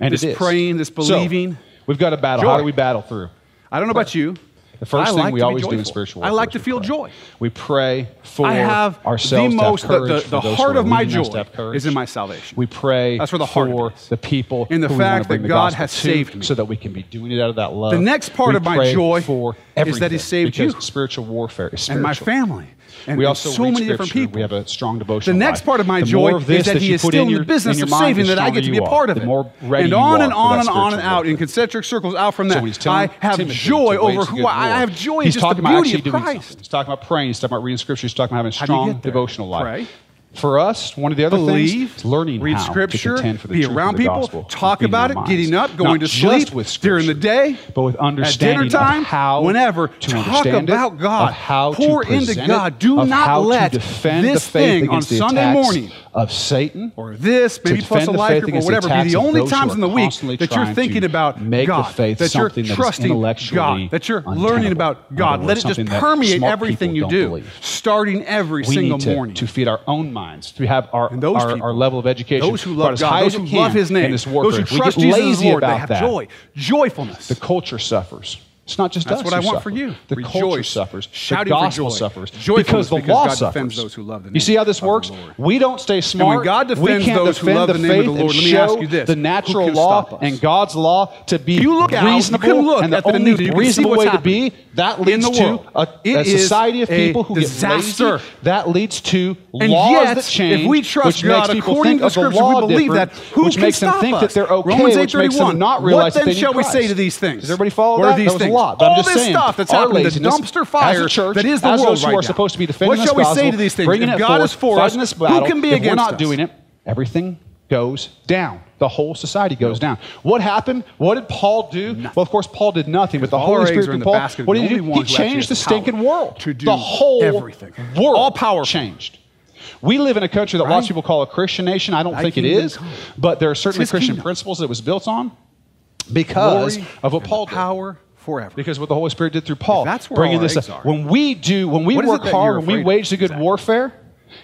Speaker 3: And
Speaker 2: This
Speaker 3: it is
Speaker 2: praying, this
Speaker 3: So,
Speaker 2: believing.
Speaker 3: we've got to battle. How
Speaker 2: Joy.
Speaker 3: do we battle through?
Speaker 2: I don't know about you.
Speaker 3: The first
Speaker 2: I
Speaker 3: thing
Speaker 2: like
Speaker 3: we
Speaker 2: to be
Speaker 3: always do in
Speaker 2: joyful.
Speaker 3: spiritual
Speaker 2: I
Speaker 3: warfare
Speaker 2: like
Speaker 3: is
Speaker 2: to
Speaker 3: we
Speaker 2: feel
Speaker 3: pray.
Speaker 2: joy.
Speaker 3: We pray for
Speaker 2: I have
Speaker 3: ourselves
Speaker 2: the
Speaker 3: to have
Speaker 2: most- the- the-
Speaker 3: courage, for
Speaker 2: the
Speaker 3: those who
Speaker 2: heart
Speaker 3: are
Speaker 2: of my
Speaker 3: leading us to
Speaker 2: joy
Speaker 3: have courage.
Speaker 2: is in my salvation.
Speaker 3: We pray
Speaker 2: That's where the heart of
Speaker 3: for
Speaker 2: it is.
Speaker 3: the people
Speaker 2: In the
Speaker 3: who we wanna
Speaker 2: fact that
Speaker 3: bring the
Speaker 2: God
Speaker 3: gospel
Speaker 2: has
Speaker 3: to,
Speaker 2: saved me.
Speaker 3: so that we can be doing it out of that love.
Speaker 2: The next part
Speaker 3: We
Speaker 2: of my
Speaker 3: pray
Speaker 2: joy
Speaker 3: for
Speaker 2: is that He
Speaker 3: everything,
Speaker 2: saved
Speaker 3: because
Speaker 2: you.
Speaker 3: Spiritual warfare is
Speaker 2: and
Speaker 3: spiritual.
Speaker 2: my family, and,
Speaker 3: we
Speaker 2: and
Speaker 3: also
Speaker 2: so
Speaker 3: read
Speaker 2: many different
Speaker 3: scripture.
Speaker 2: people.
Speaker 3: We have a strong devotion.
Speaker 2: the next part of my joy
Speaker 3: of
Speaker 2: is
Speaker 3: this
Speaker 2: that, he
Speaker 3: you
Speaker 2: is
Speaker 3: put
Speaker 2: still in
Speaker 3: your-
Speaker 2: the business
Speaker 3: your
Speaker 2: of
Speaker 3: mind,
Speaker 2: saving
Speaker 3: the
Speaker 2: that I get to
Speaker 3: stronger
Speaker 2: be a
Speaker 3: you
Speaker 2: part
Speaker 3: are.
Speaker 2: of it.
Speaker 3: The more ready
Speaker 2: and
Speaker 3: you
Speaker 2: on
Speaker 3: are
Speaker 2: and
Speaker 3: for
Speaker 2: on
Speaker 3: that
Speaker 2: and on and
Speaker 3: spiritual
Speaker 2: out in
Speaker 3: warfare.
Speaker 2: concentric circles out from
Speaker 3: So
Speaker 2: that.
Speaker 3: when he's telling
Speaker 2: I have
Speaker 3: Timothy
Speaker 2: joy
Speaker 3: to wage
Speaker 2: over
Speaker 3: the
Speaker 2: who
Speaker 3: good
Speaker 2: I, I
Speaker 3: war,
Speaker 2: have joy in
Speaker 3: he's
Speaker 2: just
Speaker 3: talking
Speaker 2: the
Speaker 3: about
Speaker 2: beauty
Speaker 3: actually
Speaker 2: of
Speaker 3: doing
Speaker 2: Christ.
Speaker 3: something. He's talking about praying. He's talking about reading scripture. He's talking about having a
Speaker 2: do you
Speaker 3: strong
Speaker 2: get there?
Speaker 3: devotional life.
Speaker 2: Pray.
Speaker 3: For us, one of the other
Speaker 2: Believe,
Speaker 3: things is learning
Speaker 2: read
Speaker 3: how
Speaker 2: scripture,
Speaker 3: to contend for the
Speaker 2: be
Speaker 3: truth of
Speaker 2: around
Speaker 3: the
Speaker 2: people,
Speaker 3: gospel,
Speaker 2: talk
Speaker 3: being in
Speaker 2: about
Speaker 3: our
Speaker 2: it, getting
Speaker 3: minds.
Speaker 2: up, going
Speaker 3: Not
Speaker 2: to
Speaker 3: just
Speaker 2: sleep,
Speaker 3: with
Speaker 2: during the
Speaker 3: scripture,
Speaker 2: day,
Speaker 3: but with
Speaker 2: at dinner
Speaker 3: understanding of
Speaker 2: time,
Speaker 3: how
Speaker 2: whenever.
Speaker 3: to
Speaker 2: Talk
Speaker 3: understand it,
Speaker 2: about God.
Speaker 3: of how
Speaker 2: Pour
Speaker 3: to
Speaker 2: into
Speaker 3: present
Speaker 2: God.
Speaker 3: it,
Speaker 2: Do
Speaker 3: of
Speaker 2: not
Speaker 3: how
Speaker 2: let
Speaker 3: to defend
Speaker 2: this
Speaker 3: the faith
Speaker 2: thing on
Speaker 3: against the
Speaker 2: Sunday
Speaker 3: attacks
Speaker 2: morning
Speaker 3: of Satan
Speaker 2: or this,
Speaker 3: to
Speaker 2: maybe plus
Speaker 3: defend
Speaker 2: a
Speaker 3: the
Speaker 2: life
Speaker 3: faith
Speaker 2: group or
Speaker 3: against
Speaker 2: whatever,
Speaker 3: attacks
Speaker 2: be the
Speaker 3: of
Speaker 2: only
Speaker 3: those who
Speaker 2: times
Speaker 3: are
Speaker 2: in the week
Speaker 3: constantly
Speaker 2: that you're
Speaker 3: trying to
Speaker 2: thinking about
Speaker 3: make
Speaker 2: God,
Speaker 3: the faith
Speaker 2: that you're
Speaker 3: something that is
Speaker 2: trusting
Speaker 3: intellectually
Speaker 2: God, that you're
Speaker 3: untenable.
Speaker 2: learning about
Speaker 3: In
Speaker 2: God.
Speaker 3: other
Speaker 2: Let
Speaker 3: words,
Speaker 2: it just
Speaker 3: something that
Speaker 2: permeate
Speaker 3: smart
Speaker 2: everything
Speaker 3: people
Speaker 2: you
Speaker 3: don't
Speaker 2: do,
Speaker 3: believe.
Speaker 2: starting every
Speaker 3: we
Speaker 2: single
Speaker 3: need to,
Speaker 2: morning.
Speaker 3: to feed our own minds, to have our
Speaker 2: And those
Speaker 3: our,
Speaker 2: people,
Speaker 3: our level of education,
Speaker 2: Those who
Speaker 3: brought
Speaker 2: love
Speaker 3: as
Speaker 2: God,
Speaker 3: high
Speaker 2: those
Speaker 3: as
Speaker 2: who
Speaker 3: we can
Speaker 2: love His name,
Speaker 3: in this warfare.
Speaker 2: those who
Speaker 3: If we
Speaker 2: trust
Speaker 3: get
Speaker 2: Jesus as
Speaker 3: lazy
Speaker 2: Lord,
Speaker 3: about
Speaker 2: they have
Speaker 3: that.
Speaker 2: joy, joyfulness.
Speaker 3: The culture suffers. It's not just
Speaker 2: That's
Speaker 3: us.
Speaker 2: what I
Speaker 3: who
Speaker 2: want
Speaker 3: suffer.
Speaker 2: for you.
Speaker 3: The
Speaker 2: Rejoice.
Speaker 3: culture suffers.
Speaker 2: Shouting
Speaker 3: the
Speaker 2: for
Speaker 3: gospel
Speaker 2: joy.
Speaker 3: suffers.
Speaker 2: Joyfulness
Speaker 3: because the
Speaker 2: because
Speaker 3: law
Speaker 2: God
Speaker 3: suffers.
Speaker 2: defends those who love the
Speaker 3: you
Speaker 2: name
Speaker 3: see how this
Speaker 2: of the
Speaker 3: works?
Speaker 2: Lord.
Speaker 3: We don't stay smart.
Speaker 2: God defends
Speaker 3: we can't
Speaker 2: those who
Speaker 3: defend
Speaker 2: love
Speaker 3: the
Speaker 2: the name of
Speaker 3: faith
Speaker 2: the Lord,
Speaker 3: and
Speaker 2: let me
Speaker 3: show
Speaker 2: ask you this.
Speaker 3: the
Speaker 2: Who
Speaker 3: natural
Speaker 2: can
Speaker 3: law
Speaker 2: stop us?
Speaker 3: and God's law to be
Speaker 2: You look out, you
Speaker 3: reasonable
Speaker 2: can look
Speaker 3: and the
Speaker 2: at the
Speaker 3: only
Speaker 2: news, you can see
Speaker 3: reasonable
Speaker 2: what's
Speaker 3: way
Speaker 2: happening
Speaker 3: to be. That
Speaker 2: in
Speaker 3: leads
Speaker 2: the world.
Speaker 3: to a,
Speaker 2: It
Speaker 3: a
Speaker 2: is
Speaker 3: society of
Speaker 2: a
Speaker 3: people who
Speaker 2: disaster.
Speaker 3: get lazy. That leads to
Speaker 2: And
Speaker 3: laws
Speaker 2: yet,
Speaker 3: that change.
Speaker 2: if we trust
Speaker 3: which
Speaker 2: God
Speaker 3: makes people
Speaker 2: according
Speaker 3: think
Speaker 2: to
Speaker 3: of the
Speaker 2: Scripture, we
Speaker 3: law
Speaker 2: believe
Speaker 3: different,
Speaker 2: that, who
Speaker 3: which
Speaker 2: can
Speaker 3: makes them
Speaker 2: stop
Speaker 3: think
Speaker 2: us?
Speaker 3: that they're okay,
Speaker 2: Romans
Speaker 3: which makes them
Speaker 2: 8:31.
Speaker 3: not
Speaker 2: What
Speaker 3: realize that
Speaker 2: then
Speaker 3: they need
Speaker 2: shall we say
Speaker 3: Christ.
Speaker 2: to these things?
Speaker 3: Does everybody follow
Speaker 2: What are
Speaker 3: that?
Speaker 2: these
Speaker 3: that was
Speaker 2: things?
Speaker 3: a lot. But
Speaker 2: All
Speaker 3: I'm just
Speaker 2: this
Speaker 3: saying,
Speaker 2: stuff that's
Speaker 3: our
Speaker 2: happening, the
Speaker 3: laziness,
Speaker 2: dumpster
Speaker 3: as
Speaker 2: fire
Speaker 3: a church,
Speaker 2: that is the
Speaker 3: as
Speaker 2: world
Speaker 3: those who
Speaker 2: right
Speaker 3: are
Speaker 2: now.
Speaker 3: supposed to be defending
Speaker 2: What
Speaker 3: this
Speaker 2: shall we say
Speaker 3: gospel,
Speaker 2: to these things?
Speaker 3: Bringing
Speaker 2: If
Speaker 3: it
Speaker 2: God
Speaker 3: forth,
Speaker 2: is for
Speaker 3: fighting
Speaker 2: us,
Speaker 3: this battle,
Speaker 2: who can be
Speaker 3: if
Speaker 2: against
Speaker 3: we're not
Speaker 2: us?
Speaker 3: doing it, everything goes down. The whole society goes down. What happened? What did Paul do? Well, of course, Paul did nothing, but the
Speaker 2: all our
Speaker 3: Holy
Speaker 2: eggs
Speaker 3: Spirit
Speaker 2: are in
Speaker 3: through
Speaker 2: the
Speaker 3: Paul,
Speaker 2: basket of
Speaker 3: what
Speaker 2: the
Speaker 3: did he
Speaker 2: only one
Speaker 3: do? He
Speaker 2: who actually
Speaker 3: changed the
Speaker 2: has the power
Speaker 3: stinking world.
Speaker 2: to do
Speaker 3: the whole
Speaker 2: everything.
Speaker 3: world
Speaker 2: All powerful.
Speaker 3: changed. We live in a country that lots
Speaker 2: Right?
Speaker 3: of people call a Christian nation. I don't
Speaker 2: Thy
Speaker 3: think it
Speaker 2: kingdom
Speaker 3: is,
Speaker 2: come.
Speaker 3: but there are certainly
Speaker 2: His
Speaker 3: Christian
Speaker 2: kingdom.
Speaker 3: principles that it was built on because
Speaker 2: Glory
Speaker 3: of what
Speaker 2: and
Speaker 3: Paul
Speaker 2: the
Speaker 3: did.
Speaker 2: power forever.
Speaker 3: Because what the Holy Spirit did through Paul,
Speaker 2: If that's where
Speaker 3: bringing
Speaker 2: all our
Speaker 3: this
Speaker 2: eggs
Speaker 3: up.
Speaker 2: are.
Speaker 3: When we do, when we
Speaker 2: What is it
Speaker 3: work
Speaker 2: that you're
Speaker 3: hard, when we
Speaker 2: afraid
Speaker 3: wage
Speaker 2: of?
Speaker 3: the good
Speaker 2: Exactly.
Speaker 3: warfare,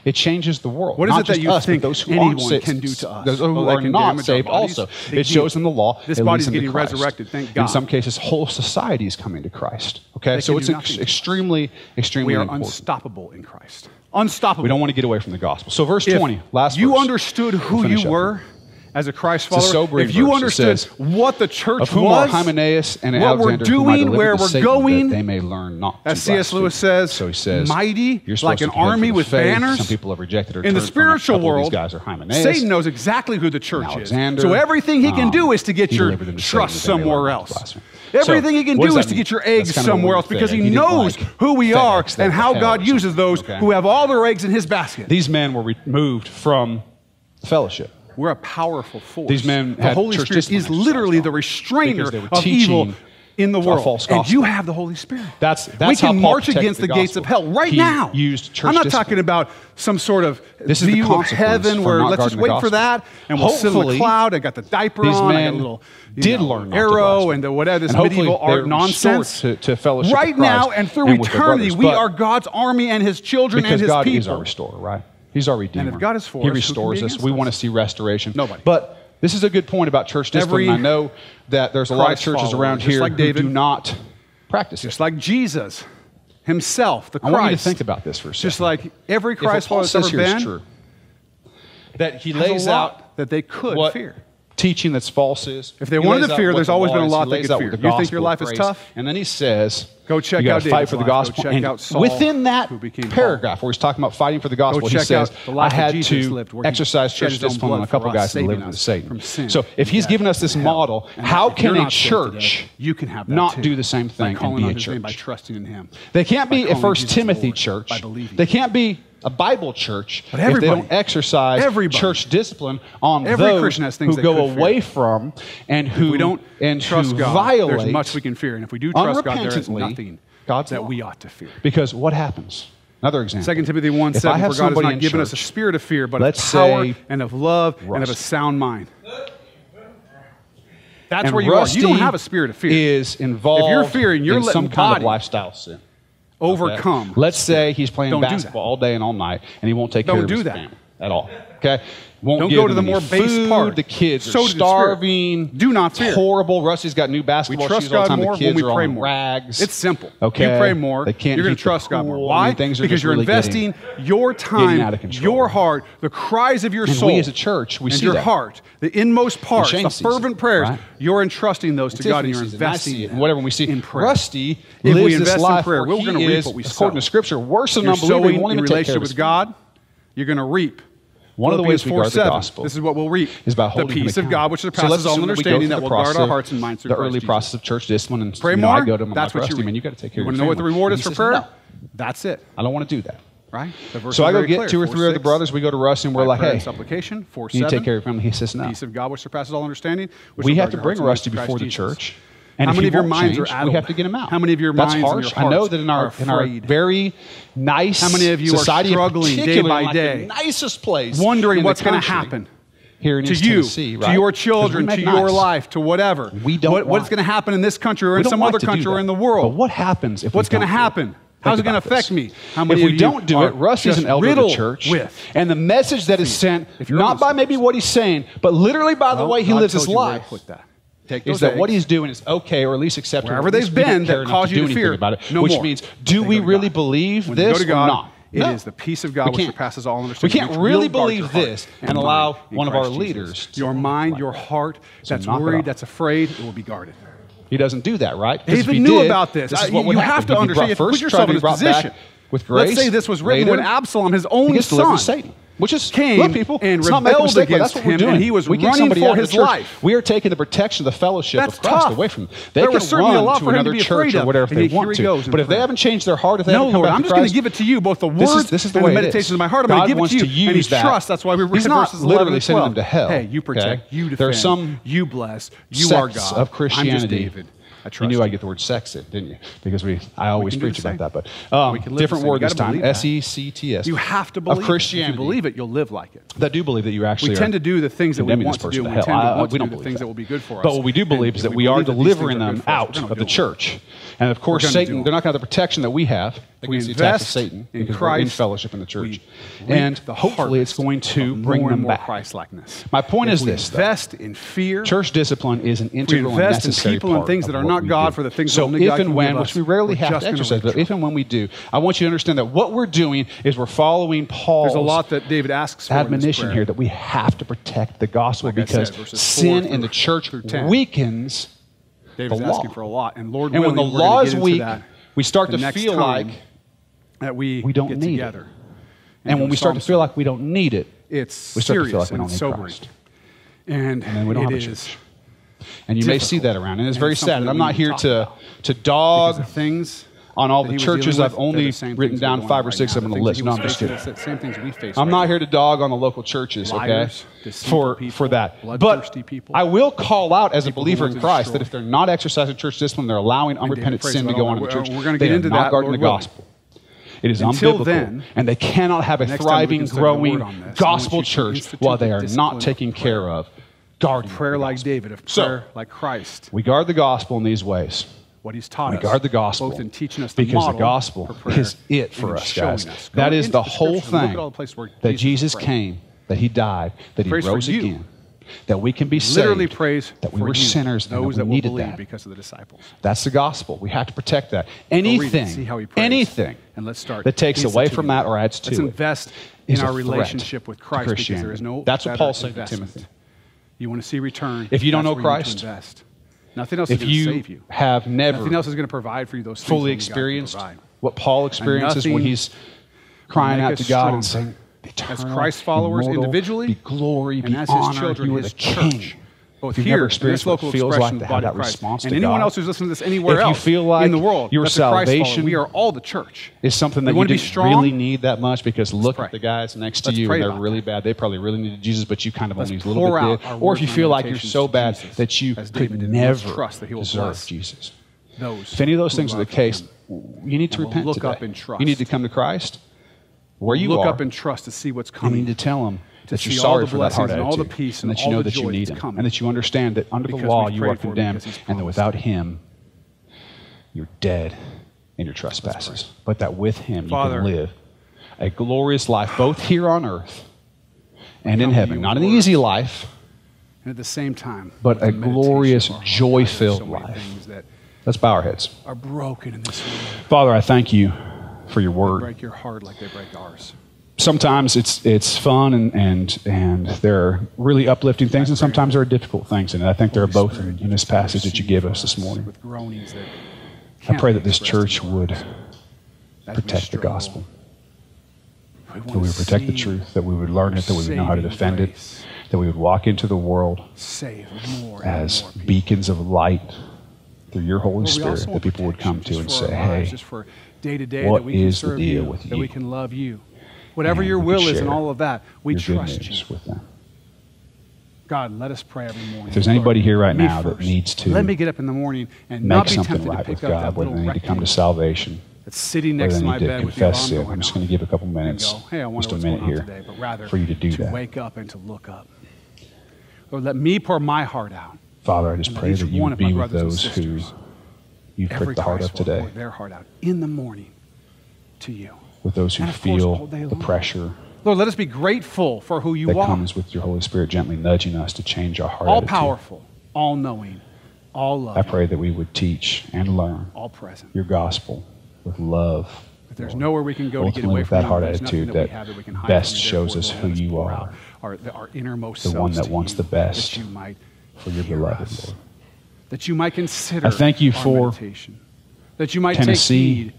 Speaker 3: it changes the world.
Speaker 2: What is
Speaker 3: Not
Speaker 2: it that
Speaker 3: just
Speaker 2: you
Speaker 3: us, but
Speaker 2: think
Speaker 3: those who
Speaker 2: anyone
Speaker 3: aren't saved,
Speaker 2: can do to us?
Speaker 3: Those
Speaker 2: Oh,
Speaker 3: who
Speaker 2: they
Speaker 3: are
Speaker 2: can
Speaker 3: not
Speaker 2: damage our
Speaker 3: saved
Speaker 2: bodies.
Speaker 3: also.
Speaker 2: They
Speaker 3: It shows
Speaker 2: do.
Speaker 3: them the law.
Speaker 2: This
Speaker 3: it
Speaker 2: body's
Speaker 3: leads them to
Speaker 2: getting
Speaker 3: Christ.
Speaker 2: resurrected, thank
Speaker 3: In
Speaker 2: God.
Speaker 3: some cases, whole society is coming to Christ. Okay,
Speaker 2: They
Speaker 3: so
Speaker 2: can
Speaker 3: it's
Speaker 2: do
Speaker 3: ex-
Speaker 2: nothing.
Speaker 3: extremely, extremely
Speaker 2: We are
Speaker 3: important.
Speaker 2: unstoppable in Christ. Unstoppable.
Speaker 3: We don't want to get away from the gospel. So verse
Speaker 2: If
Speaker 3: 20, last
Speaker 2: you
Speaker 3: verse.
Speaker 2: understood who
Speaker 3: Finish
Speaker 2: you
Speaker 3: up here.
Speaker 2: were as a Christ follower,
Speaker 3: sobering
Speaker 2: if you
Speaker 3: verse. It
Speaker 2: understood
Speaker 3: says,
Speaker 2: what the church
Speaker 3: Of whom
Speaker 2: was,
Speaker 3: are Hymenaeus and
Speaker 2: what
Speaker 3: Alexander,
Speaker 2: we're
Speaker 3: whom I
Speaker 2: doing,
Speaker 3: delivered
Speaker 2: where
Speaker 3: to
Speaker 2: we're
Speaker 3: Satan,
Speaker 2: going,
Speaker 3: that they may learn not. to
Speaker 2: as C.S.
Speaker 3: blaspheme.
Speaker 2: Lewis says,
Speaker 3: so he says,
Speaker 2: mighty,
Speaker 3: you're supposed
Speaker 2: like
Speaker 3: to
Speaker 2: an
Speaker 3: contend for
Speaker 2: army
Speaker 3: the
Speaker 2: with
Speaker 3: faith.
Speaker 2: banners.
Speaker 3: Some people have rejected or
Speaker 2: In the
Speaker 3: turned from it. A
Speaker 2: spiritual
Speaker 3: couple of these
Speaker 2: world,
Speaker 3: guys are Hymenaeus.
Speaker 2: Satan knows exactly who the church
Speaker 3: and
Speaker 2: is.
Speaker 3: Alexander.
Speaker 2: So everything he can
Speaker 3: Um,
Speaker 2: do is to get
Speaker 3: he
Speaker 2: your
Speaker 3: delivered them to Satan
Speaker 2: trust
Speaker 3: that they may
Speaker 2: somewhere
Speaker 3: learn
Speaker 2: else.
Speaker 3: not to blaspheme.
Speaker 2: Everything
Speaker 3: So
Speaker 2: he can
Speaker 3: what does
Speaker 2: do is
Speaker 3: that
Speaker 2: to
Speaker 3: mean?
Speaker 2: get your
Speaker 3: That's
Speaker 2: eggs
Speaker 3: kind of a
Speaker 2: somewhere
Speaker 3: weird
Speaker 2: else because
Speaker 3: thing.
Speaker 2: he
Speaker 3: didn't
Speaker 2: knows
Speaker 3: like
Speaker 2: who we
Speaker 3: FedEx
Speaker 2: are
Speaker 3: that
Speaker 2: and how
Speaker 3: hell or
Speaker 2: God uses
Speaker 3: something.
Speaker 2: those
Speaker 3: Okay.
Speaker 2: who have all their eggs in his basket.
Speaker 3: These men were removed from fellowship.
Speaker 2: We're a powerful force.
Speaker 3: These men
Speaker 2: the
Speaker 3: had
Speaker 2: Holy
Speaker 3: church
Speaker 2: Spirit
Speaker 3: discipline
Speaker 2: is literally the
Speaker 3: exercised on them
Speaker 2: restrainer
Speaker 3: because they were
Speaker 2: of evil
Speaker 3: teaching
Speaker 2: in the
Speaker 3: a
Speaker 2: world.
Speaker 3: false
Speaker 2: and you
Speaker 3: gospel.
Speaker 2: have the Holy Spirit.
Speaker 3: That's-
Speaker 2: we
Speaker 3: that's
Speaker 2: can
Speaker 3: how Paul
Speaker 2: march
Speaker 3: protected
Speaker 2: against the,
Speaker 3: the
Speaker 2: gates of
Speaker 3: gospel.
Speaker 2: hell right
Speaker 3: He
Speaker 2: now.
Speaker 3: used church
Speaker 2: I'm not
Speaker 3: discipline.
Speaker 2: talking about some sort of
Speaker 3: This is the
Speaker 2: view of
Speaker 3: consequence
Speaker 2: heaven
Speaker 3: for
Speaker 2: where
Speaker 3: not
Speaker 2: let's just
Speaker 3: guarding the
Speaker 2: wait for
Speaker 3: gospel.
Speaker 2: that and we'll sit in the
Speaker 3: Hopefully,
Speaker 2: cloud. I got the diaper
Speaker 3: these
Speaker 2: on. I got
Speaker 3: men
Speaker 2: a little you
Speaker 3: did
Speaker 2: know,
Speaker 3: learn not to
Speaker 2: arrow
Speaker 3: blaspheme.
Speaker 2: and the whatever this
Speaker 3: And hopefully
Speaker 2: medieval
Speaker 3: they're
Speaker 2: art nonsense.
Speaker 3: restored to- to fellowship
Speaker 2: right
Speaker 3: with
Speaker 2: now
Speaker 3: Christ
Speaker 2: and through
Speaker 3: and with their
Speaker 2: eternity,
Speaker 3: brothers.
Speaker 2: we
Speaker 3: But-
Speaker 2: are God's army and His children
Speaker 3: because
Speaker 2: and His
Speaker 3: God
Speaker 2: people.
Speaker 3: is our restorer, right? He's our redeemer.
Speaker 2: if God is for us,
Speaker 3: he
Speaker 2: who can
Speaker 3: restores
Speaker 2: be
Speaker 3: us.
Speaker 2: against
Speaker 3: We
Speaker 2: us?
Speaker 3: want to see restoration.
Speaker 2: Nobody.
Speaker 3: But This is a good point about church discipline.
Speaker 2: Every
Speaker 3: I know that there's a lot of
Speaker 2: Christ
Speaker 3: churches
Speaker 2: follower,
Speaker 3: around
Speaker 2: just
Speaker 3: here
Speaker 2: like David.
Speaker 3: who do not practice it.
Speaker 2: Just like Jesus himself, the
Speaker 3: I
Speaker 2: Christ.
Speaker 3: want you to think about this for a second.
Speaker 2: Just like every
Speaker 3: If what
Speaker 2: Christ
Speaker 3: Paul
Speaker 2: follower that's
Speaker 3: says
Speaker 2: ever
Speaker 3: here is
Speaker 2: been
Speaker 3: true, that he
Speaker 2: has a
Speaker 3: lays
Speaker 2: lot
Speaker 3: out
Speaker 2: that they could
Speaker 3: what
Speaker 2: fear.
Speaker 3: teaching that's false is.
Speaker 2: If they
Speaker 3: He
Speaker 2: wanted
Speaker 3: lays
Speaker 2: to
Speaker 3: out
Speaker 2: fear,
Speaker 3: what
Speaker 2: there's
Speaker 3: the
Speaker 2: always
Speaker 3: law
Speaker 2: been a
Speaker 3: is.
Speaker 2: lot
Speaker 3: He
Speaker 2: they
Speaker 3: lays
Speaker 2: could
Speaker 3: out
Speaker 2: fear.
Speaker 3: what the
Speaker 2: You think your
Speaker 3: gospel
Speaker 2: life is
Speaker 3: praise-
Speaker 2: tough?
Speaker 3: And then he says,
Speaker 2: Go check
Speaker 3: you gotta
Speaker 2: out David's
Speaker 3: fight for the
Speaker 2: life. Go
Speaker 3: gospel.
Speaker 2: check
Speaker 3: And
Speaker 2: out Saul,
Speaker 3: within that
Speaker 2: who became Paul.
Speaker 3: paragraph where he's talking about fighting for the gospel, he
Speaker 2: check
Speaker 3: says,
Speaker 2: out the life
Speaker 3: I
Speaker 2: that
Speaker 3: had
Speaker 2: Jesus
Speaker 3: to
Speaker 2: lived, where he
Speaker 3: exercise
Speaker 2: shed
Speaker 3: church
Speaker 2: his own
Speaker 3: discipline on
Speaker 2: blood
Speaker 3: a couple
Speaker 2: for us,
Speaker 3: guys to
Speaker 2: saving
Speaker 3: deliver to
Speaker 2: us
Speaker 3: Satan.
Speaker 2: from sin,
Speaker 3: So if he's
Speaker 2: death,
Speaker 3: given us this
Speaker 2: and hell.
Speaker 3: model,
Speaker 2: And
Speaker 3: how
Speaker 2: if
Speaker 3: can
Speaker 2: you're
Speaker 3: a
Speaker 2: not saved today,
Speaker 3: church
Speaker 2: you can have that
Speaker 3: not
Speaker 2: too,
Speaker 3: do the same thing
Speaker 2: by
Speaker 3: and
Speaker 2: calling
Speaker 3: be
Speaker 2: on
Speaker 3: a
Speaker 2: his name, by
Speaker 3: church?
Speaker 2: trusting in Him.
Speaker 3: They can't
Speaker 2: By
Speaker 3: be a
Speaker 2: calling
Speaker 3: First
Speaker 2: Jesus
Speaker 3: Timothy
Speaker 2: Lord,
Speaker 3: church.
Speaker 2: by believing.
Speaker 3: They can't be a Bible church
Speaker 2: But
Speaker 3: if they
Speaker 2: everybody-
Speaker 3: don't exercise
Speaker 2: everybody-
Speaker 3: church discipline on
Speaker 2: Every
Speaker 3: those
Speaker 2: Christian has things they
Speaker 3: who go
Speaker 2: could fear.
Speaker 3: away from and who
Speaker 2: we don't
Speaker 3: and
Speaker 2: trust
Speaker 3: who
Speaker 2: God,
Speaker 3: violate
Speaker 2: there's much we can fear. And if we do trust God, there is
Speaker 3: unrepentantly
Speaker 2: nothing
Speaker 3: God's
Speaker 2: that
Speaker 3: law.
Speaker 2: we ought to fear.
Speaker 3: Because what happens? Another example.
Speaker 2: 2 Timothy 1
Speaker 3: If I
Speaker 2: 7,
Speaker 3: have
Speaker 2: for God has
Speaker 3: somebody
Speaker 2: not
Speaker 3: in
Speaker 2: given us a
Speaker 3: church-
Speaker 2: spirit of fear, but
Speaker 3: let's
Speaker 2: of power
Speaker 3: say
Speaker 2: and of love and of a
Speaker 3: rust.
Speaker 2: sound mind. That's
Speaker 3: and
Speaker 2: where you are. You don't
Speaker 3: Rusty
Speaker 2: have a spirit of fear.
Speaker 3: Is involved.
Speaker 2: If you're fearing, you're
Speaker 3: in
Speaker 2: letting
Speaker 3: some kind
Speaker 2: body
Speaker 3: of lifestyle sin. okay?
Speaker 2: Overcome.
Speaker 3: Let's say he's playing
Speaker 2: Don't do that.
Speaker 3: basketball all day and all night, and he won't take
Speaker 2: Don't
Speaker 3: care
Speaker 2: do
Speaker 3: of his
Speaker 2: that.
Speaker 3: family at all. Okay. Won't
Speaker 2: Don't
Speaker 3: give
Speaker 2: go to
Speaker 3: them
Speaker 2: the more
Speaker 3: any
Speaker 2: base
Speaker 3: food.
Speaker 2: part.
Speaker 3: The kids
Speaker 2: So
Speaker 3: are
Speaker 2: did the Spirit.
Speaker 3: starving.
Speaker 2: Do not
Speaker 3: It's
Speaker 2: fear.
Speaker 3: Horrible. Rusty's got new
Speaker 2: We
Speaker 3: basketball
Speaker 2: trust
Speaker 3: shoes all the
Speaker 2: God
Speaker 3: time.
Speaker 2: more
Speaker 3: the kids
Speaker 2: when we
Speaker 3: are
Speaker 2: pray
Speaker 3: on
Speaker 2: more.
Speaker 3: rags.
Speaker 2: It's simple.
Speaker 3: Okay.
Speaker 2: You pray more.
Speaker 3: They can't
Speaker 2: you're
Speaker 3: going to
Speaker 2: trust God more.
Speaker 3: Cool.
Speaker 2: Why?
Speaker 3: I mean, things are
Speaker 2: because
Speaker 3: just
Speaker 2: you're
Speaker 3: really getting-
Speaker 2: investing your time,
Speaker 3: out of control.
Speaker 2: your heart, the cries of your
Speaker 3: And
Speaker 2: soul.
Speaker 3: we as a church, we
Speaker 2: and
Speaker 3: see
Speaker 2: your
Speaker 3: that.
Speaker 2: heart, the inmost parts,
Speaker 3: change
Speaker 2: the
Speaker 3: season,
Speaker 2: fervent prayers.
Speaker 3: right?
Speaker 2: You're entrusting those to
Speaker 3: It's
Speaker 2: God, and
Speaker 3: Tiffany
Speaker 2: you're
Speaker 3: season. I
Speaker 2: investing
Speaker 3: see it.
Speaker 2: in
Speaker 3: whatever we see.
Speaker 2: in prayer.
Speaker 3: Rusty
Speaker 2: If
Speaker 3: lives
Speaker 2: we
Speaker 3: this
Speaker 2: invest
Speaker 3: life
Speaker 2: in prayer,
Speaker 3: where
Speaker 2: we're
Speaker 3: he
Speaker 2: going to reap
Speaker 3: is,
Speaker 2: what we
Speaker 3: according
Speaker 2: sow.
Speaker 3: to Scripture, worse than
Speaker 2: you're
Speaker 3: unbeliever. He
Speaker 2: sowing
Speaker 3: won't
Speaker 2: in
Speaker 3: even take care
Speaker 2: relationship
Speaker 3: of his
Speaker 2: with God. You're going to reap.
Speaker 3: One of the
Speaker 2: Philippians
Speaker 3: ways we guard the
Speaker 2: 4:7.
Speaker 3: gospel
Speaker 2: This is what we'll reap.
Speaker 3: is by
Speaker 2: the
Speaker 3: holding him
Speaker 2: peace of God,
Speaker 3: accountable.
Speaker 2: which
Speaker 3: So
Speaker 2: surpasses
Speaker 3: let's
Speaker 2: all
Speaker 3: assume that we go
Speaker 2: understanding,
Speaker 3: through
Speaker 2: that
Speaker 3: the
Speaker 2: will guard our
Speaker 3: process-
Speaker 2: hearts and minds through
Speaker 3: the
Speaker 2: Christ
Speaker 3: early
Speaker 2: Jesus.
Speaker 3: process of church discipline. And
Speaker 2: Pray
Speaker 3: you know,
Speaker 2: more.
Speaker 3: I go to him.
Speaker 2: That's
Speaker 3: like,
Speaker 2: what
Speaker 3: Rusty,
Speaker 2: you
Speaker 3: man, you got to take care
Speaker 2: You
Speaker 3: of
Speaker 2: want
Speaker 3: your
Speaker 2: to know what the
Speaker 3: family."
Speaker 2: reward
Speaker 3: And
Speaker 2: is for
Speaker 3: he says,
Speaker 2: prayer?
Speaker 3: "No,
Speaker 2: That's it.
Speaker 3: I don't want to do that.
Speaker 2: Right. The verse
Speaker 3: So
Speaker 2: is
Speaker 3: I go
Speaker 2: very
Speaker 3: get
Speaker 2: clear,
Speaker 3: two or
Speaker 2: four,
Speaker 3: three other
Speaker 2: six.
Speaker 3: brothers. We go to Rusty and we're
Speaker 2: By
Speaker 3: like,
Speaker 2: prayer
Speaker 3: hey,
Speaker 2: and supplication, four,
Speaker 3: you need to
Speaker 2: seven.
Speaker 3: take care of your family. He says, no.
Speaker 2: Peace of God, which surpasses all understanding. which
Speaker 3: we
Speaker 2: will
Speaker 3: have
Speaker 2: guard
Speaker 3: to
Speaker 2: your
Speaker 3: bring
Speaker 2: hearts
Speaker 3: Rusty
Speaker 2: and minds through
Speaker 3: before
Speaker 2: Christ
Speaker 3: the
Speaker 2: Jesus.
Speaker 3: church. And
Speaker 2: How
Speaker 3: if
Speaker 2: many
Speaker 3: he
Speaker 2: of your
Speaker 3: won't
Speaker 2: minds
Speaker 3: change,
Speaker 2: are addled?
Speaker 3: We have to get him out.
Speaker 2: How many of your minds
Speaker 3: That's
Speaker 2: and
Speaker 3: harsh.
Speaker 2: your
Speaker 3: I know
Speaker 2: hearts
Speaker 3: that in our
Speaker 2: are
Speaker 3: in our
Speaker 2: afraid?
Speaker 3: very nice
Speaker 2: How many of you are
Speaker 3: society in
Speaker 2: struggling day
Speaker 3: particular,
Speaker 2: by
Speaker 3: like
Speaker 2: day,
Speaker 3: the nicest place,
Speaker 2: wondering
Speaker 3: in the
Speaker 2: what's gonna
Speaker 3: country,
Speaker 2: happen
Speaker 3: here in
Speaker 2: To
Speaker 3: East
Speaker 2: you,
Speaker 3: Tennessee, right?
Speaker 2: to your
Speaker 3: 'Cause we
Speaker 2: children,
Speaker 3: make
Speaker 2: to your
Speaker 3: nice.
Speaker 2: life, to whatever.
Speaker 3: We don't
Speaker 2: What, what's
Speaker 3: like-
Speaker 2: going to happen in this country or
Speaker 3: We
Speaker 2: in
Speaker 3: don't
Speaker 2: some
Speaker 3: like
Speaker 2: other
Speaker 3: to do
Speaker 2: country or
Speaker 3: that.
Speaker 2: in the world?
Speaker 3: But what happens if
Speaker 2: What's
Speaker 3: going
Speaker 2: gonna
Speaker 3: to
Speaker 2: happen? How's it gonna affect me? How many
Speaker 3: if
Speaker 2: of
Speaker 3: we
Speaker 2: you
Speaker 3: don't do
Speaker 2: are
Speaker 3: it, Rusty's
Speaker 2: just
Speaker 3: an elder of the
Speaker 2: riddled
Speaker 3: church,
Speaker 2: with
Speaker 3: and the message that is sent,
Speaker 2: If you're
Speaker 3: not
Speaker 2: honest
Speaker 3: by
Speaker 2: with
Speaker 3: maybe
Speaker 2: us.
Speaker 3: what he's saying, but literally by the
Speaker 2: Well,
Speaker 3: way he
Speaker 2: God
Speaker 3: lives
Speaker 2: told
Speaker 3: his
Speaker 2: you where to
Speaker 3: life,
Speaker 2: put that. Take
Speaker 3: is
Speaker 2: those
Speaker 3: that what
Speaker 2: eggs.
Speaker 3: he's doing is okay or at least acceptable.
Speaker 2: Wherever
Speaker 3: At least
Speaker 2: they've
Speaker 3: we don't
Speaker 2: been that
Speaker 3: care enough
Speaker 2: caused
Speaker 3: to
Speaker 2: you
Speaker 3: do
Speaker 2: to
Speaker 3: anything
Speaker 2: fear.
Speaker 3: about it,
Speaker 2: No
Speaker 3: which
Speaker 2: more.
Speaker 3: means do
Speaker 2: They
Speaker 3: we
Speaker 2: go to
Speaker 3: really
Speaker 2: God.
Speaker 3: believe
Speaker 2: When they go
Speaker 3: this
Speaker 2: to God,
Speaker 3: or not?
Speaker 2: it
Speaker 3: It is
Speaker 2: is the peace of God which surpasses all
Speaker 3: We
Speaker 2: understanding,
Speaker 3: can't
Speaker 2: which
Speaker 3: really
Speaker 2: will guard your
Speaker 3: believe
Speaker 2: heart
Speaker 3: this
Speaker 2: and
Speaker 3: and allow
Speaker 2: mind in
Speaker 3: one of our
Speaker 2: Christ Jesus.
Speaker 3: leaders. to
Speaker 2: Your
Speaker 3: live
Speaker 2: mind,
Speaker 3: like
Speaker 2: your
Speaker 3: that.
Speaker 2: heart,
Speaker 3: So
Speaker 2: that's
Speaker 3: knock it
Speaker 2: worried,
Speaker 3: off.
Speaker 2: that's afraid, it will be guarded.
Speaker 3: He doesn't do that, right? 'Cause if
Speaker 2: David
Speaker 3: he
Speaker 2: knew
Speaker 3: did,
Speaker 2: about this.
Speaker 3: is
Speaker 2: I-
Speaker 3: what
Speaker 2: you
Speaker 3: would
Speaker 2: have
Speaker 3: happen.
Speaker 2: to
Speaker 3: He'd be
Speaker 2: understand.
Speaker 3: brought
Speaker 2: You have to
Speaker 3: First,
Speaker 2: put yourself
Speaker 3: tried
Speaker 2: in
Speaker 3: to
Speaker 2: this
Speaker 3: be brought back
Speaker 2: position.
Speaker 3: with grace.
Speaker 2: Let's say this was written
Speaker 3: later.
Speaker 2: when Absalom, his own
Speaker 3: He gets
Speaker 2: son,
Speaker 3: delivered to Satan, which is
Speaker 2: came
Speaker 3: look, people,
Speaker 2: and
Speaker 3: let's not make a
Speaker 2: rebelled
Speaker 3: mistake, but that's
Speaker 2: against
Speaker 3: what we're
Speaker 2: him,
Speaker 3: doing.
Speaker 2: and he was
Speaker 3: we get
Speaker 2: running
Speaker 3: somebody
Speaker 2: for
Speaker 3: out of
Speaker 2: his
Speaker 3: the church.
Speaker 2: life.
Speaker 3: We are taking the protection, the fellowship
Speaker 2: That's
Speaker 3: of Christ
Speaker 2: tough.
Speaker 3: away from them. They
Speaker 2: There
Speaker 3: can
Speaker 2: was certainly a
Speaker 3: run
Speaker 2: lot
Speaker 3: to
Speaker 2: for him to
Speaker 3: another
Speaker 2: be
Speaker 3: church
Speaker 2: afraid
Speaker 3: or
Speaker 2: of,
Speaker 3: whatever
Speaker 2: and
Speaker 3: they
Speaker 2: yet here
Speaker 3: want
Speaker 2: he
Speaker 3: to.
Speaker 2: goes in
Speaker 3: But if they
Speaker 2: prayer.
Speaker 3: haven't changed their heart, if they
Speaker 2: No,
Speaker 3: haven't come
Speaker 2: Lord,
Speaker 3: back
Speaker 2: I'm
Speaker 3: to
Speaker 2: just gonna
Speaker 3: Christ,
Speaker 2: give it to you, both the
Speaker 3: this is-
Speaker 2: words
Speaker 3: this is the
Speaker 2: and the
Speaker 3: way it is.
Speaker 2: meditations of my heart, I'm gonna
Speaker 3: God
Speaker 2: give it
Speaker 3: wants
Speaker 2: to
Speaker 3: to
Speaker 2: you. And
Speaker 3: use
Speaker 2: he
Speaker 3: that.
Speaker 2: trusts. That's why we read
Speaker 3: He's not
Speaker 2: verses 11 and
Speaker 3: literally sending them
Speaker 2: 12.
Speaker 3: to hell,
Speaker 2: Hey, you protect,
Speaker 3: okay?
Speaker 2: you defend,
Speaker 3: There's some
Speaker 2: you bless, you
Speaker 3: sects
Speaker 2: are God.
Speaker 3: of Christianity.
Speaker 2: I'm just David. I trust
Speaker 3: you knew
Speaker 2: you.
Speaker 3: I get the word sex in, didn't you? Because we, I always
Speaker 2: can do the
Speaker 3: preach about
Speaker 2: same.
Speaker 3: that, but um,
Speaker 2: We can live
Speaker 3: different
Speaker 2: the same.
Speaker 3: word
Speaker 2: You
Speaker 3: this
Speaker 2: gotta
Speaker 3: time.
Speaker 2: believe that.
Speaker 3: S e c t s.
Speaker 2: You have to believe
Speaker 3: of
Speaker 2: it.
Speaker 3: Christianity.
Speaker 2: If you believe it, you'll live like it.
Speaker 3: that do believe that you actually
Speaker 2: We
Speaker 3: are
Speaker 2: tend to do the things that we
Speaker 3: condemning
Speaker 2: want
Speaker 3: this
Speaker 2: to
Speaker 3: person
Speaker 2: do. and
Speaker 3: hell.
Speaker 2: We tend to
Speaker 3: I- I-
Speaker 2: want to
Speaker 3: we don't
Speaker 2: do the
Speaker 3: believe
Speaker 2: things that.
Speaker 3: that
Speaker 2: will be good for us.
Speaker 3: But what we do
Speaker 2: And
Speaker 3: believe
Speaker 2: if
Speaker 3: is that we are
Speaker 2: believe these things
Speaker 3: delivering
Speaker 2: are good
Speaker 3: them
Speaker 2: for us, we're
Speaker 3: out
Speaker 2: gonna
Speaker 3: of
Speaker 2: do
Speaker 3: the
Speaker 2: them.
Speaker 3: church, and of course
Speaker 2: We're gonna do
Speaker 3: Satan.
Speaker 2: them.
Speaker 3: They're not going to have the protection that we have
Speaker 2: We
Speaker 3: against the attacks of
Speaker 2: invest
Speaker 3: Satan
Speaker 2: in
Speaker 3: because we're in
Speaker 2: Christ,
Speaker 3: fellowship in the church,
Speaker 2: we reap
Speaker 3: and
Speaker 2: the
Speaker 3: hopefully it's
Speaker 2: harvest
Speaker 3: going to
Speaker 2: of
Speaker 3: bring
Speaker 2: more
Speaker 3: them
Speaker 2: and more
Speaker 3: back.
Speaker 2: Christ-likeness.
Speaker 3: My point
Speaker 2: If
Speaker 3: is
Speaker 2: we
Speaker 3: this: though.
Speaker 2: Invest in fear.
Speaker 3: Church discipline is an
Speaker 2: we
Speaker 3: integral and
Speaker 2: invest in
Speaker 3: necessary
Speaker 2: people and
Speaker 3: part
Speaker 2: things
Speaker 3: of
Speaker 2: that are
Speaker 3: what
Speaker 2: not
Speaker 3: we
Speaker 2: God
Speaker 3: do.
Speaker 2: for the things that
Speaker 3: so
Speaker 2: only God
Speaker 3: if and
Speaker 2: can
Speaker 3: when,
Speaker 2: give
Speaker 3: which
Speaker 2: us,
Speaker 3: we rarely
Speaker 2: we're
Speaker 3: have
Speaker 2: just
Speaker 3: to
Speaker 2: gonna
Speaker 3: exercise, but
Speaker 2: reach
Speaker 3: if and when we do, I want you to understand that what we're doing is we're following Paul's
Speaker 2: There's a lot that David asks for. in this
Speaker 3: admonition
Speaker 2: prayer.
Speaker 3: here that we have to protect the gospel
Speaker 2: I
Speaker 3: because
Speaker 2: said, verses
Speaker 3: sin
Speaker 2: four
Speaker 3: in the
Speaker 2: through-
Speaker 3: church
Speaker 2: through 10.
Speaker 3: weakens
Speaker 2: David's
Speaker 3: the law.
Speaker 2: asking for a lot, and Lord,
Speaker 3: and when the
Speaker 2: willing, we're
Speaker 3: law
Speaker 2: gonna
Speaker 3: is
Speaker 2: get into
Speaker 3: weak,
Speaker 2: that
Speaker 3: we start
Speaker 2: the
Speaker 3: to
Speaker 2: next
Speaker 3: feel
Speaker 2: time
Speaker 3: like,
Speaker 2: that we
Speaker 3: we don't
Speaker 2: get
Speaker 3: need it.
Speaker 2: together.
Speaker 3: and when
Speaker 2: in
Speaker 3: we start to
Speaker 2: Psalms-
Speaker 3: feel like we don't need it,
Speaker 2: it's
Speaker 3: we start to
Speaker 2: serious
Speaker 3: feel like we
Speaker 2: and
Speaker 3: don't
Speaker 2: it's
Speaker 3: need
Speaker 2: sobering,
Speaker 3: Christ.
Speaker 2: and,
Speaker 3: and then we don't
Speaker 2: it
Speaker 3: have a
Speaker 2: is
Speaker 3: church. And you may see
Speaker 2: difficult.
Speaker 3: that around, and it's
Speaker 2: And
Speaker 3: very
Speaker 2: it's
Speaker 3: sad.
Speaker 2: something
Speaker 3: And
Speaker 2: that
Speaker 3: I'm
Speaker 2: we
Speaker 3: not
Speaker 2: need to
Speaker 3: here
Speaker 2: talk
Speaker 3: to
Speaker 2: about.
Speaker 3: to
Speaker 2: because
Speaker 3: dog
Speaker 2: the things
Speaker 3: on all the
Speaker 2: that he was dealing
Speaker 3: churches. I've
Speaker 2: with, they're
Speaker 3: only
Speaker 2: the same
Speaker 3: written
Speaker 2: things that are
Speaker 3: down
Speaker 2: going
Speaker 3: five or
Speaker 2: right
Speaker 3: six
Speaker 2: now,
Speaker 3: of them
Speaker 2: the
Speaker 3: on the
Speaker 2: things
Speaker 3: list.
Speaker 2: he
Speaker 3: No,
Speaker 2: was
Speaker 3: I'm just
Speaker 2: facing,
Speaker 3: kidding.
Speaker 2: the same things we face.
Speaker 3: I'm
Speaker 2: right
Speaker 3: not
Speaker 2: now.
Speaker 3: here to dog on the local churches,
Speaker 2: Liars,
Speaker 3: okay?
Speaker 2: deceitful
Speaker 3: For
Speaker 2: people,
Speaker 3: for that, but
Speaker 2: bloodthirsty people.
Speaker 3: I will call out as a believer
Speaker 2: want
Speaker 3: in
Speaker 2: to
Speaker 3: Christ that
Speaker 2: destroy.
Speaker 3: if they're not exercising church discipline, they're allowing
Speaker 2: David
Speaker 3: unrepentant
Speaker 2: prays
Speaker 3: sin to
Speaker 2: about
Speaker 3: go
Speaker 2: all
Speaker 3: on in the
Speaker 2: that.
Speaker 3: church.
Speaker 2: We're- we're gonna
Speaker 3: They
Speaker 2: get
Speaker 3: are
Speaker 2: into
Speaker 3: not
Speaker 2: that,
Speaker 3: guarding
Speaker 2: Lord
Speaker 3: the
Speaker 2: willing.
Speaker 3: gospel. It is
Speaker 2: Until
Speaker 3: unbiblical,
Speaker 2: then,
Speaker 3: and they cannot have a
Speaker 2: next time we
Speaker 3: thriving,
Speaker 2: consider the
Speaker 3: growing
Speaker 2: word on this, I
Speaker 3: gospel
Speaker 2: want you to
Speaker 3: church
Speaker 2: institute
Speaker 3: while they
Speaker 2: the
Speaker 3: are
Speaker 2: discipline
Speaker 3: not
Speaker 2: of
Speaker 3: taking care of guarding
Speaker 2: prayer
Speaker 3: the
Speaker 2: like
Speaker 3: gospel.
Speaker 2: David, of
Speaker 3: So-
Speaker 2: prayer like Christ.
Speaker 3: We guard the gospel in these ways.
Speaker 2: What he's taught
Speaker 3: We
Speaker 2: us,
Speaker 3: guard the gospel
Speaker 2: both in teaching us the
Speaker 3: because
Speaker 2: model
Speaker 3: the gospel
Speaker 2: for prayer
Speaker 3: is it for
Speaker 2: and in
Speaker 3: us,
Speaker 2: showing
Speaker 3: guys.
Speaker 2: us. Go
Speaker 3: That is
Speaker 2: into
Speaker 3: the
Speaker 2: Scripture and
Speaker 3: whole
Speaker 2: look
Speaker 3: thing
Speaker 2: at all the places where
Speaker 3: that
Speaker 2: Jesus
Speaker 3: Jesus
Speaker 2: prayed.
Speaker 3: came, that He died, that He
Speaker 2: Prays for
Speaker 3: rose
Speaker 2: you.
Speaker 3: again. that we can be
Speaker 2: Literally
Speaker 3: saved,
Speaker 2: praise
Speaker 3: that we
Speaker 2: for
Speaker 3: were
Speaker 2: you,
Speaker 3: sinners, and
Speaker 2: those
Speaker 3: that
Speaker 2: that
Speaker 3: we
Speaker 2: will
Speaker 3: needed
Speaker 2: believe
Speaker 3: that.
Speaker 2: because of the disciples.
Speaker 3: That's the gospel. We have to protect that.
Speaker 2: Go read it,
Speaker 3: Anything,
Speaker 2: see how he prays.
Speaker 3: anything,
Speaker 2: and let's start
Speaker 3: that takes away from
Speaker 2: instituting
Speaker 3: that or adds to
Speaker 2: let's
Speaker 3: it
Speaker 2: invest
Speaker 3: is
Speaker 2: in
Speaker 3: a
Speaker 2: our
Speaker 3: threat
Speaker 2: relationship with
Speaker 3: to
Speaker 2: Christ because there
Speaker 3: Christianity.
Speaker 2: is no.
Speaker 3: That's what
Speaker 2: better
Speaker 3: Paul said to
Speaker 2: investment.
Speaker 3: Timothy.
Speaker 2: You want to see return.
Speaker 3: If you
Speaker 2: that's
Speaker 3: don't know
Speaker 2: where need to
Speaker 3: Christ,
Speaker 2: invest. nothing else is
Speaker 3: if
Speaker 2: going to
Speaker 3: you
Speaker 2: save you.
Speaker 3: have never
Speaker 2: nothing else is going to provide for you those things
Speaker 3: fully
Speaker 2: only God can
Speaker 3: experienced
Speaker 2: provide.
Speaker 3: what Paul experiences when
Speaker 2: nothing
Speaker 3: he's crying
Speaker 2: will make
Speaker 3: out to
Speaker 2: us
Speaker 3: God and
Speaker 2: stronger.
Speaker 3: saying,
Speaker 2: As
Speaker 3: "Eternal,
Speaker 2: Christ followers
Speaker 3: immortal,
Speaker 2: individually,
Speaker 3: be glory,
Speaker 2: and
Speaker 3: be
Speaker 2: as
Speaker 3: honor,
Speaker 2: his children,
Speaker 3: you are
Speaker 2: his
Speaker 3: the
Speaker 2: church,
Speaker 3: king."
Speaker 2: both
Speaker 3: If you've
Speaker 2: here,
Speaker 3: never
Speaker 2: in
Speaker 3: experienced
Speaker 2: this local
Speaker 3: what it feels
Speaker 2: expression,
Speaker 3: like to
Speaker 2: body
Speaker 3: have
Speaker 2: of
Speaker 3: that
Speaker 2: Christ,
Speaker 3: response
Speaker 2: and
Speaker 3: to
Speaker 2: anyone
Speaker 3: God,
Speaker 2: else who's listening to this anywhere
Speaker 3: if you
Speaker 2: else
Speaker 3: feel like
Speaker 2: in the world,
Speaker 3: your
Speaker 2: that's a Christ follower.
Speaker 3: salvation
Speaker 2: we are all the church.
Speaker 3: is something that
Speaker 2: we
Speaker 3: you
Speaker 2: want to
Speaker 3: didn't
Speaker 2: be strong.
Speaker 3: really need that much because look
Speaker 2: pray.
Speaker 3: at the guys next to
Speaker 2: Let's
Speaker 3: you
Speaker 2: pray
Speaker 3: and they're
Speaker 2: about
Speaker 3: really bad. They probably really needed Jesus, but you kind of
Speaker 2: Let's
Speaker 3: only a little
Speaker 2: pour
Speaker 3: bit
Speaker 2: out
Speaker 3: did.
Speaker 2: our
Speaker 3: Or if
Speaker 2: words
Speaker 3: you
Speaker 2: and
Speaker 3: feel like you're
Speaker 2: meditations
Speaker 3: so
Speaker 2: to
Speaker 3: bad
Speaker 2: Jesus,
Speaker 3: that you
Speaker 2: as
Speaker 3: could
Speaker 2: David did. Let's
Speaker 3: never
Speaker 2: trust that he will
Speaker 3: deserve
Speaker 2: bless
Speaker 3: Jesus.
Speaker 2: Those
Speaker 3: If any of those
Speaker 2: who
Speaker 3: things are the
Speaker 2: love
Speaker 3: case,
Speaker 2: him.
Speaker 3: you need to
Speaker 2: And we'll
Speaker 3: repent
Speaker 2: look
Speaker 3: today.
Speaker 2: up and trust.
Speaker 3: You need to come to Christ where you
Speaker 2: look
Speaker 3: are.
Speaker 2: up and trust to see what's
Speaker 3: you
Speaker 2: coming.
Speaker 3: need to tell him
Speaker 2: to
Speaker 3: that you're
Speaker 2: see all
Speaker 3: sorry
Speaker 2: the
Speaker 3: for that hard
Speaker 2: blessings and
Speaker 3: attitude,
Speaker 2: all the peace
Speaker 3: and
Speaker 2: and
Speaker 3: that you
Speaker 2: all
Speaker 3: know
Speaker 2: the
Speaker 3: that you
Speaker 2: joy
Speaker 3: need
Speaker 2: that's
Speaker 3: him,
Speaker 2: coming.
Speaker 3: and that you understand that under the
Speaker 2: Because
Speaker 3: law
Speaker 2: we
Speaker 3: you are
Speaker 2: prayed for him
Speaker 3: condemned,
Speaker 2: because he's
Speaker 3: and that
Speaker 2: promised.
Speaker 3: without him you're dead in your trespasses, but that with him
Speaker 2: Father.
Speaker 3: you can live a glorious life, both here on earth and in
Speaker 2: Come to
Speaker 3: heaven.
Speaker 2: you,
Speaker 3: Not an
Speaker 2: Lord.
Speaker 3: easy life,
Speaker 2: and at the same time, with
Speaker 3: But
Speaker 2: the
Speaker 3: a
Speaker 2: meditation of
Speaker 3: glorious,
Speaker 2: our heart, there's
Speaker 3: joy-filled
Speaker 2: so many
Speaker 3: life.
Speaker 2: Things that
Speaker 3: let's bow our heads.
Speaker 2: are broken in this world.
Speaker 3: Father, I thank you for your
Speaker 2: They
Speaker 3: word.
Speaker 2: break your heart like they break ours.
Speaker 3: sometimes it's it's fun and and and there are really uplifting things and sometimes there are difficult things and I think there are both in, in this passage that you gave us this morning.
Speaker 2: With groanings that
Speaker 3: I
Speaker 2: can't
Speaker 3: pray
Speaker 2: be
Speaker 3: that this
Speaker 2: expressed
Speaker 3: church
Speaker 2: in words.
Speaker 3: would
Speaker 2: As we
Speaker 3: protect the
Speaker 2: struggle,
Speaker 3: gospel,
Speaker 2: We
Speaker 3: that we would protect the truth, that we would learn it, that we would know how to defend it, that we would walk into the world
Speaker 2: Save more and
Speaker 3: as
Speaker 2: more people.
Speaker 3: beacons of light through your Holy
Speaker 2: But we also
Speaker 3: Spirit that
Speaker 2: want
Speaker 3: people would come to
Speaker 2: protection
Speaker 3: and
Speaker 2: just for
Speaker 3: say,
Speaker 2: our lives,
Speaker 3: hey,
Speaker 2: just for day to day
Speaker 3: what
Speaker 2: that we can
Speaker 3: is the
Speaker 2: serve
Speaker 3: deal
Speaker 2: you,
Speaker 3: with
Speaker 2: that
Speaker 3: you?
Speaker 2: we can love you, whatever
Speaker 3: And
Speaker 2: your
Speaker 3: we
Speaker 2: will
Speaker 3: can
Speaker 2: is, and
Speaker 3: share
Speaker 2: all of that. We
Speaker 3: your good
Speaker 2: trust you,
Speaker 3: news with them.
Speaker 2: God. Let us pray every morning.
Speaker 3: If there's anybody
Speaker 2: Lord,
Speaker 3: here right
Speaker 2: me
Speaker 3: now that
Speaker 2: first.
Speaker 3: needs to
Speaker 2: let me get up in the morning and not
Speaker 3: Make
Speaker 2: be
Speaker 3: something
Speaker 2: tempted to
Speaker 3: right
Speaker 2: pick
Speaker 3: with
Speaker 2: up
Speaker 3: God,
Speaker 2: that
Speaker 3: whether
Speaker 2: little
Speaker 3: they need to come
Speaker 2: rectangle
Speaker 3: to salvation
Speaker 2: that's sitting
Speaker 3: Whether
Speaker 2: next to
Speaker 3: they
Speaker 2: my
Speaker 3: need to
Speaker 2: bed with the
Speaker 3: confess
Speaker 2: alarm
Speaker 3: it. I'm just
Speaker 2: going
Speaker 3: going to give a couple minutes,
Speaker 2: off and go, hey, I wonder
Speaker 3: just a
Speaker 2: what's
Speaker 3: minute
Speaker 2: going on
Speaker 3: here,
Speaker 2: today, but rather
Speaker 3: for you to do
Speaker 2: to
Speaker 3: that.
Speaker 2: wake up and to look up. Lord, let me pour my heart out.
Speaker 3: Father, I just
Speaker 2: and let
Speaker 3: pray
Speaker 2: each
Speaker 3: that you
Speaker 2: one
Speaker 3: would
Speaker 2: of my
Speaker 3: be with
Speaker 2: brothers and
Speaker 3: those who
Speaker 2: sisters,
Speaker 3: you
Speaker 2: Every
Speaker 3: prick the heart
Speaker 2: Christ
Speaker 3: of
Speaker 2: will
Speaker 3: today,
Speaker 2: pour their heart out in the morning to you.
Speaker 3: with those who
Speaker 2: And of course,
Speaker 3: feel
Speaker 2: all day
Speaker 3: the
Speaker 2: long.
Speaker 3: pressure
Speaker 2: Lord, let us be grateful for who you
Speaker 3: that
Speaker 2: are.
Speaker 3: comes with your Holy Spirit gently nudging us to change our heart
Speaker 2: all
Speaker 3: attitude.
Speaker 2: powerful, all knowing, all
Speaker 3: I
Speaker 2: loving,
Speaker 3: pray that we would teach and learn
Speaker 2: all present.
Speaker 3: your gospel with love.
Speaker 2: But there's
Speaker 3: Lord.
Speaker 2: nowhere we can go to get
Speaker 3: Ultimately,
Speaker 2: away
Speaker 3: with
Speaker 2: from
Speaker 3: that
Speaker 2: you.
Speaker 3: hard
Speaker 2: There's nothing that,
Speaker 3: attitude
Speaker 2: we
Speaker 3: that
Speaker 2: have that we can hide
Speaker 3: best
Speaker 2: from you.
Speaker 3: shows
Speaker 2: Therefore,
Speaker 3: us
Speaker 2: Lord,
Speaker 3: who
Speaker 2: let us
Speaker 3: you
Speaker 2: pour
Speaker 3: are.
Speaker 2: out Our, the- our innermost
Speaker 3: The one
Speaker 2: selves
Speaker 3: that
Speaker 2: to
Speaker 3: wants
Speaker 2: you,
Speaker 3: the best
Speaker 2: that you might
Speaker 3: for your
Speaker 2: hear
Speaker 3: beloved,
Speaker 2: us,
Speaker 3: Lord.
Speaker 2: that you might consider.
Speaker 3: I thank you
Speaker 2: our
Speaker 3: for
Speaker 2: meditation, that you might
Speaker 3: Tennessee
Speaker 2: take heed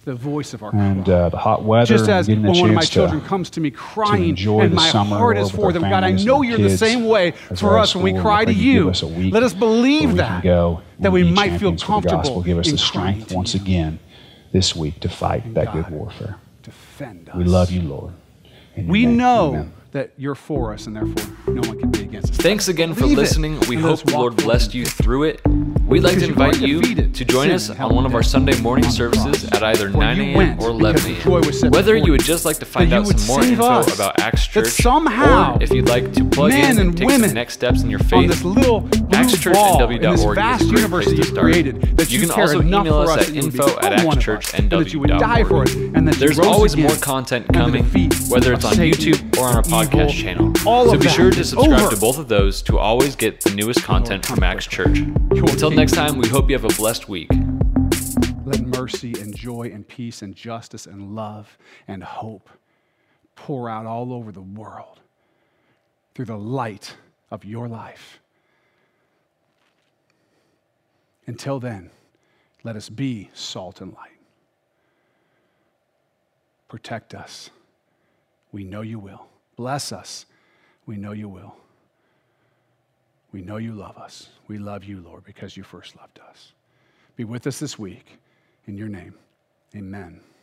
Speaker 2: to the voice of our
Speaker 3: And
Speaker 2: cry.
Speaker 3: uh, the hot weather,
Speaker 2: Just as
Speaker 3: and
Speaker 2: when
Speaker 3: getting a
Speaker 2: one of my
Speaker 3: chance to
Speaker 2: children comes to me crying,
Speaker 3: enjoy
Speaker 2: and
Speaker 3: the
Speaker 2: my
Speaker 3: summer
Speaker 2: heart
Speaker 3: or
Speaker 2: is
Speaker 3: with
Speaker 2: for
Speaker 3: our
Speaker 2: them, God, I
Speaker 3: families and
Speaker 2: know
Speaker 3: our
Speaker 2: you're the
Speaker 3: kids
Speaker 2: same way
Speaker 3: as
Speaker 2: for
Speaker 3: they're at
Speaker 2: us when we
Speaker 3: school.
Speaker 2: cry
Speaker 3: Lord,
Speaker 2: to
Speaker 3: you give
Speaker 2: you.
Speaker 3: us a week
Speaker 2: Let us
Speaker 3: where
Speaker 2: believe
Speaker 3: we
Speaker 2: that,
Speaker 3: can go
Speaker 2: that
Speaker 3: and
Speaker 2: we
Speaker 3: be
Speaker 2: might feel
Speaker 3: champions for the gospel.
Speaker 2: comfortable.
Speaker 3: Give us
Speaker 2: in
Speaker 3: the
Speaker 2: crying
Speaker 3: strength
Speaker 2: to
Speaker 3: once
Speaker 2: you.
Speaker 3: again this week to fight that good
Speaker 2: God.
Speaker 3: warfare.
Speaker 2: Defend us.
Speaker 3: We love you, Lord. In your
Speaker 2: We
Speaker 3: name,
Speaker 2: know
Speaker 3: amen.
Speaker 2: that you're for us, and therefore no one can be against us.
Speaker 1: Thanks again for
Speaker 2: Believe it,
Speaker 1: listening. We
Speaker 2: and
Speaker 1: hope
Speaker 2: let's
Speaker 1: the
Speaker 2: walk
Speaker 1: Lord
Speaker 2: forward.
Speaker 1: blessed you through it. We'd like to
Speaker 2: Because you
Speaker 1: invite
Speaker 2: already
Speaker 1: you
Speaker 2: defeated
Speaker 1: to join
Speaker 2: sin
Speaker 1: us
Speaker 2: and
Speaker 1: on one of our
Speaker 2: death
Speaker 1: Sunday morning
Speaker 2: on the
Speaker 1: services
Speaker 2: cross,
Speaker 1: at either
Speaker 2: where
Speaker 1: 9
Speaker 2: you
Speaker 1: a.m.
Speaker 2: went
Speaker 1: or
Speaker 2: because
Speaker 1: 11
Speaker 2: the joy was set
Speaker 1: a.m. Whether
Speaker 2: before
Speaker 1: you would
Speaker 2: you,
Speaker 1: just like to
Speaker 2: that
Speaker 1: find
Speaker 2: you
Speaker 1: out
Speaker 2: would
Speaker 1: some more
Speaker 2: save
Speaker 1: info
Speaker 2: us,
Speaker 1: about Acts
Speaker 2: that
Speaker 1: Church,
Speaker 2: somehow
Speaker 1: or if you'd like to plug in
Speaker 2: men and
Speaker 1: and take some
Speaker 2: women
Speaker 1: next steps in your
Speaker 2: on
Speaker 1: faith,
Speaker 2: this little blue
Speaker 1: Acts Church
Speaker 2: ball
Speaker 1: and
Speaker 2: in this
Speaker 1: NW.org
Speaker 2: vast
Speaker 1: is a great
Speaker 2: universe
Speaker 1: place to
Speaker 2: that you
Speaker 1: start.
Speaker 2: created, that
Speaker 1: you
Speaker 2: you
Speaker 1: can
Speaker 2: care
Speaker 1: also
Speaker 2: enough
Speaker 1: email
Speaker 2: for
Speaker 1: us
Speaker 2: us
Speaker 1: at
Speaker 2: that you would
Speaker 1: info
Speaker 2: become
Speaker 1: at
Speaker 2: one of us, and
Speaker 1: axchurchnw.org.
Speaker 2: that you would die for it, and that you
Speaker 1: There's
Speaker 2: rose
Speaker 1: always
Speaker 2: again
Speaker 1: more content
Speaker 2: under the
Speaker 1: coming,
Speaker 2: feet
Speaker 1: whether it's
Speaker 2: of
Speaker 1: on
Speaker 2: Satan,
Speaker 1: YouTube or on our
Speaker 2: evil,
Speaker 1: podcast channel.
Speaker 2: all
Speaker 1: so
Speaker 2: of
Speaker 1: be
Speaker 2: that
Speaker 1: sure to
Speaker 2: is
Speaker 1: subscribe
Speaker 2: over.
Speaker 1: to both of those to always get the newest content from Axe Church. Until
Speaker 2: kingdom
Speaker 1: next time, we hope you have a blessed week.
Speaker 2: Let mercy and joy and peace and justice and love and hope pour out all over the world through the light of your life. Until then, let us be salt and light. Protect us. We know you will. Bless us. We know you will. We know you love us. We love you, Lord, because you first loved us. Be with us this week. In your name, amen.